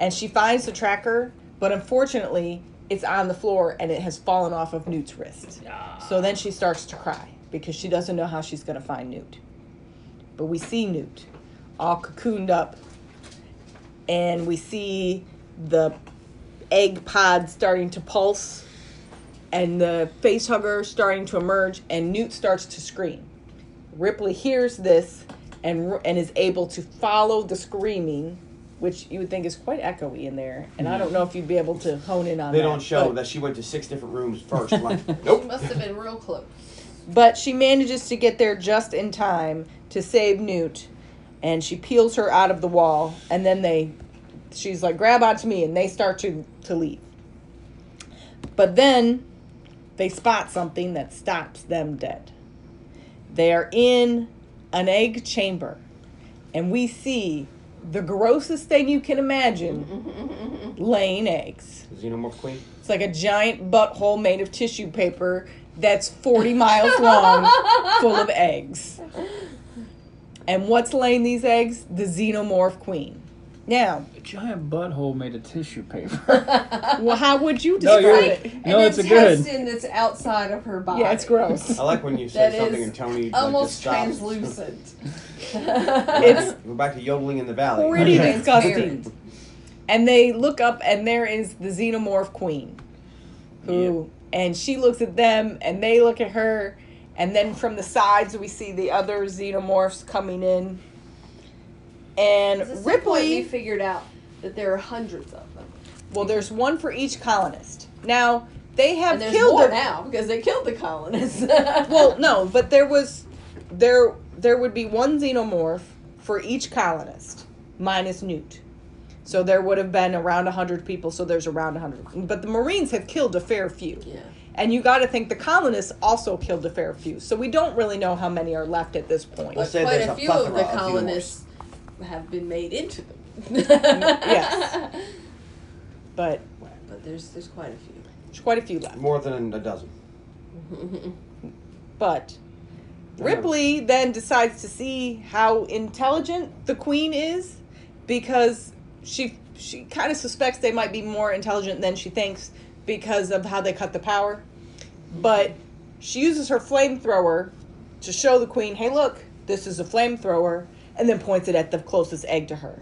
[SPEAKER 3] and she finds the tracker but unfortunately it's on the floor and it has fallen off of newt's wrist so then she starts to cry because she doesn't know how she's going to find newt but we see newt all cocooned up and we see the egg pod starting to pulse and the face hugger starting to emerge and newt starts to scream Ripley hears this and r- and is able to follow the screaming, which you would think is quite echoey in there. And I don't know if you'd be able to hone in on
[SPEAKER 2] Mm. They
[SPEAKER 3] that.
[SPEAKER 2] don't show
[SPEAKER 3] but-
[SPEAKER 2] that she went to six different rooms first. Like,
[SPEAKER 6] She
[SPEAKER 2] nope.
[SPEAKER 6] must have been real close.
[SPEAKER 3] But she manages to get there just in time to save Newt, and she peels her out of the wall. And then they, she's like, "Grab onto me," and they start to to leave. But then, they spot something that stops them dead. They are in an egg chamber, and we see the grossest thing you can imagine: laying eggs.
[SPEAKER 2] Xenomorph Queen.
[SPEAKER 3] It's like a giant butthole made of tissue paper that's 40 miles long, full of eggs. And what's laying these eggs? The xenomorph queen. Now,
[SPEAKER 5] A giant butthole made of tissue paper.
[SPEAKER 3] well, how would you
[SPEAKER 5] No,
[SPEAKER 3] describe
[SPEAKER 5] you're-
[SPEAKER 3] it?
[SPEAKER 6] And
[SPEAKER 5] no,
[SPEAKER 6] then
[SPEAKER 5] it's a good.
[SPEAKER 6] intestine that's outside of her body.
[SPEAKER 3] Yeah, it's gross.
[SPEAKER 2] I like when you
[SPEAKER 6] That
[SPEAKER 2] say something
[SPEAKER 6] is
[SPEAKER 2] and Tony like, just
[SPEAKER 6] Almost
[SPEAKER 2] stops.
[SPEAKER 6] translucent.
[SPEAKER 3] It's
[SPEAKER 2] We're back to yodeling in the valley.
[SPEAKER 3] pretty
[SPEAKER 5] Okay.
[SPEAKER 3] disgusting. And they look up, and there is the xenomorph queen, who, and she looks at them, and they look at her, and then from the sides we see the other xenomorphs coming in.
[SPEAKER 6] At this
[SPEAKER 3] And
[SPEAKER 6] point,
[SPEAKER 3] Ripley,
[SPEAKER 6] we figured out that there are hundreds of them.
[SPEAKER 3] well, there's one for each colonist. Now they have
[SPEAKER 6] And there's
[SPEAKER 3] killed
[SPEAKER 6] more
[SPEAKER 3] a-
[SPEAKER 6] now because they killed the colonists.
[SPEAKER 3] Well, no, but there was, there there would be one xenomorph for each colonist, minus Newt. So there would have been around 100 people, so there's around 100. But the Marines have killed a fair few.
[SPEAKER 6] Yeah.
[SPEAKER 3] And you got to think the colonists also killed a fair few. So we don't really know how many are left at this point.
[SPEAKER 2] Let's say
[SPEAKER 6] quite
[SPEAKER 2] there's
[SPEAKER 6] a
[SPEAKER 2] a
[SPEAKER 6] few of
[SPEAKER 2] plethora
[SPEAKER 6] the
[SPEAKER 2] of xenomorphs.
[SPEAKER 6] colonists have been made into them. yes.
[SPEAKER 3] But
[SPEAKER 6] But there's there's quite a few.
[SPEAKER 3] there's quite a few left.
[SPEAKER 2] More than a dozen.
[SPEAKER 5] Mm-hmm.
[SPEAKER 3] But Ripley then decides to see how intelligent the queen is because she she kind of suspects they might be more intelligent than she thinks because of how they cut the power. But she uses her flamethrower to show the queen, "Hey, look, this is a flamethrower," and then points it at the closest egg to her.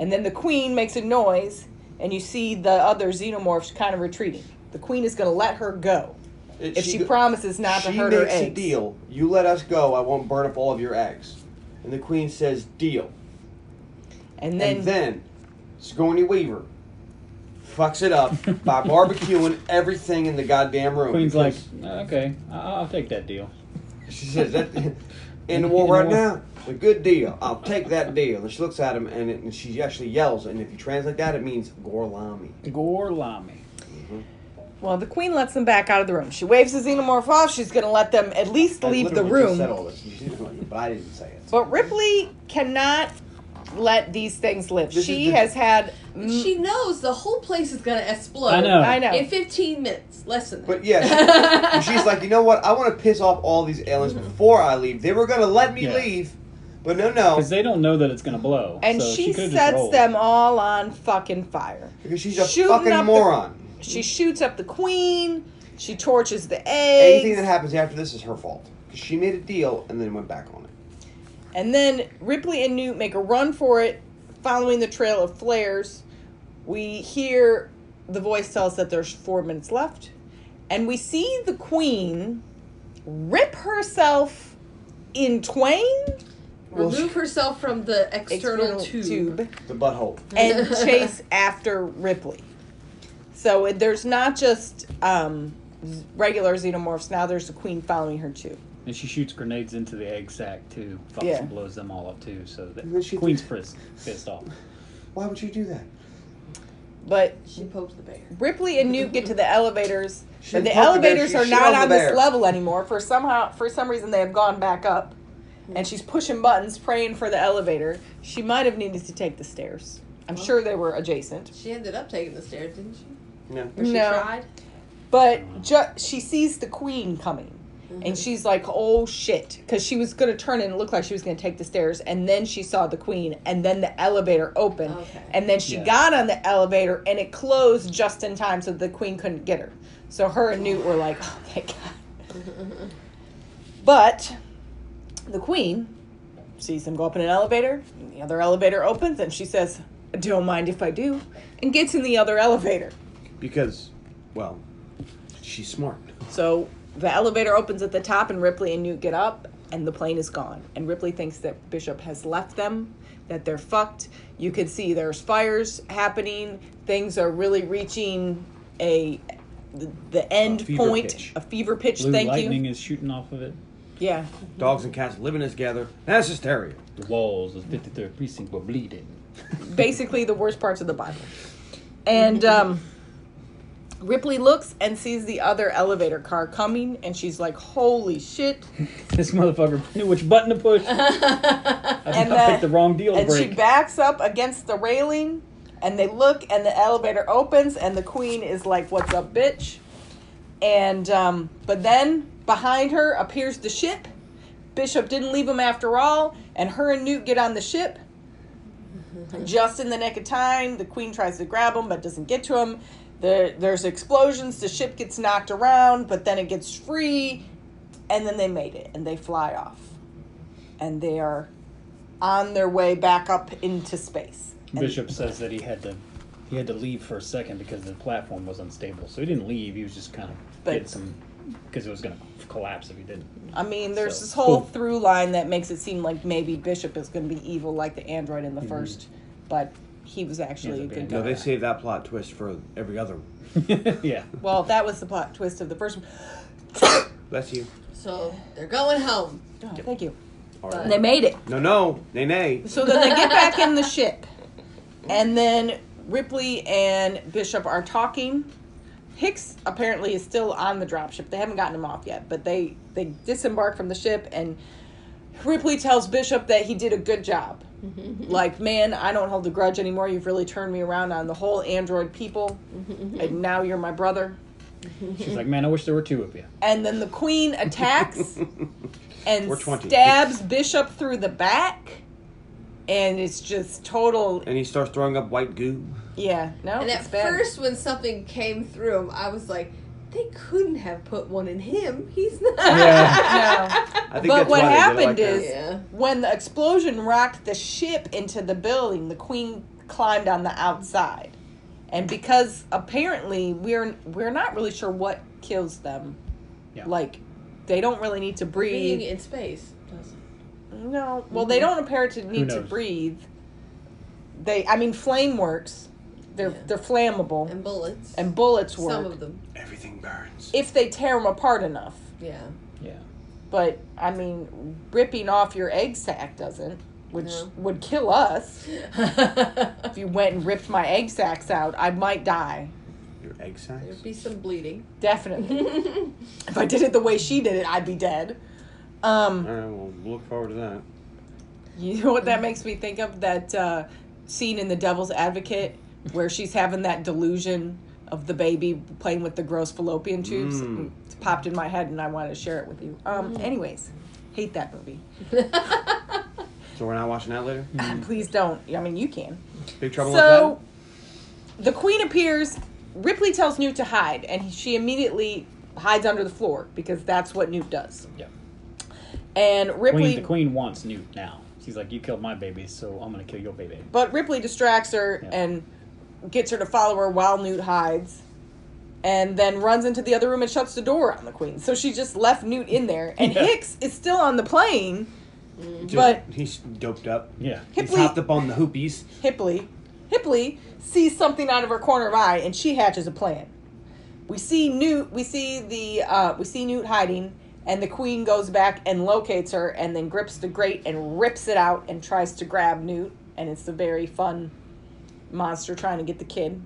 [SPEAKER 3] And then the queen makes a noise, and you see the other xenomorphs kind of retreating. The queen is going to let her go if she,
[SPEAKER 2] go-
[SPEAKER 3] promises not to
[SPEAKER 2] she
[SPEAKER 3] hurt her
[SPEAKER 2] makes
[SPEAKER 3] eggs.
[SPEAKER 2] a deal. You let us go. I won't burn up all of your eggs. And the queen says, "Deal."
[SPEAKER 3] And then,
[SPEAKER 2] and then Sigourney Weaver fucks it up by barbecuing everything in the goddamn room.
[SPEAKER 5] Queen's like,
[SPEAKER 2] Because
[SPEAKER 5] "Uh, okay, I- I'll take that deal.
[SPEAKER 2] she says that in the war right now. It's a good deal. I'll take that deal. And she looks at him, and, it, and she actually yells. And if you translate that, it means Gorlami.
[SPEAKER 5] Gorlami.
[SPEAKER 3] well, the queen lets them back out of the room. She waves the xenomorph off. She's going to let them at least
[SPEAKER 2] I
[SPEAKER 3] leave the room.
[SPEAKER 2] literally just Said all this, but I didn't say it.
[SPEAKER 3] But Ripley cannot let these things live.
[SPEAKER 2] This
[SPEAKER 3] she
[SPEAKER 2] is the-
[SPEAKER 3] has had.
[SPEAKER 6] She knows the whole place is gonna explode.
[SPEAKER 5] I know.
[SPEAKER 3] I know.
[SPEAKER 6] In 15 minutes, less than that.
[SPEAKER 2] But yeah, she- she's like, you know what? I want to piss off all these aliens before I leave. They were gonna let me
[SPEAKER 5] Yeah.
[SPEAKER 2] leave, but no, no,
[SPEAKER 5] Because they don't know that it's going to blow.
[SPEAKER 3] and
[SPEAKER 5] so
[SPEAKER 3] she
[SPEAKER 5] could've just
[SPEAKER 3] sets
[SPEAKER 5] rolled.
[SPEAKER 3] them all on fucking fire.
[SPEAKER 2] because she's a
[SPEAKER 3] shooting up the-
[SPEAKER 2] fucking moron.
[SPEAKER 3] She shoots up the queen. She torches the
[SPEAKER 2] Anything that
[SPEAKER 3] eggs.
[SPEAKER 2] happens after this is her fault because she made a deal and then went back on it.
[SPEAKER 3] And then Ripley and Newt make a run for it, following the trail of flares. We hear the voice tell us that there's four minutes left. And we see the queen rip herself in twain
[SPEAKER 6] Remove herself from the external, tube.
[SPEAKER 2] The butthole.
[SPEAKER 3] and chase after Ripley. So it, there's not just um, z- regular xenomorphs. Now there's the queen following her too.
[SPEAKER 5] And she shoots grenades into the egg sack, too. Fucks
[SPEAKER 3] Yeah.
[SPEAKER 5] and blows them all up, too. So
[SPEAKER 2] then
[SPEAKER 5] that
[SPEAKER 2] she-
[SPEAKER 5] Queen's pissed, pissed off.
[SPEAKER 2] Why would you do that?
[SPEAKER 3] But
[SPEAKER 6] She poked the bear.
[SPEAKER 3] Ripley and Newt get to the elevators,
[SPEAKER 2] She
[SPEAKER 3] but the
[SPEAKER 2] fucking bear,
[SPEAKER 3] elevators
[SPEAKER 2] she
[SPEAKER 3] are
[SPEAKER 2] shit
[SPEAKER 3] not
[SPEAKER 2] on the
[SPEAKER 3] on this
[SPEAKER 2] bear.
[SPEAKER 3] level anymore. For somehow, for some reason, they have gone back up, and she's pushing buttons, praying for the elevator. She might have needed to take the stairs. I'm sure they were adjacent,
[SPEAKER 6] She ended up taking the stairs, didn't she?
[SPEAKER 2] No.
[SPEAKER 6] Or she
[SPEAKER 3] No.
[SPEAKER 6] tried?
[SPEAKER 3] But ju- she sees the queen coming. And she's like, oh shit. Because she was going to turn and look like she was going to take the stairs. And then she saw the queen. And then the elevator opened.
[SPEAKER 6] Okay.
[SPEAKER 3] And then she
[SPEAKER 5] Yeah.
[SPEAKER 3] got on the elevator and it closed just in time so the queen couldn't get her. So her and Newt were like, oh thank God. but the queen sees them go up in an elevator. And the other elevator opens and she says, don't mind if I do. And gets in the other elevator.
[SPEAKER 2] Because, well, she's smart.
[SPEAKER 3] So the elevator opens at the top, and Ripley and Newt get up, and the plane is gone. And Ripley thinks that Bishop has left them, that they're fucked. You can see there's fires happening. Things are really reaching a the, the end
[SPEAKER 2] fever
[SPEAKER 3] point,
[SPEAKER 2] pitch.
[SPEAKER 3] a fever pitch.
[SPEAKER 5] Blue
[SPEAKER 3] thank
[SPEAKER 5] lightning
[SPEAKER 3] you.
[SPEAKER 5] is shooting off of it.
[SPEAKER 3] Yeah.
[SPEAKER 2] Dogs and cats living together. That's hysteria.
[SPEAKER 5] The walls of 53rd Precinct were bleeding.
[SPEAKER 3] basically the worst parts of the Bible. And um, Ripley looks and sees the other elevator car coming, and she's like, "Holy shit!"
[SPEAKER 5] This motherfucker knew which button to push. I, think I
[SPEAKER 3] the-
[SPEAKER 5] picked the wrong deal to
[SPEAKER 3] and she
[SPEAKER 5] break.
[SPEAKER 3] backs up against the railing and they look and the elevator opens and the queen is like what's up bitch and um, but then behind her appears the ship bishop didn't leave him after all and her and newt get on the ship just in the nick of time the queen tries to grab him but doesn't get to him there, there's explosions the ship gets knocked around but then it gets free and then they made it and they fly off and they are on their way back up into space.
[SPEAKER 5] Bishop says that he had to he had to leave for a second because the platform was unstable. So he didn't leave. He was just kind of
[SPEAKER 3] But-
[SPEAKER 5] getting some because it was going to collapse if he didn't.
[SPEAKER 3] I mean, there's
[SPEAKER 5] So,
[SPEAKER 3] this whole
[SPEAKER 5] cool.
[SPEAKER 3] through line that makes it seem like maybe Bishop is going to be evil like the android
[SPEAKER 5] Mm-hmm.
[SPEAKER 3] in the first, but he was actually
[SPEAKER 5] He's
[SPEAKER 3] a
[SPEAKER 5] a
[SPEAKER 3] good
[SPEAKER 5] bad
[SPEAKER 3] guy.
[SPEAKER 2] No, they saved that plot twist for every other one.
[SPEAKER 5] yeah.
[SPEAKER 3] Well, that was the plot twist of the first one.
[SPEAKER 2] Bless you.
[SPEAKER 6] So they're going home.
[SPEAKER 3] Oh, Thank you.
[SPEAKER 2] All right.
[SPEAKER 3] They made it.
[SPEAKER 2] No, no. Nay, nay.
[SPEAKER 3] So then they get back in the ship. And then Ripley and Bishop are talking. Hicks apparently is still on the dropship. They haven't gotten him off yet, but they they disembark from the ship and Ripley tells Bishop that he did a good job. like, man, I don't hold a grudge anymore. You've really turned me around on the whole android people. and now you're my brother.
[SPEAKER 5] She's like, man, I wish there were two of you.
[SPEAKER 3] And then the queen attacks and
[SPEAKER 2] We're 20.
[SPEAKER 3] stabs Bishop through the back. And it's just total
[SPEAKER 2] And he starts throwing up white goo.
[SPEAKER 3] Yeah, no.
[SPEAKER 6] And
[SPEAKER 3] Oh, it's
[SPEAKER 6] at
[SPEAKER 3] bad.
[SPEAKER 6] first, when something came through him, I was like, They couldn't have put one in him. He's not.
[SPEAKER 2] Yeah.
[SPEAKER 3] No.
[SPEAKER 2] I think
[SPEAKER 3] But what
[SPEAKER 2] that's why they did it
[SPEAKER 3] happened
[SPEAKER 2] like that.
[SPEAKER 3] is
[SPEAKER 6] Yeah.
[SPEAKER 3] when the explosion rocked the ship into the building, the queen climbed on the outside. And because apparently we're we're not really sure what kills them.
[SPEAKER 5] Yeah.
[SPEAKER 3] Like they don't really need to
[SPEAKER 6] Being
[SPEAKER 3] breathe.
[SPEAKER 6] in space. doesn't-
[SPEAKER 3] No. Well, they don't appear to need to
[SPEAKER 5] knows?
[SPEAKER 3] breathe. They I mean flame works. They're
[SPEAKER 6] Yeah.
[SPEAKER 3] they're flammable and,
[SPEAKER 6] And bullets.
[SPEAKER 3] bullets work.
[SPEAKER 6] Some of them.
[SPEAKER 2] everything burns.
[SPEAKER 3] If they tear them apart enough.
[SPEAKER 6] Yeah.
[SPEAKER 5] Yeah.
[SPEAKER 3] But I mean, ripping off your egg sac doesn't, which
[SPEAKER 6] No.
[SPEAKER 3] would kill us. If you went and ripped my egg sacs out, I might die.
[SPEAKER 2] Your egg sacs.
[SPEAKER 6] There'd be some bleeding.
[SPEAKER 3] Definitely. if I did it the way she did it, I'd be dead. Um,
[SPEAKER 2] All right, well, look forward to that.
[SPEAKER 3] you know what that makes me think of? That uh, scene in The Devil's Advocate where she's having that delusion of the baby playing with the gross fallopian tubes.
[SPEAKER 2] Mm.
[SPEAKER 3] It's popped in my head and I wanted to share it with you. Um, Anyways, hate that movie.
[SPEAKER 2] So we're not watching that later.
[SPEAKER 3] Please don't. I mean, you can.
[SPEAKER 2] Big trouble
[SPEAKER 3] So the queen appears. Ripley tells Newt to hide, and he- she immediately hides under the floor because that's what Newt does.
[SPEAKER 5] Yeah.
[SPEAKER 3] And Ripley,
[SPEAKER 5] Queen, the queen wants Newt now. She's like, you killed my baby, so I'm gonna kill your baby.
[SPEAKER 3] but Ripley distracts her
[SPEAKER 5] Yeah.
[SPEAKER 3] and gets her to follow her while Newt hides, and then runs into the other room and shuts the door on the queen. So she just left Newt in there, and
[SPEAKER 5] Yeah.
[SPEAKER 3] Hicks is still on the plane.
[SPEAKER 2] with that. Just-
[SPEAKER 3] but-
[SPEAKER 2] he's doped up.
[SPEAKER 5] Yeah.
[SPEAKER 2] He's
[SPEAKER 3] Hipley-
[SPEAKER 2] hopped up on the hoopies.
[SPEAKER 3] Hipley, Hipley sees something out of her corner of eye, and she hatches a plan. We see Newt. We see the. Uh, we see Newt hiding, and the queen goes back and locates her, and then grips the grate and rips it out and tries to grab Newt, and it's a very fun monster trying to get the kid.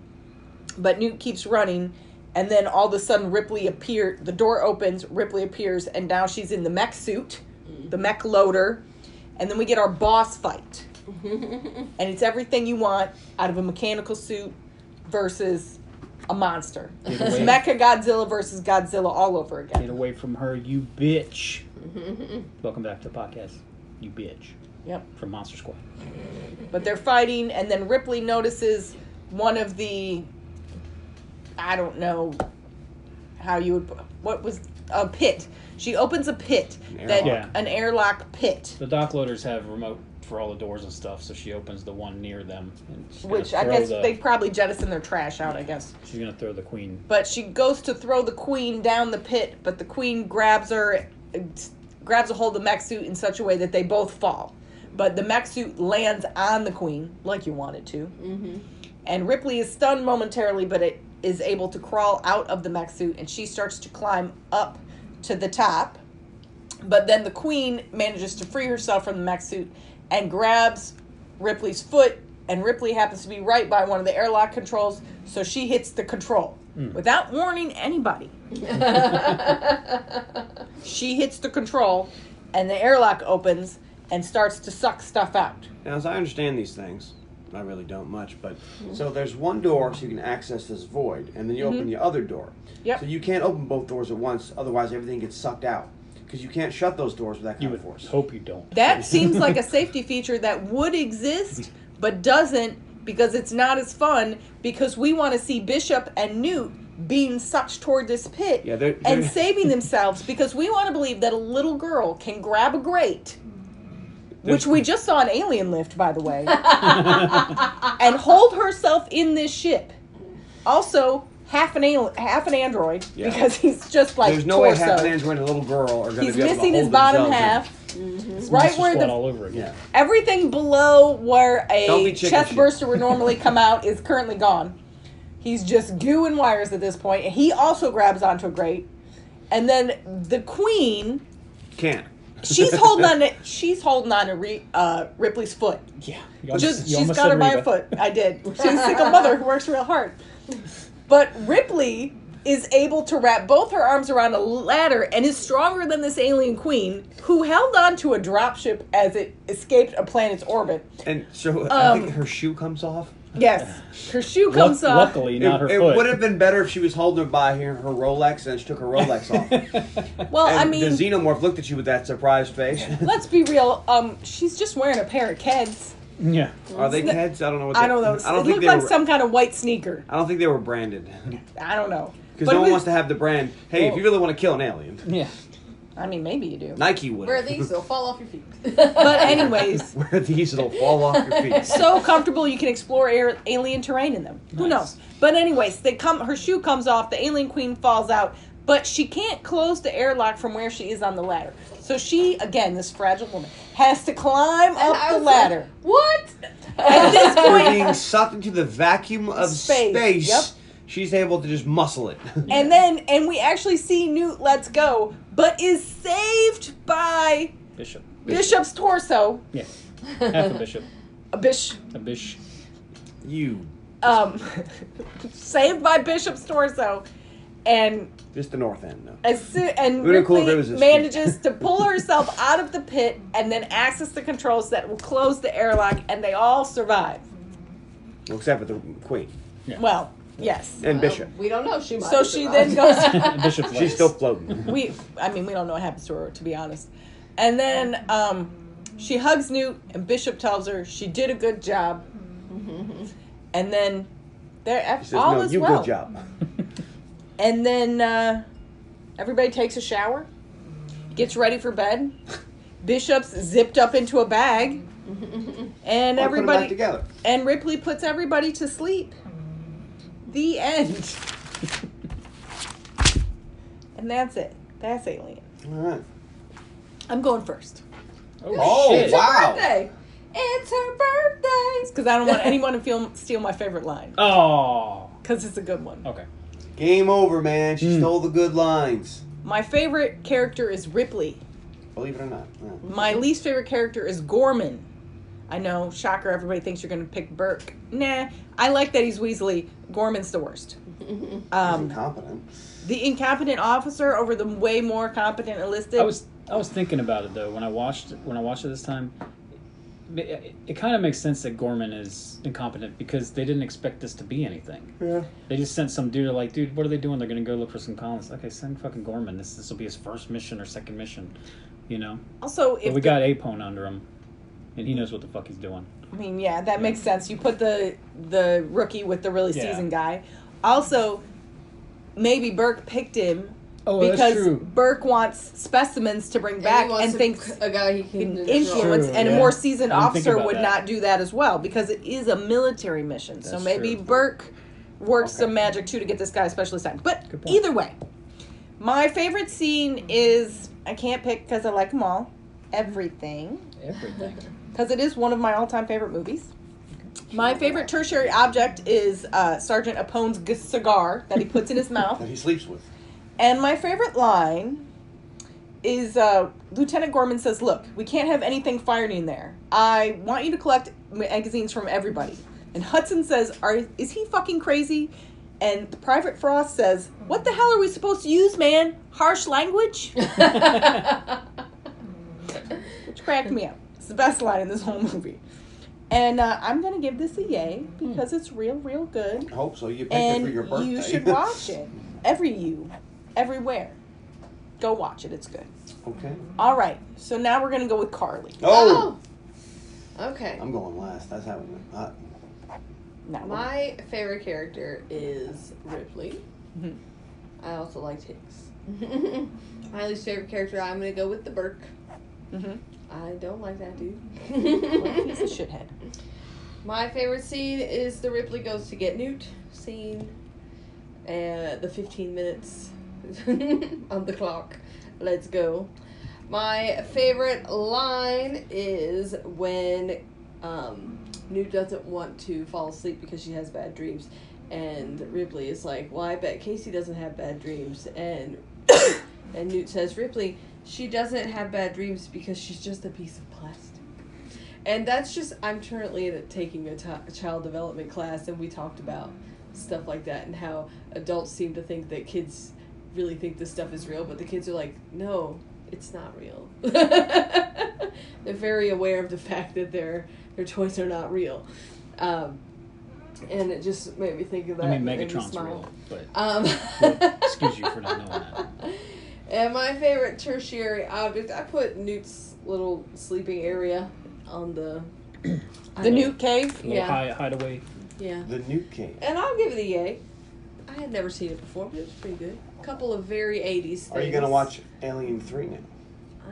[SPEAKER 3] But Newt keeps running, and then all of a sudden Ripley appears. The door opens. Ripley appears, and now she's in the mech suit, the mech loader, and then we get our boss fight and it's everything you want out of a mechanical suit versus a monster.
[SPEAKER 5] Get
[SPEAKER 3] It's
[SPEAKER 5] away.
[SPEAKER 3] Mecha Godzilla versus Godzilla all over
[SPEAKER 5] Get
[SPEAKER 3] again.
[SPEAKER 5] away from her, you bitch. Welcome back to the podcast, you bitch.
[SPEAKER 3] Yep.
[SPEAKER 5] From Monster Squad.
[SPEAKER 3] But they're fighting, and then Ripley notices one of the I don't know how you would what was a pit. She opens a pit
[SPEAKER 2] An
[SPEAKER 3] that
[SPEAKER 5] airlock.
[SPEAKER 3] an airlock pit.
[SPEAKER 5] The dock loaders have remote for all the doors and stuff, so she opens the one near them. And she's gonna
[SPEAKER 3] Which I
[SPEAKER 5] throw
[SPEAKER 3] guess
[SPEAKER 5] the-
[SPEAKER 3] they probably jettison their trash out, I guess.
[SPEAKER 5] She's gonna throw the queen.
[SPEAKER 3] but she goes to throw the queen down the pit, but the queen grabs her, grabs a hold of the mech suit in such a way that they both fall. But the mech suit lands on the queen, like you wanted to. Mm-hmm. And Ripley is stunned momentarily, but it is able to crawl out of the mech suit, and she starts to climb up to the top. But then the queen manages to free herself from the mech suit and grabs Ripley's foot, and Ripley happens to be right by one of the airlock controls, so she hits the control without warning anybody. she hits the control, and the airlock opens and starts to suck stuff out.
[SPEAKER 2] Now, as I understand these things, I really don't much, but so there's one door so you can access this void, and then you open the other door.
[SPEAKER 3] Mm-hmm. Yep.
[SPEAKER 2] So you can't open both doors at once, otherwise everything gets sucked out. Because you can't shut those doors with that kind
[SPEAKER 5] You would
[SPEAKER 2] of force.
[SPEAKER 5] hope you don't.
[SPEAKER 3] That seems like a safety feature that would exist, but doesn't because it's not as fun. Because we want to see Bishop and Newt being sucked toward this pit
[SPEAKER 2] Yeah, they're-
[SPEAKER 3] and
[SPEAKER 2] they're-
[SPEAKER 3] saving themselves because we want to believe that a little girl can grab a grate. Which we just saw an alien lift, by the way, and hold herself in this ship. Also, half an al- half an android
[SPEAKER 2] Yeah.
[SPEAKER 3] because he's just like
[SPEAKER 2] There's no way
[SPEAKER 3] torso.
[SPEAKER 2] half an android and a little girl are going to
[SPEAKER 3] he's
[SPEAKER 2] be able to
[SPEAKER 3] missing his
[SPEAKER 2] hold
[SPEAKER 3] bottom
[SPEAKER 2] themselves in- Mm-hmm.
[SPEAKER 3] half.
[SPEAKER 5] It's
[SPEAKER 3] right
[SPEAKER 5] Monster
[SPEAKER 3] where
[SPEAKER 5] Squad
[SPEAKER 3] the-
[SPEAKER 5] all over again.
[SPEAKER 2] Yeah.
[SPEAKER 3] Everything below where
[SPEAKER 2] Don't be
[SPEAKER 3] a
[SPEAKER 2] chicken
[SPEAKER 3] chest
[SPEAKER 2] shit.
[SPEAKER 3] burster would normally come out is currently gone. He's just goo and wires at this point, and he also grabs onto a grate. And then the queen,
[SPEAKER 2] Can't.
[SPEAKER 3] she's holding on. To, she's holding on to Re, uh, Ripley's foot.
[SPEAKER 5] Yeah. You almost-
[SPEAKER 3] Just
[SPEAKER 5] you
[SPEAKER 3] she's
[SPEAKER 5] almost
[SPEAKER 3] got
[SPEAKER 5] said
[SPEAKER 3] her by
[SPEAKER 5] Reba.
[SPEAKER 3] a foot. I did. She's a single mother who works real hard. But Ripley is able to wrap both her arms around a ladder and is stronger than this alien queen who held on to a dropship as it escaped a planet's orbit.
[SPEAKER 2] And so I
[SPEAKER 3] Um,
[SPEAKER 2] think her shoe comes off.
[SPEAKER 3] Yes, her shoe
[SPEAKER 5] Luck-
[SPEAKER 3] comes off.
[SPEAKER 5] luckily, not her
[SPEAKER 2] it
[SPEAKER 5] foot.
[SPEAKER 2] would have been better if she was holding her by her, her Rolex and she took her Rolex off.
[SPEAKER 3] Well,
[SPEAKER 2] And
[SPEAKER 3] I mean,
[SPEAKER 2] the xenomorph looked at you with that surprised face.
[SPEAKER 3] let's be real. Um, she's just wearing a pair of Keds.
[SPEAKER 5] Yeah.
[SPEAKER 2] Are they kids? I don't know what.
[SPEAKER 3] I
[SPEAKER 2] they-
[SPEAKER 3] don't know.
[SPEAKER 2] I don't
[SPEAKER 3] it
[SPEAKER 2] think
[SPEAKER 3] looked
[SPEAKER 2] they
[SPEAKER 3] like
[SPEAKER 2] were.
[SPEAKER 3] some kind of white sneaker.
[SPEAKER 2] I don't think they were branded.
[SPEAKER 3] I don't know.
[SPEAKER 2] Because
[SPEAKER 3] But
[SPEAKER 2] no
[SPEAKER 3] we-
[SPEAKER 2] one wants to have the brand. Hey, if you really want to kill an alien,
[SPEAKER 5] Yeah.
[SPEAKER 3] I mean, maybe you do.
[SPEAKER 2] Nike would.
[SPEAKER 4] Where these will fall off your feet.
[SPEAKER 3] But anyways,
[SPEAKER 2] Where these will fall off your feet.
[SPEAKER 3] so comfortable you can explore air, alien terrain in them. Who
[SPEAKER 5] Nice.
[SPEAKER 3] knows? But anyways, they come. Her shoe comes off. The alien queen falls out, but she can't close the airlock from where she is on the ladder. So she, again, this fragile woman, has to climb
[SPEAKER 4] And
[SPEAKER 3] up
[SPEAKER 4] I
[SPEAKER 3] the
[SPEAKER 4] was like,
[SPEAKER 3] ladder.
[SPEAKER 4] what?
[SPEAKER 3] At this
[SPEAKER 2] We're
[SPEAKER 3] point,
[SPEAKER 2] being sucked into the vacuum of
[SPEAKER 3] Space,
[SPEAKER 2] space.
[SPEAKER 3] yep.
[SPEAKER 2] She's able to just muscle it.
[SPEAKER 3] and then and we actually see Newt lets go, but is saved by
[SPEAKER 5] Bishop.
[SPEAKER 3] Bishop's torso.
[SPEAKER 5] Yeah. Half a bishop.
[SPEAKER 3] A bish.
[SPEAKER 5] A bish.
[SPEAKER 2] you,
[SPEAKER 3] Um, saved by Bishop's torso, and
[SPEAKER 2] just the north end. though.
[SPEAKER 3] As soon, and
[SPEAKER 2] We didn't call it
[SPEAKER 3] Ripley
[SPEAKER 2] roses.
[SPEAKER 3] manages to pull herself out of the pit and then access the controls that will close the airlock, and they all survive.
[SPEAKER 2] Well, except for the queen
[SPEAKER 3] Well, yes.
[SPEAKER 2] and Bishop.
[SPEAKER 4] We don't know. She might.
[SPEAKER 3] So
[SPEAKER 4] have
[SPEAKER 3] she then goes.
[SPEAKER 4] survived.
[SPEAKER 5] Bishop.
[SPEAKER 2] She's still floating.
[SPEAKER 3] We, I mean, we don't know what happens to her, to be honest. And then um, she hugs Newt, and Bishop tells her she did a good job. And then they're
[SPEAKER 2] She
[SPEAKER 3] af-
[SPEAKER 2] says,
[SPEAKER 3] all
[SPEAKER 2] "No,
[SPEAKER 3] is
[SPEAKER 2] you
[SPEAKER 3] well.
[SPEAKER 2] good job."
[SPEAKER 3] And then uh, everybody takes a shower, gets ready for bed. Bishop's zipped up into a bag, and
[SPEAKER 2] Well, put 'em back
[SPEAKER 3] everybody
[SPEAKER 2] together.
[SPEAKER 3] and Ripley puts everybody to sleep. The end. and that's it. That's Alien.
[SPEAKER 2] All right.
[SPEAKER 3] I'm going first
[SPEAKER 5] Oh,
[SPEAKER 2] Oh,
[SPEAKER 5] shit.
[SPEAKER 2] wow.
[SPEAKER 4] Birthday. It's her birthday.
[SPEAKER 3] because I don't want anyone to feel, steal my favorite line
[SPEAKER 5] Oh.
[SPEAKER 3] because it's a good one.
[SPEAKER 5] Okay.
[SPEAKER 2] Game over, man. She
[SPEAKER 5] Mm.
[SPEAKER 2] stole the good lines.
[SPEAKER 3] My favorite character is Ripley.
[SPEAKER 2] Believe it or not. All right.
[SPEAKER 3] My least favorite character is Gorman. I know, shocker, everybody thinks you're going to pick Burke. Nah, I like that he's Weasley. Gorman's the worst.
[SPEAKER 2] She's
[SPEAKER 3] Um,
[SPEAKER 2] incompetent.
[SPEAKER 3] the incompetent officer over the way more competent enlisted.
[SPEAKER 5] I was I was thinking about it though when I watched when I watched it this time. It, it, it kind of makes sense that Gorman is incompetent because they didn't expect this to be anything.
[SPEAKER 2] Yeah.
[SPEAKER 5] They just sent some dude like, dude, what are they doing? They're gonna go look for some colonists. Okay, send fucking Gorman. This this will be his first mission or second mission, you know.
[SPEAKER 3] also, if
[SPEAKER 5] But we
[SPEAKER 3] the-
[SPEAKER 5] got Apone under him, and he knows what the fuck he's doing.
[SPEAKER 3] I mean, yeah, that makes sense. You put the the rookie with the really
[SPEAKER 5] Yeah.
[SPEAKER 3] seasoned guy. Also, maybe Burke picked him
[SPEAKER 5] Oh,
[SPEAKER 3] because Burke wants specimens to bring
[SPEAKER 4] And he
[SPEAKER 3] back and,
[SPEAKER 4] wants to
[SPEAKER 3] thinks
[SPEAKER 4] c- a guy he can destroy.
[SPEAKER 3] influence,
[SPEAKER 5] True,
[SPEAKER 3] and a
[SPEAKER 5] yeah.
[SPEAKER 3] more seasoned
[SPEAKER 5] I didn't think
[SPEAKER 3] officer
[SPEAKER 5] about
[SPEAKER 3] would
[SPEAKER 5] that.
[SPEAKER 3] not do that as well because it is a military mission. so
[SPEAKER 5] That's
[SPEAKER 3] maybe
[SPEAKER 5] true.
[SPEAKER 3] Burke works
[SPEAKER 5] Okay.
[SPEAKER 3] some magic too to get this guy a special assignment. But
[SPEAKER 5] Good point.
[SPEAKER 3] either way, my favorite scene is I can't pick because I like them all. Everything
[SPEAKER 5] everything.
[SPEAKER 3] because it is one of my all-time favorite movies. My favorite tertiary object is uh, Sergeant Apone's g- cigar that he puts in his mouth,
[SPEAKER 2] That he sleeps with.
[SPEAKER 3] and my favorite line is uh, Lieutenant Gorman says, "Look, we can't have anything firing there. I want you to collect magazines from everybody." And Hudson says, "Are is he fucking crazy?" And Private Frost says, "What the hell are we supposed to use, man? Harsh language." which cracked me up. It's the best line in this whole movie. And uh, I'm gonna give this a yay because it's real, real good,
[SPEAKER 2] I hope so. You picked it for your
[SPEAKER 3] and
[SPEAKER 2] birthday.
[SPEAKER 3] you should watch it. Every you, everywhere, go watch it. It's good.
[SPEAKER 2] okay.
[SPEAKER 3] All right, so now we're gonna go with Carly.
[SPEAKER 2] Oh.
[SPEAKER 4] Okay.
[SPEAKER 2] I'm going last. That's how it went. Uh,
[SPEAKER 3] Now,
[SPEAKER 4] My favorite character is Ripley.
[SPEAKER 3] Mhm.
[SPEAKER 4] I also liked Hicks. My least favorite character, I'm gonna go with the Burke.
[SPEAKER 3] Mhm.
[SPEAKER 4] I don't like that
[SPEAKER 3] what a piece of
[SPEAKER 4] dude.
[SPEAKER 3] shithead.
[SPEAKER 4] My favorite scene is the Ripley goes to get Newt scene. Uh, the 15 minutes on the clock. Let's go. My favorite line is when um, Newt doesn't want to fall asleep because she has bad dreams. And Ripley is like, Well, I bet Casey doesn't have bad dreams. And, and Newt says, Ripley, she doesn't have bad dreams because she's just a piece of plastic. And that's just, I'm currently in a, taking a ti- child development class, and we talked about stuff like that and how adults seem to think that kids really think this stuff is real, but the kids are like, no, it's not real. they're very aware of the fact that their their toys are not real, um, and it just made me think of that.
[SPEAKER 5] I mean,
[SPEAKER 4] and made me
[SPEAKER 5] Megatron's
[SPEAKER 4] smile.
[SPEAKER 5] real, but
[SPEAKER 4] Um,
[SPEAKER 5] excuse you for not knowing that.
[SPEAKER 4] and my favorite tertiary object, I put Newt's little sleeping area on the I
[SPEAKER 3] The
[SPEAKER 4] don't-
[SPEAKER 3] Newt Cave.
[SPEAKER 5] Little
[SPEAKER 4] Yeah.
[SPEAKER 5] hide- hideaway.
[SPEAKER 4] Yeah,
[SPEAKER 2] the Newt King.
[SPEAKER 4] and I'll give it a yay.
[SPEAKER 6] I had never seen it before, but it was pretty good. A couple of very 80s.
[SPEAKER 2] Are you gonna
[SPEAKER 6] things.
[SPEAKER 2] watch Alien Three now?
[SPEAKER 6] I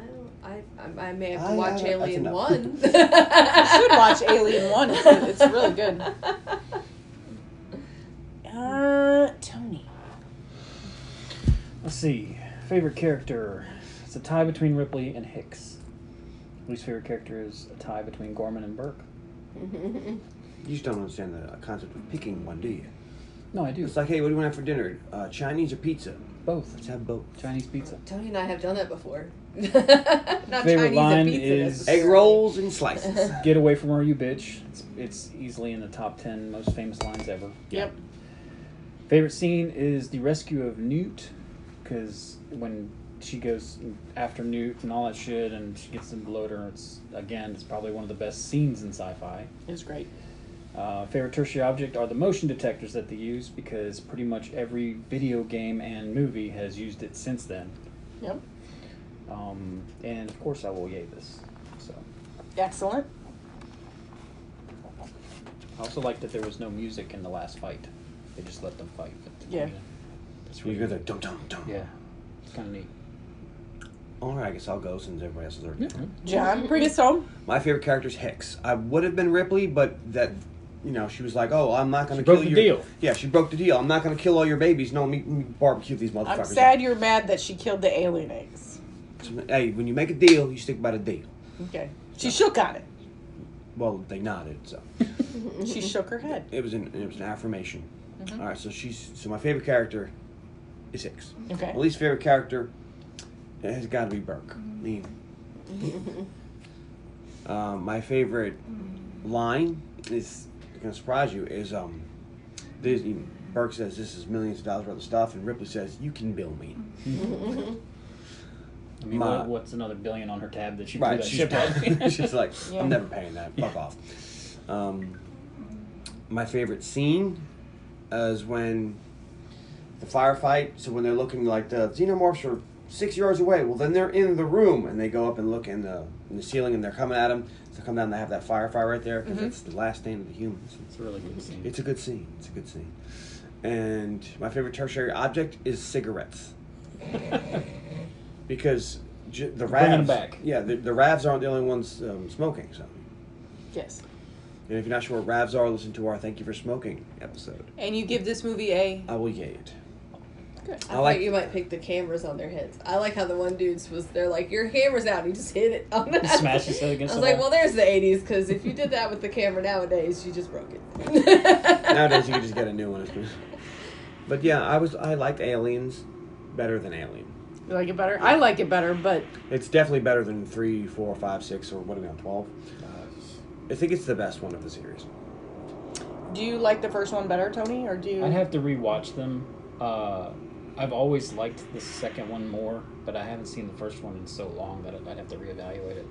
[SPEAKER 6] don't. I, I, I may have to
[SPEAKER 2] I- I-
[SPEAKER 6] watch
[SPEAKER 2] that's
[SPEAKER 6] Alien
[SPEAKER 2] enough.
[SPEAKER 6] 1.
[SPEAKER 3] should watch Alien 1. It's- it's really good. Uh, Tony.
[SPEAKER 5] Let's see. Favorite character. It's a tie between Ripley and Hicks. Least favorite character is a tie between Gorman and Burke.
[SPEAKER 2] You just don't understand the uh, concept of picking one, do you?
[SPEAKER 5] No, I do.
[SPEAKER 2] It's like, hey, what do you want to have for dinner? Uh, Chinese or pizza? Let's
[SPEAKER 5] Both.
[SPEAKER 2] have both.
[SPEAKER 5] Chinese pizza.
[SPEAKER 6] Tony and I have done that before. Not
[SPEAKER 5] Favorite
[SPEAKER 6] Chinese
[SPEAKER 5] line
[SPEAKER 6] and pizza.
[SPEAKER 5] is-
[SPEAKER 6] necessarily.
[SPEAKER 2] Egg rolls and slices.
[SPEAKER 5] Get away from her, you bitch. It's, it's easily in the top 10 most famous lines ever.
[SPEAKER 3] Yep.
[SPEAKER 5] Favorite scene is the rescue of Newt, because when she goes after Newt and all that shit, and she gets the bloater, it's again, it's probably one of the best scenes in sci-fi.
[SPEAKER 3] It was great.
[SPEAKER 5] Uh, favorite tertiary object are the motion detectors that they use, because pretty much every video game and movie has used it since then.
[SPEAKER 3] Yep.
[SPEAKER 5] Um, and of course, I will yay this. So,
[SPEAKER 3] Excellent.
[SPEAKER 5] I also like that there was no music in the last fight; they just let them fight. But,
[SPEAKER 3] Yeah.
[SPEAKER 5] that's
[SPEAKER 2] You
[SPEAKER 5] really
[SPEAKER 2] hear
[SPEAKER 5] good.
[SPEAKER 2] the dum dum dum.
[SPEAKER 5] Yeah, it's kind of neat.
[SPEAKER 2] All right, I guess I'll go since everybody else is there.
[SPEAKER 3] John, bring us home.
[SPEAKER 2] My favorite character is Hicks. I would have been Ripley, but that, you know, she was like, "Oh, I'm not going to
[SPEAKER 5] She
[SPEAKER 2] kill
[SPEAKER 5] broke the
[SPEAKER 2] your
[SPEAKER 5] deal.
[SPEAKER 2] Yeah, she broke the deal. I'm not going to kill all your babies. No, me, me barbecue these motherfuckers.
[SPEAKER 3] I'm sad you're mad that she killed the alien eggs.
[SPEAKER 2] Hey, when you make a deal, you stick by the deal.
[SPEAKER 3] Okay. She shook on it.
[SPEAKER 2] Well, they nodded, so
[SPEAKER 3] She shook her head.
[SPEAKER 2] it was an it was an affirmation.
[SPEAKER 3] Mm-hmm.
[SPEAKER 2] All right, so she's so my favorite character is Hicks.
[SPEAKER 3] Okay.
[SPEAKER 2] My least favorite character has got to be Burke. I mean, um, my favorite line is gonna surprise you is um, Disney. Burke says this is millions of dollars worth of stuff, and Ripley says you can bill me.
[SPEAKER 5] I mean,
[SPEAKER 2] My-
[SPEAKER 5] what, what's another billion on her tab that she threw
[SPEAKER 2] Right,
[SPEAKER 5] that
[SPEAKER 2] she's,
[SPEAKER 5] ship at?
[SPEAKER 2] she's like,
[SPEAKER 3] Yeah.
[SPEAKER 2] I'm never paying that. Fuck off. Um, my favorite scene is when the firefight. So when they're looking like the xenomorphs are six yards away. Well, then they're in the room and they go up and look in the in the ceiling and they're coming at them. So they come down and they have that firefight right there because it's the last stand of the humans.
[SPEAKER 5] It's a really good scene.
[SPEAKER 2] It's a good scene. It's a good scene. And my favorite tertiary object is cigarettes. because j- the
[SPEAKER 5] Bringing 'em
[SPEAKER 2] Ravs.
[SPEAKER 5] back.
[SPEAKER 2] Yeah, the, the Ravs aren't the only ones um, smoking. So,
[SPEAKER 3] Yes.
[SPEAKER 2] and if you're not sure what Ravs are, listen to our "Thank You for Smoking" episode.
[SPEAKER 3] And you give this movie a.
[SPEAKER 2] I will yay it.
[SPEAKER 6] I,
[SPEAKER 2] I
[SPEAKER 6] thought
[SPEAKER 2] like-
[SPEAKER 6] you might pick the cameras on their heads. I like how the one dude's was they're like your camera's out. And he just hit it on the
[SPEAKER 5] Smashes it
[SPEAKER 6] I was
[SPEAKER 5] against the
[SPEAKER 6] like, well,
[SPEAKER 5] wall.
[SPEAKER 6] there's the '80s because if you did that with the camera nowadays, you just broke it.
[SPEAKER 2] Nowadays, you can just get a new one. But yeah, I was I liked Aliens better than Alien.
[SPEAKER 3] You like it better? I like it better, but
[SPEAKER 2] It's definitely better than three, four, five, six, or what are we on twelve? I think it's the best one of the series.
[SPEAKER 3] do you like the first one better, Tony? Or do you.
[SPEAKER 5] I'd have to rewatch them. Uh, I've always liked the second one more, but I haven't seen the first one in so long that I'd have to reevaluate it.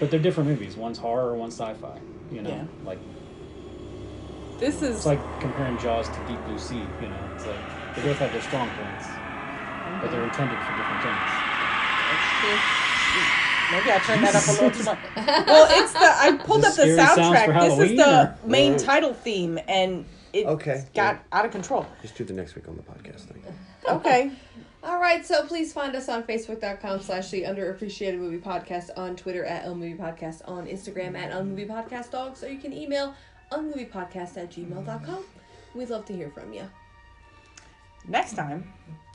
[SPEAKER 5] But they're different movies. One's horror, one's sci-fi. You know,
[SPEAKER 3] Yeah.
[SPEAKER 5] like
[SPEAKER 3] this
[SPEAKER 5] it's
[SPEAKER 3] is.
[SPEAKER 5] like comparing Jaws to Deep Blue Sea. You know, it's like they both have their strong points, but they're intended for different things.
[SPEAKER 3] Maybe I turned that up a little too much. Well, it's the I pulled
[SPEAKER 5] The
[SPEAKER 3] up the
[SPEAKER 5] scary sounds for
[SPEAKER 3] soundtrack. This is the
[SPEAKER 5] Halloween,
[SPEAKER 3] main
[SPEAKER 2] Right.
[SPEAKER 3] title theme, and it
[SPEAKER 2] Okay.
[SPEAKER 3] got out of control.
[SPEAKER 2] Just do the next week on the podcast thing.
[SPEAKER 3] Okay,
[SPEAKER 6] All right, so please find us on Facebook.com slash The Underappreciated Movie Podcast, on Twitter at Unmovie Podcast, on Instagram at Unmovie Podcast Dogs, or you can email unmoviepodcast at gmail.com. We'd love to hear from you.
[SPEAKER 3] next time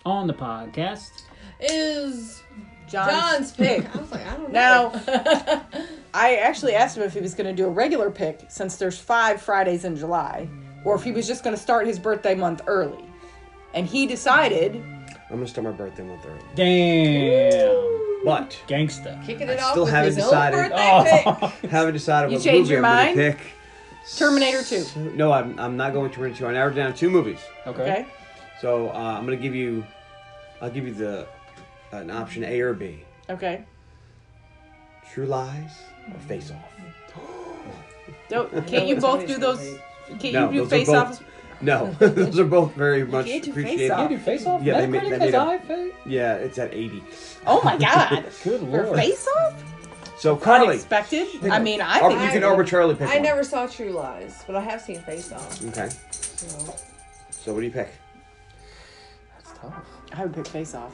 [SPEAKER 5] On the podcast,
[SPEAKER 6] Is
[SPEAKER 3] John's,
[SPEAKER 6] John's pick. I was like, I don't know.
[SPEAKER 3] Now, I actually asked him if he was going to do a regular pick since there's five Fridays in July, or if he was just going to start his birthday month early. And he decided
[SPEAKER 2] I'm gonna start my birthday month early.
[SPEAKER 5] damn,
[SPEAKER 2] But
[SPEAKER 5] gangsta.
[SPEAKER 6] Kicking it
[SPEAKER 2] I
[SPEAKER 6] off
[SPEAKER 2] still
[SPEAKER 6] with
[SPEAKER 2] haven't
[SPEAKER 6] his
[SPEAKER 2] decided.
[SPEAKER 6] own birthday pick.
[SPEAKER 5] Oh,
[SPEAKER 2] haven't decided
[SPEAKER 3] You
[SPEAKER 2] what
[SPEAKER 3] changed
[SPEAKER 2] movie
[SPEAKER 3] your
[SPEAKER 2] I'm
[SPEAKER 3] mind?
[SPEAKER 2] gonna pick.
[SPEAKER 3] Terminator 2.
[SPEAKER 2] So- No, I'm, I'm not going Terminator two. I narrowed down two movies.
[SPEAKER 5] okay.
[SPEAKER 3] Okay?
[SPEAKER 2] So uh, I'm gonna give you, I'll give you the an option A or B.
[SPEAKER 3] Okay.
[SPEAKER 2] True Lies or Face Off.
[SPEAKER 3] Don't, can't you both do those? Can't
[SPEAKER 2] No,
[SPEAKER 3] you do
[SPEAKER 2] those
[SPEAKER 3] face
[SPEAKER 2] are
[SPEAKER 3] off?
[SPEAKER 2] both. No, those are both very much
[SPEAKER 3] can't do Face
[SPEAKER 2] appreciated.
[SPEAKER 3] Off.
[SPEAKER 5] You do face off.
[SPEAKER 2] Yeah, they made- they made a-
[SPEAKER 5] face.
[SPEAKER 2] Yeah, it's at eighty.
[SPEAKER 3] Oh my god!
[SPEAKER 5] Good
[SPEAKER 3] For
[SPEAKER 5] lord.
[SPEAKER 3] face off?
[SPEAKER 2] So Carly,
[SPEAKER 3] Unexpected?
[SPEAKER 2] pick
[SPEAKER 3] I
[SPEAKER 2] one.
[SPEAKER 3] mean, I
[SPEAKER 2] Or
[SPEAKER 3] think
[SPEAKER 2] you
[SPEAKER 3] I
[SPEAKER 2] can
[SPEAKER 6] would.
[SPEAKER 2] arbitrarily pick
[SPEAKER 6] I
[SPEAKER 2] one.
[SPEAKER 6] never saw True Lies, but I have seen Face Off.
[SPEAKER 2] Okay.
[SPEAKER 6] So.
[SPEAKER 2] So what do you pick?
[SPEAKER 5] tough.
[SPEAKER 3] I would pick Face Off.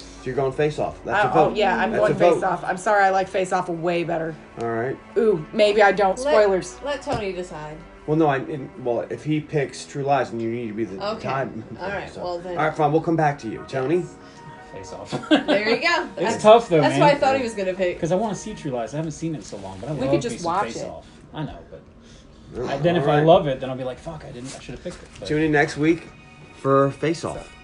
[SPEAKER 2] So you're going face off. That's a
[SPEAKER 3] I,
[SPEAKER 2] vote.
[SPEAKER 3] oh yeah, I'm
[SPEAKER 2] That's
[SPEAKER 3] going
[SPEAKER 2] a vote.
[SPEAKER 3] Face Off. I'm sorry, I like Face Off way better.
[SPEAKER 2] All right.
[SPEAKER 3] Ooh, maybe I don't.
[SPEAKER 4] Let-
[SPEAKER 3] Spoilers.
[SPEAKER 4] Let, Tony decide.
[SPEAKER 2] Well, no, I didn't. Well, if he picks True Lies, then you need to be the
[SPEAKER 4] Okay.
[SPEAKER 2] time.
[SPEAKER 4] All right, well then-
[SPEAKER 2] All right, fine. We'll come back to you, Tony.
[SPEAKER 5] Face off.
[SPEAKER 4] There you go.
[SPEAKER 5] it's tough though,
[SPEAKER 4] That's
[SPEAKER 5] man.
[SPEAKER 4] what I thought he was gonna pick.
[SPEAKER 5] Because I want to see True Lies. I haven't seen it in so long, but I
[SPEAKER 3] We
[SPEAKER 5] love
[SPEAKER 3] could just
[SPEAKER 5] me some
[SPEAKER 3] watch
[SPEAKER 5] Face
[SPEAKER 3] it.
[SPEAKER 5] Off. I know, but I- then if
[SPEAKER 2] All
[SPEAKER 5] I
[SPEAKER 2] right.
[SPEAKER 5] love it, then I'll be like, fuck, I didn't. I should have picked it. But
[SPEAKER 2] Tune in next week for Face Off.